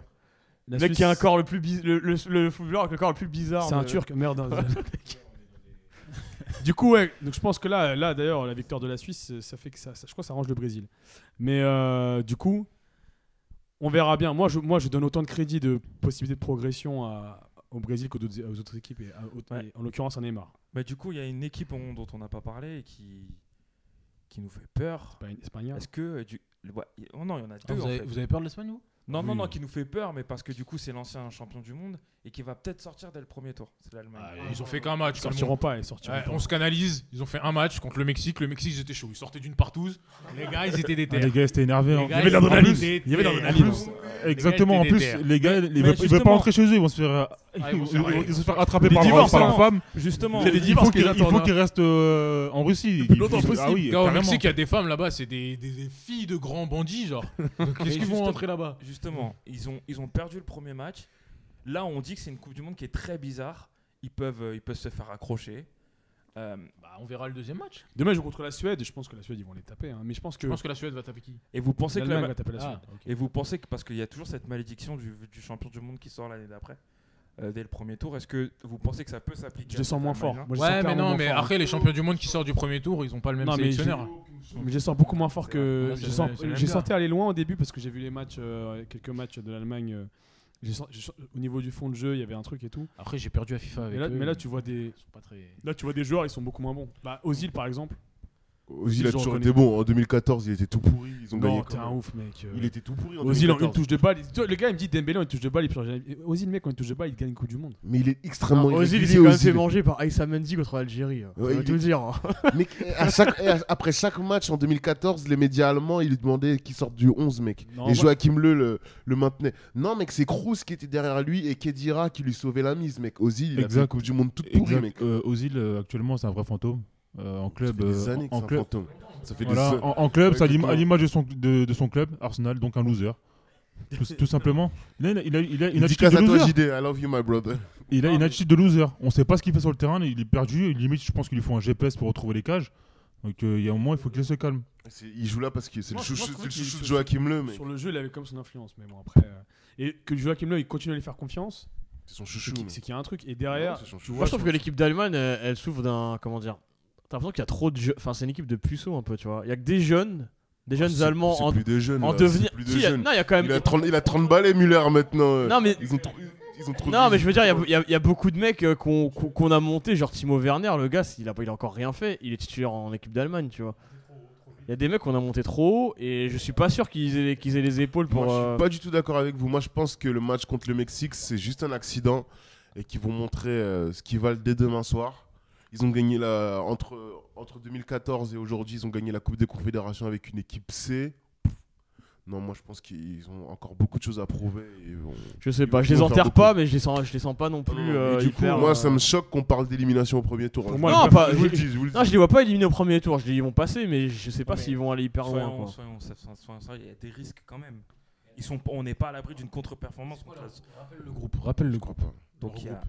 la
le mec
Suisse,
qui a un corps le plus bizarre. Le, le, le footballeur avec le corps le plus bizarre.
C'est un
de-
Turc, merde. du coup, ouais, donc je pense que là, là d'ailleurs, la victoire de la Suisse, euh, ça fait que ça, ça- je crois que ça arrange le Brésil. Mais euh, du coup, on verra bien. Moi je, moi, je donne autant de crédit de possibilité de progression à- au Brésil qu'aux autres- aux autres équipes, et, à- au-
Ouais.
et en l'occurrence à Neymar.
Bah, du coup, il y a une équipe on- dont on n'a pas parlé et qui, qui nous fait peur.
C'est pas une Espagnol.
Est-ce que. euh, Du... le- ouais, y- oh non, il y en a deux.
Bah, Ah, vous,
en
avez,
fait.
vous avez peur de l'Espagne, vous
Non, non,
Oui.
non, qui nous fait peur, mais parce que du coup, c'est l'ancien champion du monde et qui va peut-être sortir dès le premier tour. C'est l'Allemagne.
Ah, Ils ont fait qu'un match.
Ils
comme
sortiront pas, ils sortiront
Ouais,
pas.
on se canalise, ils ont fait un match contre le Mexique, le Mexique ils étaient chauds, ils sortaient d'une partouze, les gars ils
Ah,
étaient
les
déter.
gars, c'était énervé. hein.
Les gars,
de
ils
l'adrénaline.
étaient
Il y avait de
déter.
l'adrénaline. Exactement. En
étaient
plus,
déter.
les gars, ils veulent- ils veulent
justement.
pas rentrer chez eux. Ils vont se faire, euh,
Ah,
ils
ils
vont
vont
ils vont- ils vont se faire
Les
attraper par, leur-
divorces,
par leur
hein.
femme.
Justement,
Il y a des
Il faut
divorces
qu'ils
qu'ils
il faut
attendent,
hein.
qu'ils restent euh, en Russie.
plus
Il-
longtemps
il- Ah
possible.
oui,
Gars, au
carrément.
Mexique, il y a des femmes là-bas, c'est des, des- des filles de grands bandits, genre. Donc, Qu'est-ce qu'ils vont
juste-
rentrer là-bas
justement, ils ont, ils ont perdu le premier match. Là, on dit que c'est une Coupe du Monde qui est très bizarre. Ils peuvent, euh, ils peuvent se faire accrocher. Euh,
Bah, on verra le deuxième match.
Demain, ils jouent contre la Suède. Je pense que la Suède, ils vont les taper. hein. Mais je pense que.
Euh.
Je pense que la Suède va taper qui
et vous pensez que la,
l'Allemagne
ma-
va taper la Suède.
Ah, ok.
Et vous pensez que, parce qu'il y a toujours cette malédiction du, du champion du monde qui sort l'année d'après, euh, dès le premier tour, est-ce que vous pensez que ça peut s'appliquer
Je
à
les sens
cette
moins forts.
Allemagne-là
Moi, je les sens
Ouais, mais
clairement
non,
moins
mais
forts.
après, les champions du monde qui sortent du premier tour, ils ont pas le même
Non, mais
sélectionneur.
Mais je les sens beaucoup moins forts
Ouais,
que.
c'est
je
la
sens-
même- c'est la même
J'ai
gare.
sorti aller loin au début parce que j'ai vu les matchs, euh, quelques matchs de l'Allemagne. euh, j'ai sent- j'ai sent- au niveau du fond de jeu, il y avait un truc et tout.
Après, j'ai perdu à FIFA avec
Mais là,
eux,
mais là, tu vois des.
Ils sont pas très.
Là, tu vois des joueurs, ils sont beaucoup moins bons. Bah, Ozil, par exemple.
Ozil a
Ils ont
toujours
reconnu.
été bon. En 2014, il était tout pourri. Ils ont
Non,
gagné.
t'es
quand
un
même.
ouf, mec. euh.
Il était tout pourri. En
Ozil en une
2014.
touche de balle. il- tu vois, Le gars, il me dit Dembélé en une touche de balle. Il prend jamais- Ozil, mec, en une touche de balle, il gagne une Coupe du Monde.
Mais il est extrêmement
Ah, Ozil, il s'est
irrégulier.
quand même
Ozil.
fait manger par Aïssa Mendy contre l'Algérie. On
Ouais,
va
il
tout
est-
dire. hein.
Mais à chaque- et à- après chaque match en 2014, les médias allemands, ils lui demandaient qu'il sorte du 11, mec.
Non,
et
moi-
Joachim Leu le, le maintenait. Non, mec, c'est Kroos qui était derrière lui et Kedira qui lui sauvait la mise, mec. Ozil, il a fait
Exact.
une Coupe du Monde toute pourrie,
Exact.
mec.
Euh, Ozil, euh, actuellement, c'est un vrai fantôme. Euh, en
Ça fait
club,
des
euh,
années que
en
c'est un
club,
fantôme. Ça fait
voilà,
des
en, en club, c'est à l'im-
Exactement.
à l'image de son, de, de son club, Arsenal, donc un loser. Tout, tout simplement. Il a, une- il a- il a une attitude
Dédicace
de
à toi,
loser.
JD. I love you, my brother.
Il a
Ah.
une attitude de loser. On sait pas ce qu'il fait sur le terrain. Il est perdu. Limite, je pense qu'il lui faut un GPS pour retrouver les cages. Donc, euh, il y a un moment, il faut qu'il se calme.
C'est- Il joue là parce que c'est le
Moi, je
chouchou,
pense que
c'est le
qu'il-
chouchou de
sur-
Joachim Leu, mec.
Sur le jeu, il avait comme son influence. Mais bon, après. euh, Et que Joachim Löw, il continue à lui faire confiance.
C'est son
c'est
chouchou.
qu'il-
mec.
C'est qu'il y a un truc. Et derrière.
Non, c'est son
tu
chouchou.
vois,
Moi, je trouve que l'équipe d'Allemagne, elle, elle souffre d'un. Comment dire T'as l'impression qu'il y a trop de. jeux- Enfin, c'est une équipe de puceaux un peu, tu vois. Il y a que des jeunes, des jeunes
Oh, C'est-
Allemands
c'est
en,
plus des jeunes,
en
là, c'est
devenir.
plus
Si,
des
il y a-
jeunes.
Non, il y a quand même.
Il a 30, il a 30 balais, Müller, maintenant. euh.
Non, mais.
Ils ont trop- ils ont trop de-
Non, mais je veux dire, il y a- il y, a- il y a beaucoup de mecs euh, qu'on qu'on- qu'on a monté, genre Timo Werner, le gars, il a, il a encore rien fait. Il est titulaire en équipe d'Allemagne, tu vois. Il y a des mecs qu'on a monté trop haut et je suis pas sûr qu'ils aient, qu'ils aient les épaules pour.
Moi, je
euh,
suis pas du tout d'accord avec vous. Moi, je pense que le match contre le Mexique, c'est juste un accident et qu'ils vont montrer euh, ce qu'ils valent dès demain soir. Ils ont gagné la, entre, entre 2014 et aujourd'hui, ils ont gagné la Coupe des Confédérations avec une équipe C. Non, moi, je pense qu'ils ont encore beaucoup de choses à prouver. et on-
Je sais pas, je les
Ils vont faire
enterre
beaucoup.
pas, mais je les sens, je les sens pas non plus. euh,
Et du
hyper,
coup, moi,
euh,
ça me choque qu'on parle d'élimination au premier tour. hein.
Pour
Je
moi,
vous
non,
le-
pas-
je vous le dis, je vous le dis.
Non, je les vois pas éliminés au premier tour. Je les ils vont passer, mais je sais pas
Ouais, mais
s'ils vont aller hyper loin.
Soyons-
quoi.
soyons- soyons- soyons- soyons sérieux, il y a des risques quand même. Ils sont, on n'est pas à l'abri d'une contre-performance. contre la-
Rappelle le groupe. Rappelle le
Je crois pas.
Donc il y a,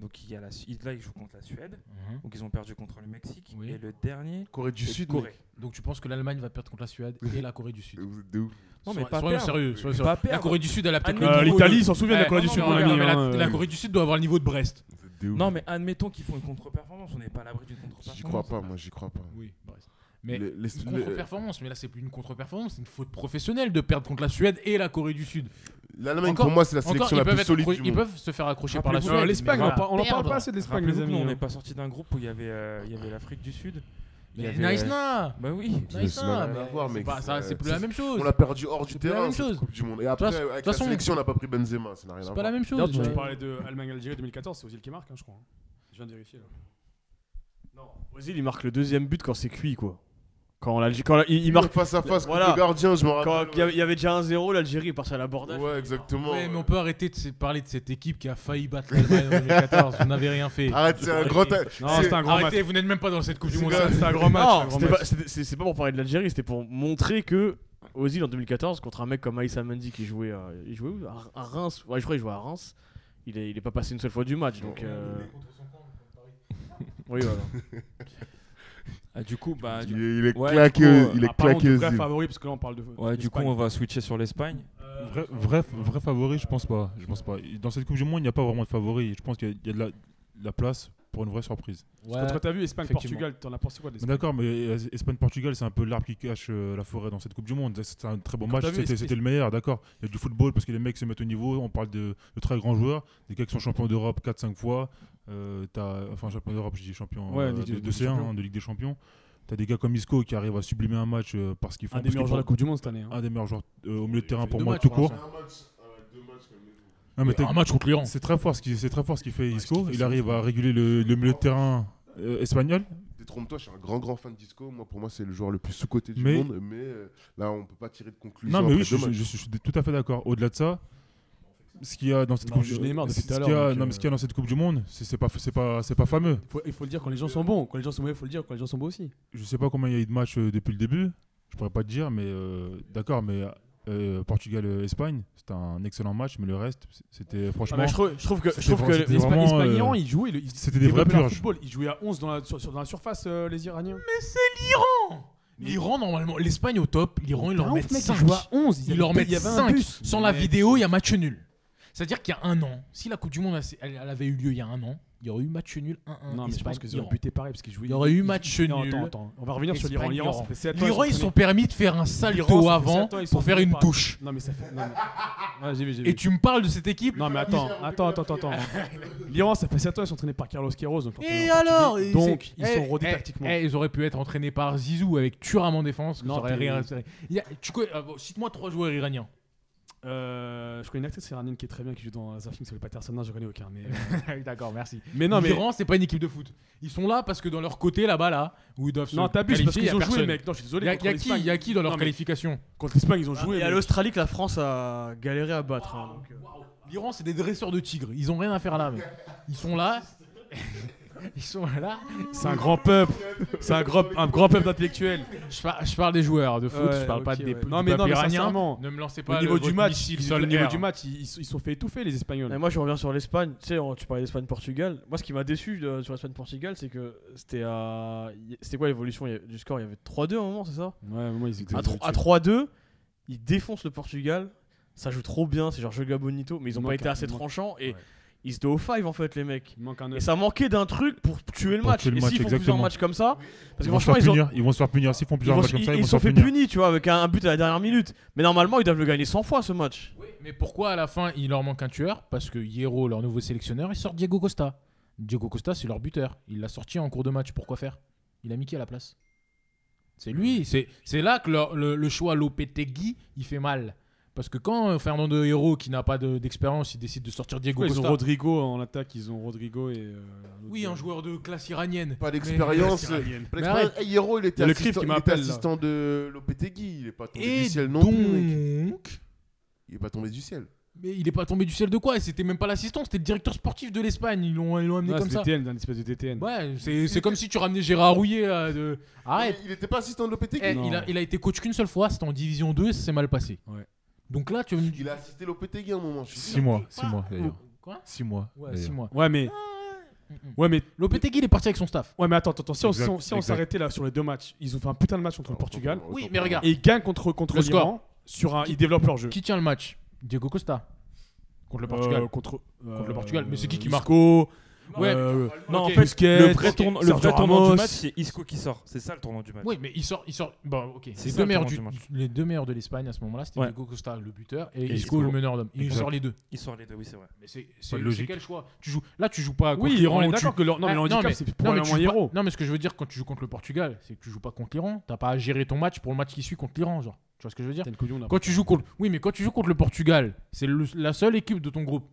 donc il y a la, Su- là ils jouent contre la Suède, donc ils ont perdu contre le Mexique
Oui.
et le dernier
Corée du
c'est
Sud,
Corée.
Donc tu penses que l'Allemagne va perdre contre la Suède et la Corée du Sud
mec. Vous êtes des ouf.
Non mais
Soyons-
pas
soyons
perdre.
sérieux, soyons
Pas
sérieux. La
perdre.
Corée du Sud, elle a peut-être
Ah,
le
Euh,
niveau
L'Italie,
de-
ils s'en souviennent de la
Eh,
Corée du
non,
Sud,
mais
mon
regarde,
ami.
mais
hein,
la-
euh.
La Corée du Sud doit avoir le niveau de Brest.
Vous êtes des ouf.
Non mais admettons qu'ils font une contre-performance, on n'est pas à l'abri d'une contre-performance.
J'y crois pas, moi, j'y crois pas.
Bah, Oui, Brest. Mais
Le- les-
une
le-
contre-performance, mais là c'est plus une contre-performance, c'est une faute professionnelle de perdre contre la Suède et la Corée du Sud.
L'Allemagne,
Encore-
pour moi, c'est la
Encore,
sélection
ils
la
peuvent,
plus
être
solide
accro-
du
ils
monde.
peuvent se faire accrocher par la
Rappelez-vous,
Suède.
euh, L'Espagne,
mais
on en par- on en parle
perdre.
pas assez de l'Espagne,
Rappelez-vous
les
que nous,
amis.
on
hein.
n'est pas sorti d'un groupe où il y avait, euh, il y avait l'Afrique du Sud. Il y
Mais
avait, euh,
Nice na
Bah oui.
Ça,
Nice
ça n'a
na,
rien à
mais
voir,
c'est
mec,
pas-
c'est-
ça, C'est plus la même chose.
On l'a perdu hors du
C'est pas la
terrain,
même
cette
chose.
Coupe du Monde. Et après,
toute
avec la
façon-
sélection, on n'a pas pris Benzema, ça n'a rien à
C'est
voir.
pas la même
D'ailleurs,
chose.
tu
mais-
parlais de Allemagne-Algérie 2014, c'est Ozil qui marque, hein, je crois. hein. Je viens de vérifier. là.
Ozil, il marque le deuxième but quand c'est cuit, quoi. Quand l'Algérie, quand la- il, il
Ils marquent
marque,
face à face
Voilà.
contre le gardien, je me
quand
rappelle.
il y avait- il y avait déjà un 0 l'Algérie est partie à l'abordage.
Ouais, exactement.
Ouais, mais on peut arrêter de se- parler de cette équipe qui a failli battre l'Allemagne en 2014. Vous n'avez rien fait.
Arrête, c'est un grand.
Non, Ah, c'est un grand match.
Arrêtez, vous n'êtes même pas dans cette Coupe du
C'est
Monde.
grave.
C'est un grand match.
Non,
un grand
c'était
match.
pas- c'était- c'est c'est pas pour parler de l'Algérie, c'était pour montrer que Ozil en 2014 contre un mec comme Aïssa Mendy qui jouait, euh, il jouait où à, à Reims. Ouais, je crois qu'il jouait à Reims. Il est, il est pas passé une seule fois du match, donc. euh, oui, voilà.
Ah, du coup, bah,
Il
du...
est, il est
Ouais,
claqué,
du coup,
il est
Apparemment,
claqué.
du vrai
Ozil.
favori, parce que là, on parle de.
ouais, du coup,
d'Espagne.
on va switcher sur l'Espagne.
Vrai, vrai, vrai favori, je pense pas. Je pense pas. Dans cette Coupe du Monde, il n'y a pas vraiment de favori. Je pense qu'il y a, il y a de, la, de la place pour une vraie surprise.
Parce que toi, t'as vu Espagne-Portugal,
Effectivement.
t'en as pensé quoi de
Mais
l'Espagne
D'accord, mais euh, Espagne-Portugal, c'est un peu l'arbre qui cache euh, la forêt dans cette Coupe du Monde. C'était un très bon
Quand
match,
t'as vu
c'était
Esp-
c'était le meilleur, d'accord. Il y a du football parce que les mecs se mettent au niveau. On parle de, de très grands joueurs, des gars qui sont champions d'Europe 4-5 fois. Euh, t'as- enfin, champion d'Europe, je dis champion
Ouais,
euh,
Ligue des-
de,
Ligue
de
des
C1, hein,
Champions.
de Ligue des Champions. T'as des gars comme Isco qui arrivent à sublimer un match euh, parce qu'ils font
Un des
parce
meilleurs
qu'ils
joueurs de la
font-
Coupe du Monde cette année. hein.
un des meilleurs joueurs euh, au milieu de
Il a
terrain
fait
pour
deux
moi,
matchs hein,
tout
pour
court.
l'instant.
Non, mais t'as-
un match contre l'Iran.
c'est très fort ce qui- c'est très fort ce qu'il fait
Ouais, ce
Isco.
qu'il fait,
Il
c'est
arrive à réguler le, le milieu de terrain euh, espagnol.
Détrompe-toi, je suis un grand grand fan de disco. Moi, pour moi, c'est le joueur le plus sous-côté du
Mais-
monde. Mais euh, là, on peut pas tirer de conclusion.
Non, mais oui,
après
je,
deux
je-
matchs.
je- je suis tout à fait d'accord. Au-delà de ça, ce qu'il y a dans cette
Non,
coupe
je n'ai marre
ce
depuis tout à
qu'il y
l'heure,
a-
donc,
non, mais ce qu'il y a dans cette coupe du monde, c'est c'est pas c'est pas c'est pas fameux.
Faut- Il faut le dire quand les gens sont bons. Quand les gens sont mauvais, il faut le dire. Quand les gens sont beaux aussi.
Je sais pas combien il y a eu de matchs euh, depuis le début. Je pourrais pas te dire, mais euh, d'accord, mais euh, euh, Portugal-Espagne, c'était un excellent match, mais le reste, c- c'était
Ah,
franchement.
mais je trouve, je trouve que, je
c'était
trouve
vra-
que
c'était
les Espa-
vraiment, euh,
Espagnols, ils jouaient. le- ils
c'était des vrais
développaient leur
purges.
football. Ils jouaient à 11 dans la, sur, sur- dans la surface, euh, les Iraniens.
L'Iran, normalement, l'Espagne au top, l'Iran, ils
T'es
leur
un ouf,
mettent
mec,
5.
Ils jouent à 11.
Ils leur
avaient-
mettent
il y avait un
5.
bus.
Sans la
Mais-
vidéo, il y a match nul. C'est-à-dire qu'il y a un an, si la Coupe du Monde elle, elle avait eu lieu il y a un an, il y aurait eu match nul 1-1.
Non, mais je
Espagne,
pense qu'ils auraient
Iran.
buté pareil parce qu'ils jouaient.
Il y aurait eu
ils-
match
ils- non,
nul.
Attends, attends. On va revenir sur l'Iran. L'Iran, ça
Espagne-Iran.
fait sept ans,
L'Iran, ils
sont
sont
premiers.
permis de faire un sale
L'Iran, ça
dos
fait
avant
sept ans, ils sont
pour faire
venus
une
par-
touche.
Non, mais ça fait. non, mais- Ouais, j'ai vu, j'ai
Et
vu.
tu me parles de cette équipe
Non, mais attends, attends, attends, attends. attends. L'Iran, ça fait 7 ans, ils sont entraînés par Carlos Queiroz. donc forcément,
Et
quand tu
alors
dis-
et
Donc,
c'est-
ils
eh,
sont rodés
eh,
tactiquement.
eh, ils auraient pu être entraînés par Zizou avec Thuram en défense. que
Non,
ça aurait
t'es-
rien intéressé. Il y a- tu connais- ah, bon, Cite-moi trois joueurs iraniens.
Euh, je connais une actrice iranienne qui est très bien, qui joue dans un film qui s'appelle Patterson. Non, je connais aucun. Mais, euh.
Ah D'accord, merci.
mais non,
Non,
mais.
L'Iran, c'est pas une équipe de foot. Ils sont là parce que dans leur côté là-bas, là, où ils doivent
Non,
se
t'abuses parce
qualifier, il y
qu'ils
a
ont joué,
personne.
mec. Non, je suis
Il
désolé.
y a, il
contre
y a qui,
l'Espagne.
il y a Ah, qui dans leur
Non, mais
qualification
Contre l'Espagne, ils ont joué.
Et à
mais-
l'Australie que la France a galéré à battre. hein, donc, euh.
L'Iran, c'est des dresseurs de tigres. Ils ont rien à faire là, mais ils sont là. Ils sont là.
C'est un grand peuple. C'est un grand, un grand peuple d'intellectuels.
Je, par- je parle des joueurs de foot.
Ouais,
je parle pas
ok,
des
ouais.
du
Non, mais
peuple
non, mais
iranien.
sincèrement,
Ne me lancez
Au
pas
niveau
le-
du
votre
match,
missile
ils- au
sol
niveau
air.
du match, ils, ils se- ils sont fait étouffer les
Mais
Espagnols.
moi, je reviens sur l'Espagne. Tu sais, on- tu parlais d'Espagne-Portugal. Moi, ce qui m'a déçu de- sur l'Espagne-Portugal, c'est que c'était à. y- C'était quoi l'évolution Il y a- du score Il y avait 3-2 à un moment, c'est ça
Ouais, moi ils étaient.
à, tro- à 3-2, ils défoncent le Portugal. Ça joue trop bien, c'est genre Joga Bonito, mais ils ont
Il
pas
manque
été
un-
assez
il manque-
tranchants et
ouais.
ils se étaient au 5 en fait, les mecs.
Il manque un
Et
œuf.
ça manquait d'un truc pour tuer le
Pour
match.
tuer le
et
match,
s'ils font plusieurs
exactement.
matchs comme ça, parce que
Ils vont se
franchement,
faire
ils ont.
punir. Ils vont se faire punir. S'ils font
Ils,
plusieurs
vont-
matchs comme
ils-
ça, ils
ils
vont se
sont
faire
fait
punir.
punis, tu vois, avec un, un but à la dernière minute. Mais normalement, ils doivent le gagner 100 fois ce match.
Mais pourquoi à la fin il leur manque un tueur Parce que Hierro, leur nouveau sélectionneur, il sort Diego Costa. Diego Costa, c'est leur buteur. Il l'a sorti en cours de match. Pourquoi faire Il a Mickey à la place. C'est lui. C'est c'est là que leur- le, le choix Lopetegui, il fait mal. Parce que quand euh, Fernando Hierro, qui n'a pas de- d'expérience, il décide de sortir Diego
Pourquoi ils
Costa.
ont Rodrigo en attaque, ils ont Rodrigo et. euh, un autre
Oui, un joueur de classe iranienne.
Pas d'expérience.
Ah,
Mais-
euh,
Iranienne.
pas d'expérience. Eh, Hierro, il était
Il y a le
assistant,
Crif qui
il était
m'appelle, là.
assistant de Lopetegui. Il est pas tombé
Et
euh, du ciel non plus. mec.
donc.
Il est pas tombé du ciel.
Mais il est pas tombé du ciel de quoi Et C'était même pas l'assistant, c'était le directeur sportif de l'Espagne. Ils l'ont ils l'ont amené
Non,
comme
Ah, c'est
ça.
DTN, un espèce de DTN.
Ouais, c'est c'est comme si tu ramenais Gérard Rouillet. euh, de... Arrête.
Il était pas assistant de Lopetegui.
Eh,
Non.
il, a, il a été coach qu'une seule fois, c'était en division 2 et ça s'est mal passé.
Ouais.
Donc là, tu vas me dire.
Il a assisté Lopetegui à un moment. je suis sûr.
6 mois, 6 mois d'ailleurs.
Quoi
6 mois.
Ouais,
d'ailleurs.
6 mois.
Ouais, mais. Ouais, mais.
Lopetegui, il est parti avec son staff.
Ouais, mais attends, attends, si on- si on si on
Exact,
s'arrêtait là sur les deux matchs, ils ont fait un putain de match
Ah,
contre le Portugal.
Oui, mais regarde.
Et ils gagnent contre, contre
Le score.
l'Iran. Sur un, ils développent leur jeu.
Qui tient le match Diego Costa. Contre le Portugal.
Euh, contre, euh,
le Portugal. Mais c'est qui qui marque
Isco,
Ouais.
euh,
Non, en
ok.
fait,
Busquets,
le vrai, tourn- le
Sergio
vrai tournant
Ramos.
du match, c'est Isco qui sort. C'est ça le tournant du match.
Oui, mais il sort. Il sort... Bon, ok.
C'est
Les
ça,
deux,
le
meilleurs
tournant
du-
du match.
les deux meilleurs de l'Espagne à ce moment-là, c'était
Ouais.
Diego Costa, le buteur, et,
Et
Isco,
Isco.
le meneur d'homme. Il
Exact.
sort les deux.
Il sort les deux, oui, c'est vrai.
Mais c'est
Pas
c'est-
de logique.
c'est quel choix tu joues... Là, tu joues pas contre
Oui,
l'Iran.
on est
tu-
d'accord que leur- non, mais
Ah,
le
non,
handicap,
mais-
c'est
non, mais
probablement un
tu joues pas-
héros.
Non, mais ce que je veux dire quand tu joues contre le Portugal, c'est que tu joues pas contre l'Iran. T'as pas à gérer ton match pour le match qui suit contre l'Iran, genre. Tu vois ce que je veux dire
T'as une couillon, là.
Quand tu joues contre, oui, mais quand tu joues contre le Portugal, c'est le- la seule équipe de ton groupe.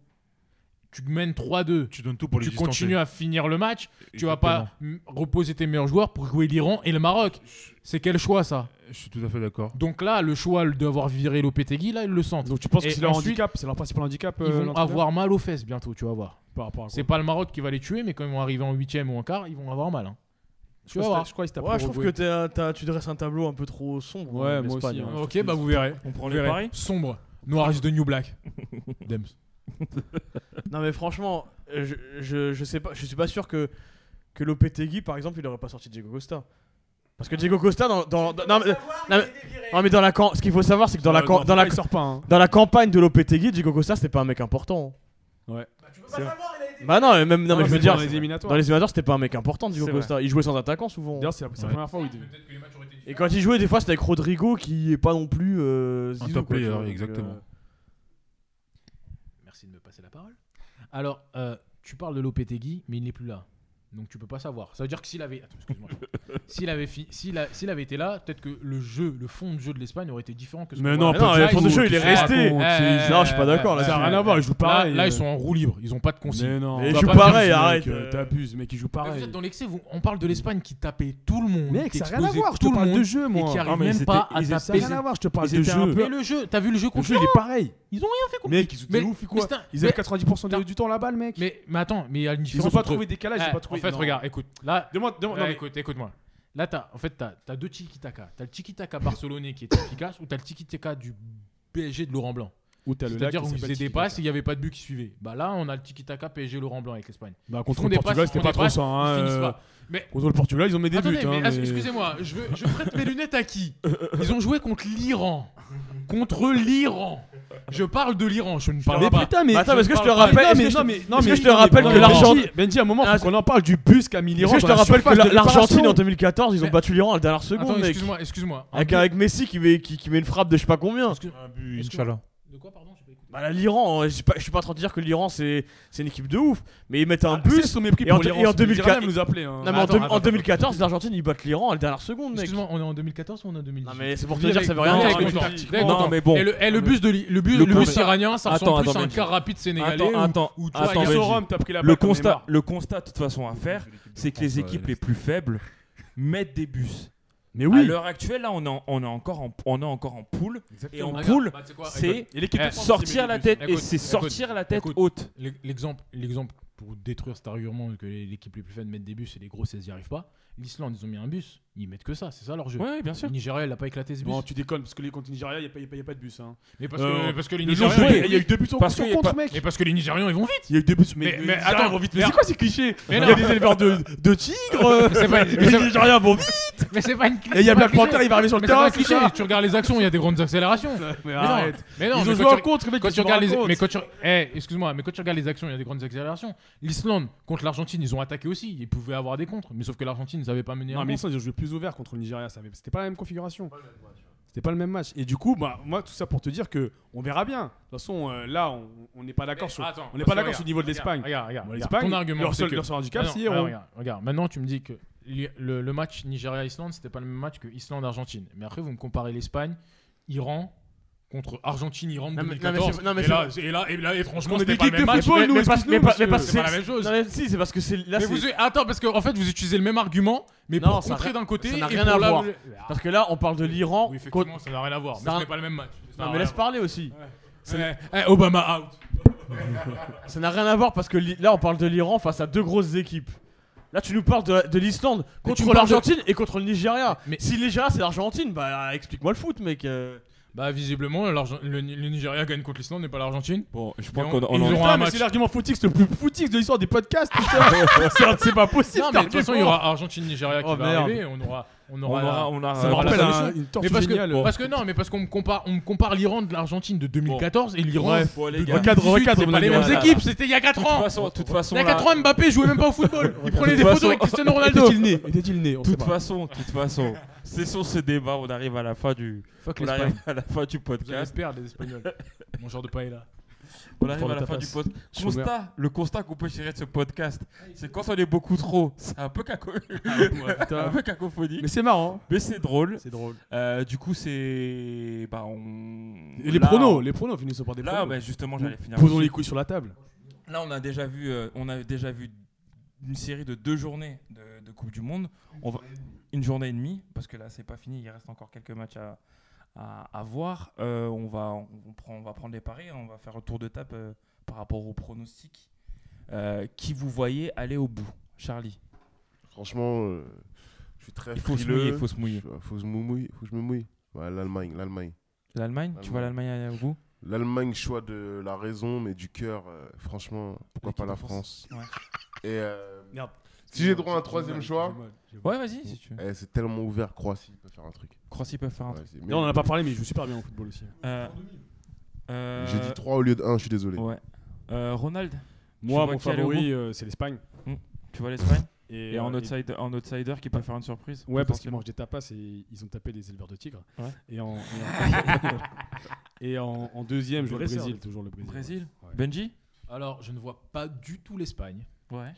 Tu mènes 3-2,
Tu donnes tout pour les
tu
distancer.
continues à finir le match. Tu vas pas mm, reposer tes meilleurs joueurs pour jouer l'Iran et le Maroc. C'est quel choix ça
Exactement. Je suis tout à fait d'accord.
Donc là, le choix d'avoir viré Lopetegui, là, ils le sentent.
Donc tu penses
Et
que c'est leur
ensuite,
handicap, c'est leur principal handicap euh,
Ils vont
l'entraîneur
avoir mal aux fesses bientôt, tu vas voir.
par rapport à quoi
C'est pas le Maroc qui va les tuer, mais quand ils vont arriver en huitième ou en quart, ils vont avoir mal. hein.
Je
Tu
crois
vas
que
voir.
c'était- Je crois que c'était
Ouais,
après
je trouve que
Uruguay.
t'es un- t'as- tu dresses un tableau un peu trop sombre.
Ouais,
hein,
moi
l'Espagne,
aussi,
hein.
Ouais, je
Ok,
trouve
bah
que
vous verrez.
On prend
Vous
les
verrez.
paris
Sombre. Noir is the new black. Dems.
Non mais franchement, euh, je, je, je sais pas, je suis pas sûr que que Lopetegui par exemple, il aurait pas sorti Diego Costa. Parce que Diego Costa dans dans, dans- non, mais, non, mais- non, mais dans la cam- ce qu'il faut savoir c'est que dans la
Euh,
cam-
non,
dans la
il sort pas. hein.
dans la campagne de Lopetegui, Diego Costa c'était pas un mec important.
Ouais.
C'est
Bah non, mais même non, mais je veux dire
dans les éliminatoires.
dans les éliminateurs, c'était pas un mec important Diego
C'est vrai.
Costa, il jouait sans attaquant souvent.
D'ailleurs, c'est la, c'est la
Ouais.
première fois où il devait.
Et quand il jouait des fois c'était avec Rodrigo qui est pas non plus euh, Zizou,
top
quoi, tu
player,
vois, donc,
exactement.
euh,
Merci de me passer la parole. Alors, euh, tu parles de Lopetegui, mais il n'est plus là. Donc tu peux pas savoir. Ça veut dire que s'il avait, attends, excuse-moi. s'il avait fi- s'il a- s'il avait été là, peut-être que le jeu, le fond de jeu de l'Espagne aurait été différent que. ce
Mais
qu'on
non,
voit.
mais Ah non,
pas
le
du
fond de
tout,
jeu, il est
tu
resté.
racontes,
Eh,
c'est-
non, je suis pas d'accord, là,
Ça
c'est-
n'a rien à voir, ils jouent
Là,
pareil.
là, ils
euh.
sont en roue libre. Ils ont pas de consigne.
Mais non.
Et ils
Bah,
jouent
pas de
pareil,
consigne,
arrête.
Mec, euh,
euh.
T'abuses, mec, ils jouent
Là, vous
pareil.
êtes dans l'excès. Vous, on parle de l'Espagne qui tapait tout le monde,
Mec,
qui
ça n'a rien à
explosait
voir. Je
tout
te
le
parle de
monde.
jeu,
et
moi.
qui
Ah,
arrive
mais
même
c'était-
pas à
ils étaient-
Ça n'a
taper.
rien à voir, je te parle
ils
de
étaient
jeu.
un peu-
Mais le jeu, t'as vu le jeu
Le
contre
jeu, il est pareil.
Ils ont rien fait contre.
Mec, ils étaient
Mais-
ouf, ils
mais
quoi.
c'est un-
Ils avaient
mais-
90%
Non.
de- du temps la balle, mec.
Mais, mais attends, mais il y a une
Ils
différence.
ont pas
entre-
trouvé de décalage, ils ont
Eh,
pas trouvé.
En fait,
non.
regarde, écoute. Là,
Demande, demande.
Ouais,
non, mais-
écoute, écoute-moi. Là, t'as, en fait, t'as, t'as deux tiki-taka. T'as le tiki-taka barcelonais qui est efficace, ou t'as le tiki-taka du PSG de Laurent Blanc.
Où t'as le lac
C'est-à-dire
qui
où ils
s'appelle
faisaient des
Tiki-Taka.
passes et il n'y avait pas de but qui suivait. Bah là, on a le tiki-taka PSG Laurent Blanc avec l'Espagne.
Bah, contre
Ils font
le
des
Portugal,
passes,
c'était
ils font
pas
des
trop
passes,
ça. hein,
ils finissent
euh,
pas. Mais-
Contre le Portugal, ils ont mis des
Attendez,
buts. hein,
mais est-ce-
mais-
excusez-moi, je, veux- je prête mes lunettes à qui Ils ont joué contre l'Iran. Contre l'Iran. Je parle de l'Iran, je ne parle
Mais
pas.
putain, mais.
Bah, attends, parce que je te
parle
rappelle.
non,
est-ce
mais,
que je
non,
te-
mais, non,
est-ce
mais-
que je te rappelle
non,
que
mais
l'Argent-
Benji- Benji, à un moment,
Ah,
faut qu'on en parle du bus qu'a mis
Est-ce
l'Iran.
que je te
dans la
rappelle que
surface
la-
de
l'Argentine en
réparation
2014, ils ont
Mais-
battu l'Iran à la dernière
Attends,
seconde, mec.
excuse-moi, excuse-moi. Un
Avec,
but-
avec Messi qui met, qui, qui met une frappe de je sais pas combien.
excuse-
Un but,
Est-ce que-
Inch'Allah.
De quoi, pardon j'ai pas écouté.
Bah là, l'Iran, je suis pas, je suis pas en train de dire que l'Iran c'est c'est une équipe de ouf, mais ils mettent un
Ah, c'est
bus.
son mépris
Et en
pour
deux-
l'Iran,
et en
c'est- les
2004
Iraniens nous appelaient, hein.
Non, mais en
Attends,
deux-
attends,
en 2014, l'Argentine ils battent l'Iran à la dernière seconde, mec.
Excuse-moi, on est en 2014 ou on est en 2018
Non mais c'est pour te dire ça veut rien
Non,
dire.
avec
ce que
le
tu
tactique.
dis.
D'accord,
Non,
attends.
mais bon.
Et le, et le bus, de, l'I- le bus,
Le
le bus
constat-
iranien, ça ressemble
Attends,
plus
attends,
à un
Benji.
car rapide sénégalais. Hum.
Attends,
où-
attends,
où tu vois,
attends,
il y a
Benji.
son-
Sorum, t'as pris la
le
balle comme
constat,
Neymar.
le constat, de toute façon, à faire, c'est que les équipes les plus faibles mettent des bus.
Mais
À
oui.
l'heure actuelle, là, on est en- on est encore en- on est encore en poule. Et en
Regarde,
poule,
bah, tu sais quoi, écoute,
c'est
de
eh,
France
sortir la tête et
Écoute,
c'est sortir
écoute,
la tête
écoute.
haute.
l'e- L'exemple, l'exemple pour détruire cet argument que les- l'équipe les plus faibles mettent des bus et les grosses elles n'y arrivent pas. L'Islande, ils ont mis un bus, ils mettent que ça, c'est ça leur jeu.
Oui, bien sûr.
Le Nigeria, il a pas éclaté ce bus.
Non, tu déconnes, parce que les contre Nigeria, il n'y a pas de bus. hein.
mais parce,
euh,
que, parce que les
Le jour
Nigérians.
joué,
ils-
il y a eu deux buts en
Parce
contre.
qu'il y a
Contre,
pas-
mec.
Mais parce que les Nigérians, ils vont vite.
Il y a eu deux buts, mais,
Mais-
mais,
mais
Nigeria,
attends,
ils vont vite. Mais
mais-
c'est quoi ces clichés
Mais
Il y
non.
a des éleveurs de, de tigres,
C'est pas- mais
les
c'est-
Nigériens vont vite,
Mais c'est pas une cliché.
et il y a
c'est pas
Black
un cliché.
Panther, il va arriver sur le
Mais c'est pas
terrain,
un
c'est
cliché.
ça
Tu regardes les actions, il y a des grandes accélérations.
Mais
Mais non.
arrête
Mais non,
Ils
mais
ont joué
quand
en
tu-
contre, mec,
quand
ils
tu
jouent en
regardes les
contre.
mais quand tu eh, excuse-moi mais quand tu regardes les actions il y a des grandes accélérations l'Islande contre l'Argentine ils ont attaqué aussi ils pouvaient avoir des contres mais sauf que l'Argentine ne savait pas mener un
Non, mais
contre.
l'Islande, ils ont joué plus ouvert contre le Nigeria. ça avait- C'était pas la même configuration. C'était pas le même match. Et du coup, bah, moi, tout ça pour te dire que on verra bien. De toute façon, euh, là, on on n'est pas d'accord sur.
Attends,
On n'est
parce
pas d'accord
que regarde,
sur le niveau de l'Espagne.
regarde, regarde,
Bon,
regarde.
L'Espagne,
ton argument
leur
c'est
seul
que-
leur seul
Ah
handicap,
non,
c'est
alors,
on-
regarde, regarde. maintenant tu me dis que li- le, le match Nigeria-Islande c'était pas le même match que Islande-Argentine mais après vous me comparez l'Espagne Iran contre Argentine-Iran de
Non, mais- non, mais
2014
c'est- non, mais
et,
c'est-
là, c'est- et, là, et là et franchement
On est
c'était
des
pas le
geeks
même
de
match
football, nous,
mais parce- mais
excuse-nous,
parce- mais
monsieur.
parce-
c'est pas la même chose
Non, mais si, c'est parce que c'est là
mais
c'est
vous, attends parce que en fait vous utilisez le même argument mais
Non,
pour
ça a
contrer
rien-
d'un côté
ça n'a
et
rien
pour
à
la-
voir.
Ah,
parce que là on parle de l'Iran
oui,
contre-
effectivement ça n'a rien à voir mais
Ça
ce
a-
n'est pas le même match Ça
Non
n'a
mais
rien
laisse
à voir.
parler aussi.
Eh, eh, Obama out
Ça n'a rien à voir parce que li- là on parle de l'Iran face à deux grosses équipes. Là tu nous parles de, de l'Islande
Mais
contre
tu me parles de-
l'Argentine et contre le Nigeria.
Mais-
Si le Nigeria c'est l'Argentine, bah explique-moi le foot mec. euh.
bah visiblement l'Argent- le, le Nigeria gagne contre l'Islande mais pas l'Argentine
Bon, je
crois
crois
Mais
qu'on
on- qu'on- on ils en-
en
auront
Putain,
un
mais
match.
c'est l'argument footix le plus footix de l'histoire des podcasts. putain. C'est- C'est pas possible.
non mais de toute façon il y aura Argentine-Nigeria qui
Oh,
va
merde.
arriver on aura on
on
aura, la-
aura on aura
Ça me
la
rappelle
solution.
un- une torche
mais parce
géniale.
que, parce que non, mais parce qu'on me compare, on me compare l'Iran de l'Argentine de 2014 et l'Iran
Bref,
Bon, les
de
gars.
Regarde,
recadre,
regarde,
c'est
mon
pas les
ami,
mêmes
voilà.
équipes, c'était il y a 4
De toute
ans.
façon, de toute façon,
Il y a 4 ans, Mbappé jouait même pas au football. Il prenait des
toute
photos
façon-
avec Cristiano Ronaldo.
Était-il né Était-il né On
de
sait
toute
pas.
façon, de toute façon, c'est sur ce débat, on arrive à la fin du,
Fuck
on arrive à la fin du podcast.
les Espagnols. Mon genre de paille là.
On arrive à la
Prends
fin
ta
du
face.
podcast.
Schumer.
Constat, le constat qu'on peut tirer de ce podcast, c'est quand on est beaucoup trop, c'est un peu caco, un peu cacophonique,
Ah. Mais c'est marrant. hein.
mais c'est drôle.
C'est drôle.
Euh, du coup, c'est bah on.
Et les
là,
pronos,
on-
les pronos finissent par des
Là,
pronos.
bah, justement, j'allais finir.
Posons
dessus.
les couilles sur la table.
Là, on a déjà vu, euh, on a déjà vu une série de deux journées de, de Coupe du Monde. On va une journée et demie parce que là, c'est pas fini. Il reste encore quelques matchs à, à, à voir. Euh, on va, on, prend, on va prendre les paris. hein, On va faire un tour de table euh, par rapport aux pronostics. Euh, qui vous voyez aller au bout, Charlie
Franchement, euh, je suis très
Il faut se
Euh, frileux.
mouiller, il faut se mouiller.
Je- faut se mouiller, faut que je me mouille. Ouais, L'Allemagne, l'Allemagne.
L'Allemagne, tu vois l'Allemagne aller au bout
L'Allemagne, choix de la raison, mais du cœur. euh, franchement, pourquoi pas la
L'équipe de
France
Ouais.
Et euh,
Merde.
si j'ai droit à un troisième choix,
Ouais, vas-y si tu veux.
eh, c'est tellement ouvert. Croatie peut faire un truc.
Croatie peut faire un
Ouais,
truc.
c'est- mais-
Non, on en a pas parlé, mais il joue super bien au football aussi.
Euh, euh,
J'ai dit 3 au lieu de 1, je suis désolé.
Ouais. Euh, Ronald,
Moi,
vois
mon
qui allait au
favori, euh, c'est l'Espagne.
tu vois l'Espagne
Et,
Et en
euh,
outsider, en outsider qui peut faire une surprise
Ouais, parce qu'ils
potentiellement.
mangent des tapas et ils ont tapé les éleveurs de tigres.
Ouais.
Et en, et en, et en- en deuxième, je vois le
Dresseur,
Brésil, toujours le Brésil.
Brésil
Ouais.
Benji
Alors, je ne vois pas du tout l'Espagne.
Ouais.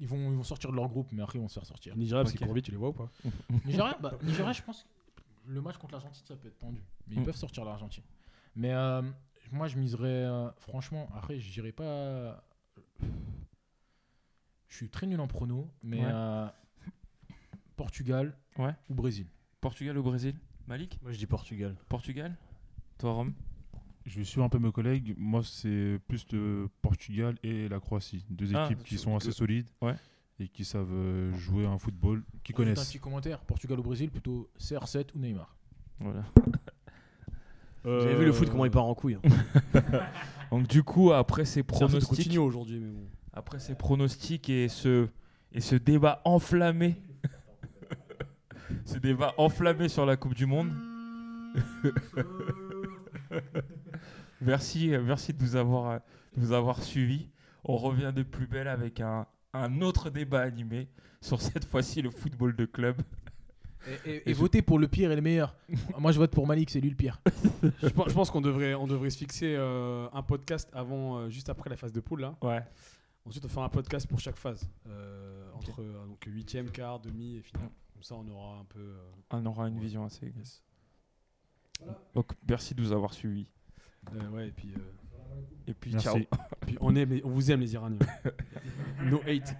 Ils vont, ils vont sortir de leur groupe, mais après ils vont se faire sortir.
Le Nigeria, parce
Ok.
qu'ils courent vite, tu les vois ou pas
Nigeria, bah, Nigeria, je pense que le match contre l'Argentine, ça peut être tendu. Mais ils
Mm.
peuvent sortir l'Argentine. Mais euh, moi, je miserais. euh, franchement, après, je dirais pas. euh, Je suis très nul en prono, mais
Ouais.
euh, Portugal
Ouais.
ou Brésil.
Portugal ou Brésil Malik
Moi je dis Portugal.
Portugal Toi, Rome
Je vais suivre un peu mes collègues. Moi, c'est plus le Portugal et la Croatie. Deux
Ah,
équipes
tu-
qui sont assez
que-
solides
Ouais.
et qui savent euh, jouer à un football, qui
Juste Un
connaissent.
petit commentaire Portugal ou Brésil, plutôt CR7 ou Neymar.
Voilà.
Vous avez vu le foot comment il part en couille. hein.
Donc du coup, après ces
C'est un peu de
pronostics,
Coutinho aujourd'hui, mais bon.
après ces pronostics et ce, et ce débat enflammé, ce débat enflammé sur la Coupe du Monde. merci, euh, merci de nous avoir, euh, de nous avoir suivis. On revient de plus belle avec un, un autre débat animé sur cette fois-ci le football de club.
Et, et- et voter pour le pire et le meilleur. Moi, je vote pour Malik, c'est lui le pire.
je pense, je pense qu'on devrait, on devrait se fixer euh, un podcast avant, euh, juste après la phase de poule là.
Ouais.
Ensuite, on va faire un podcast pour chaque phase, Euh, entre euh, donc huitième, quart, demi et finale. Comme ça, on aura un peu. euh,
On aura une vision assez. Donc merci de nous avoir suivis.
euh, ouais, et puis, euh,
Et puis
Merci.
ciao.
et puis on aime, les- on vous aime les Iraniens. no hate.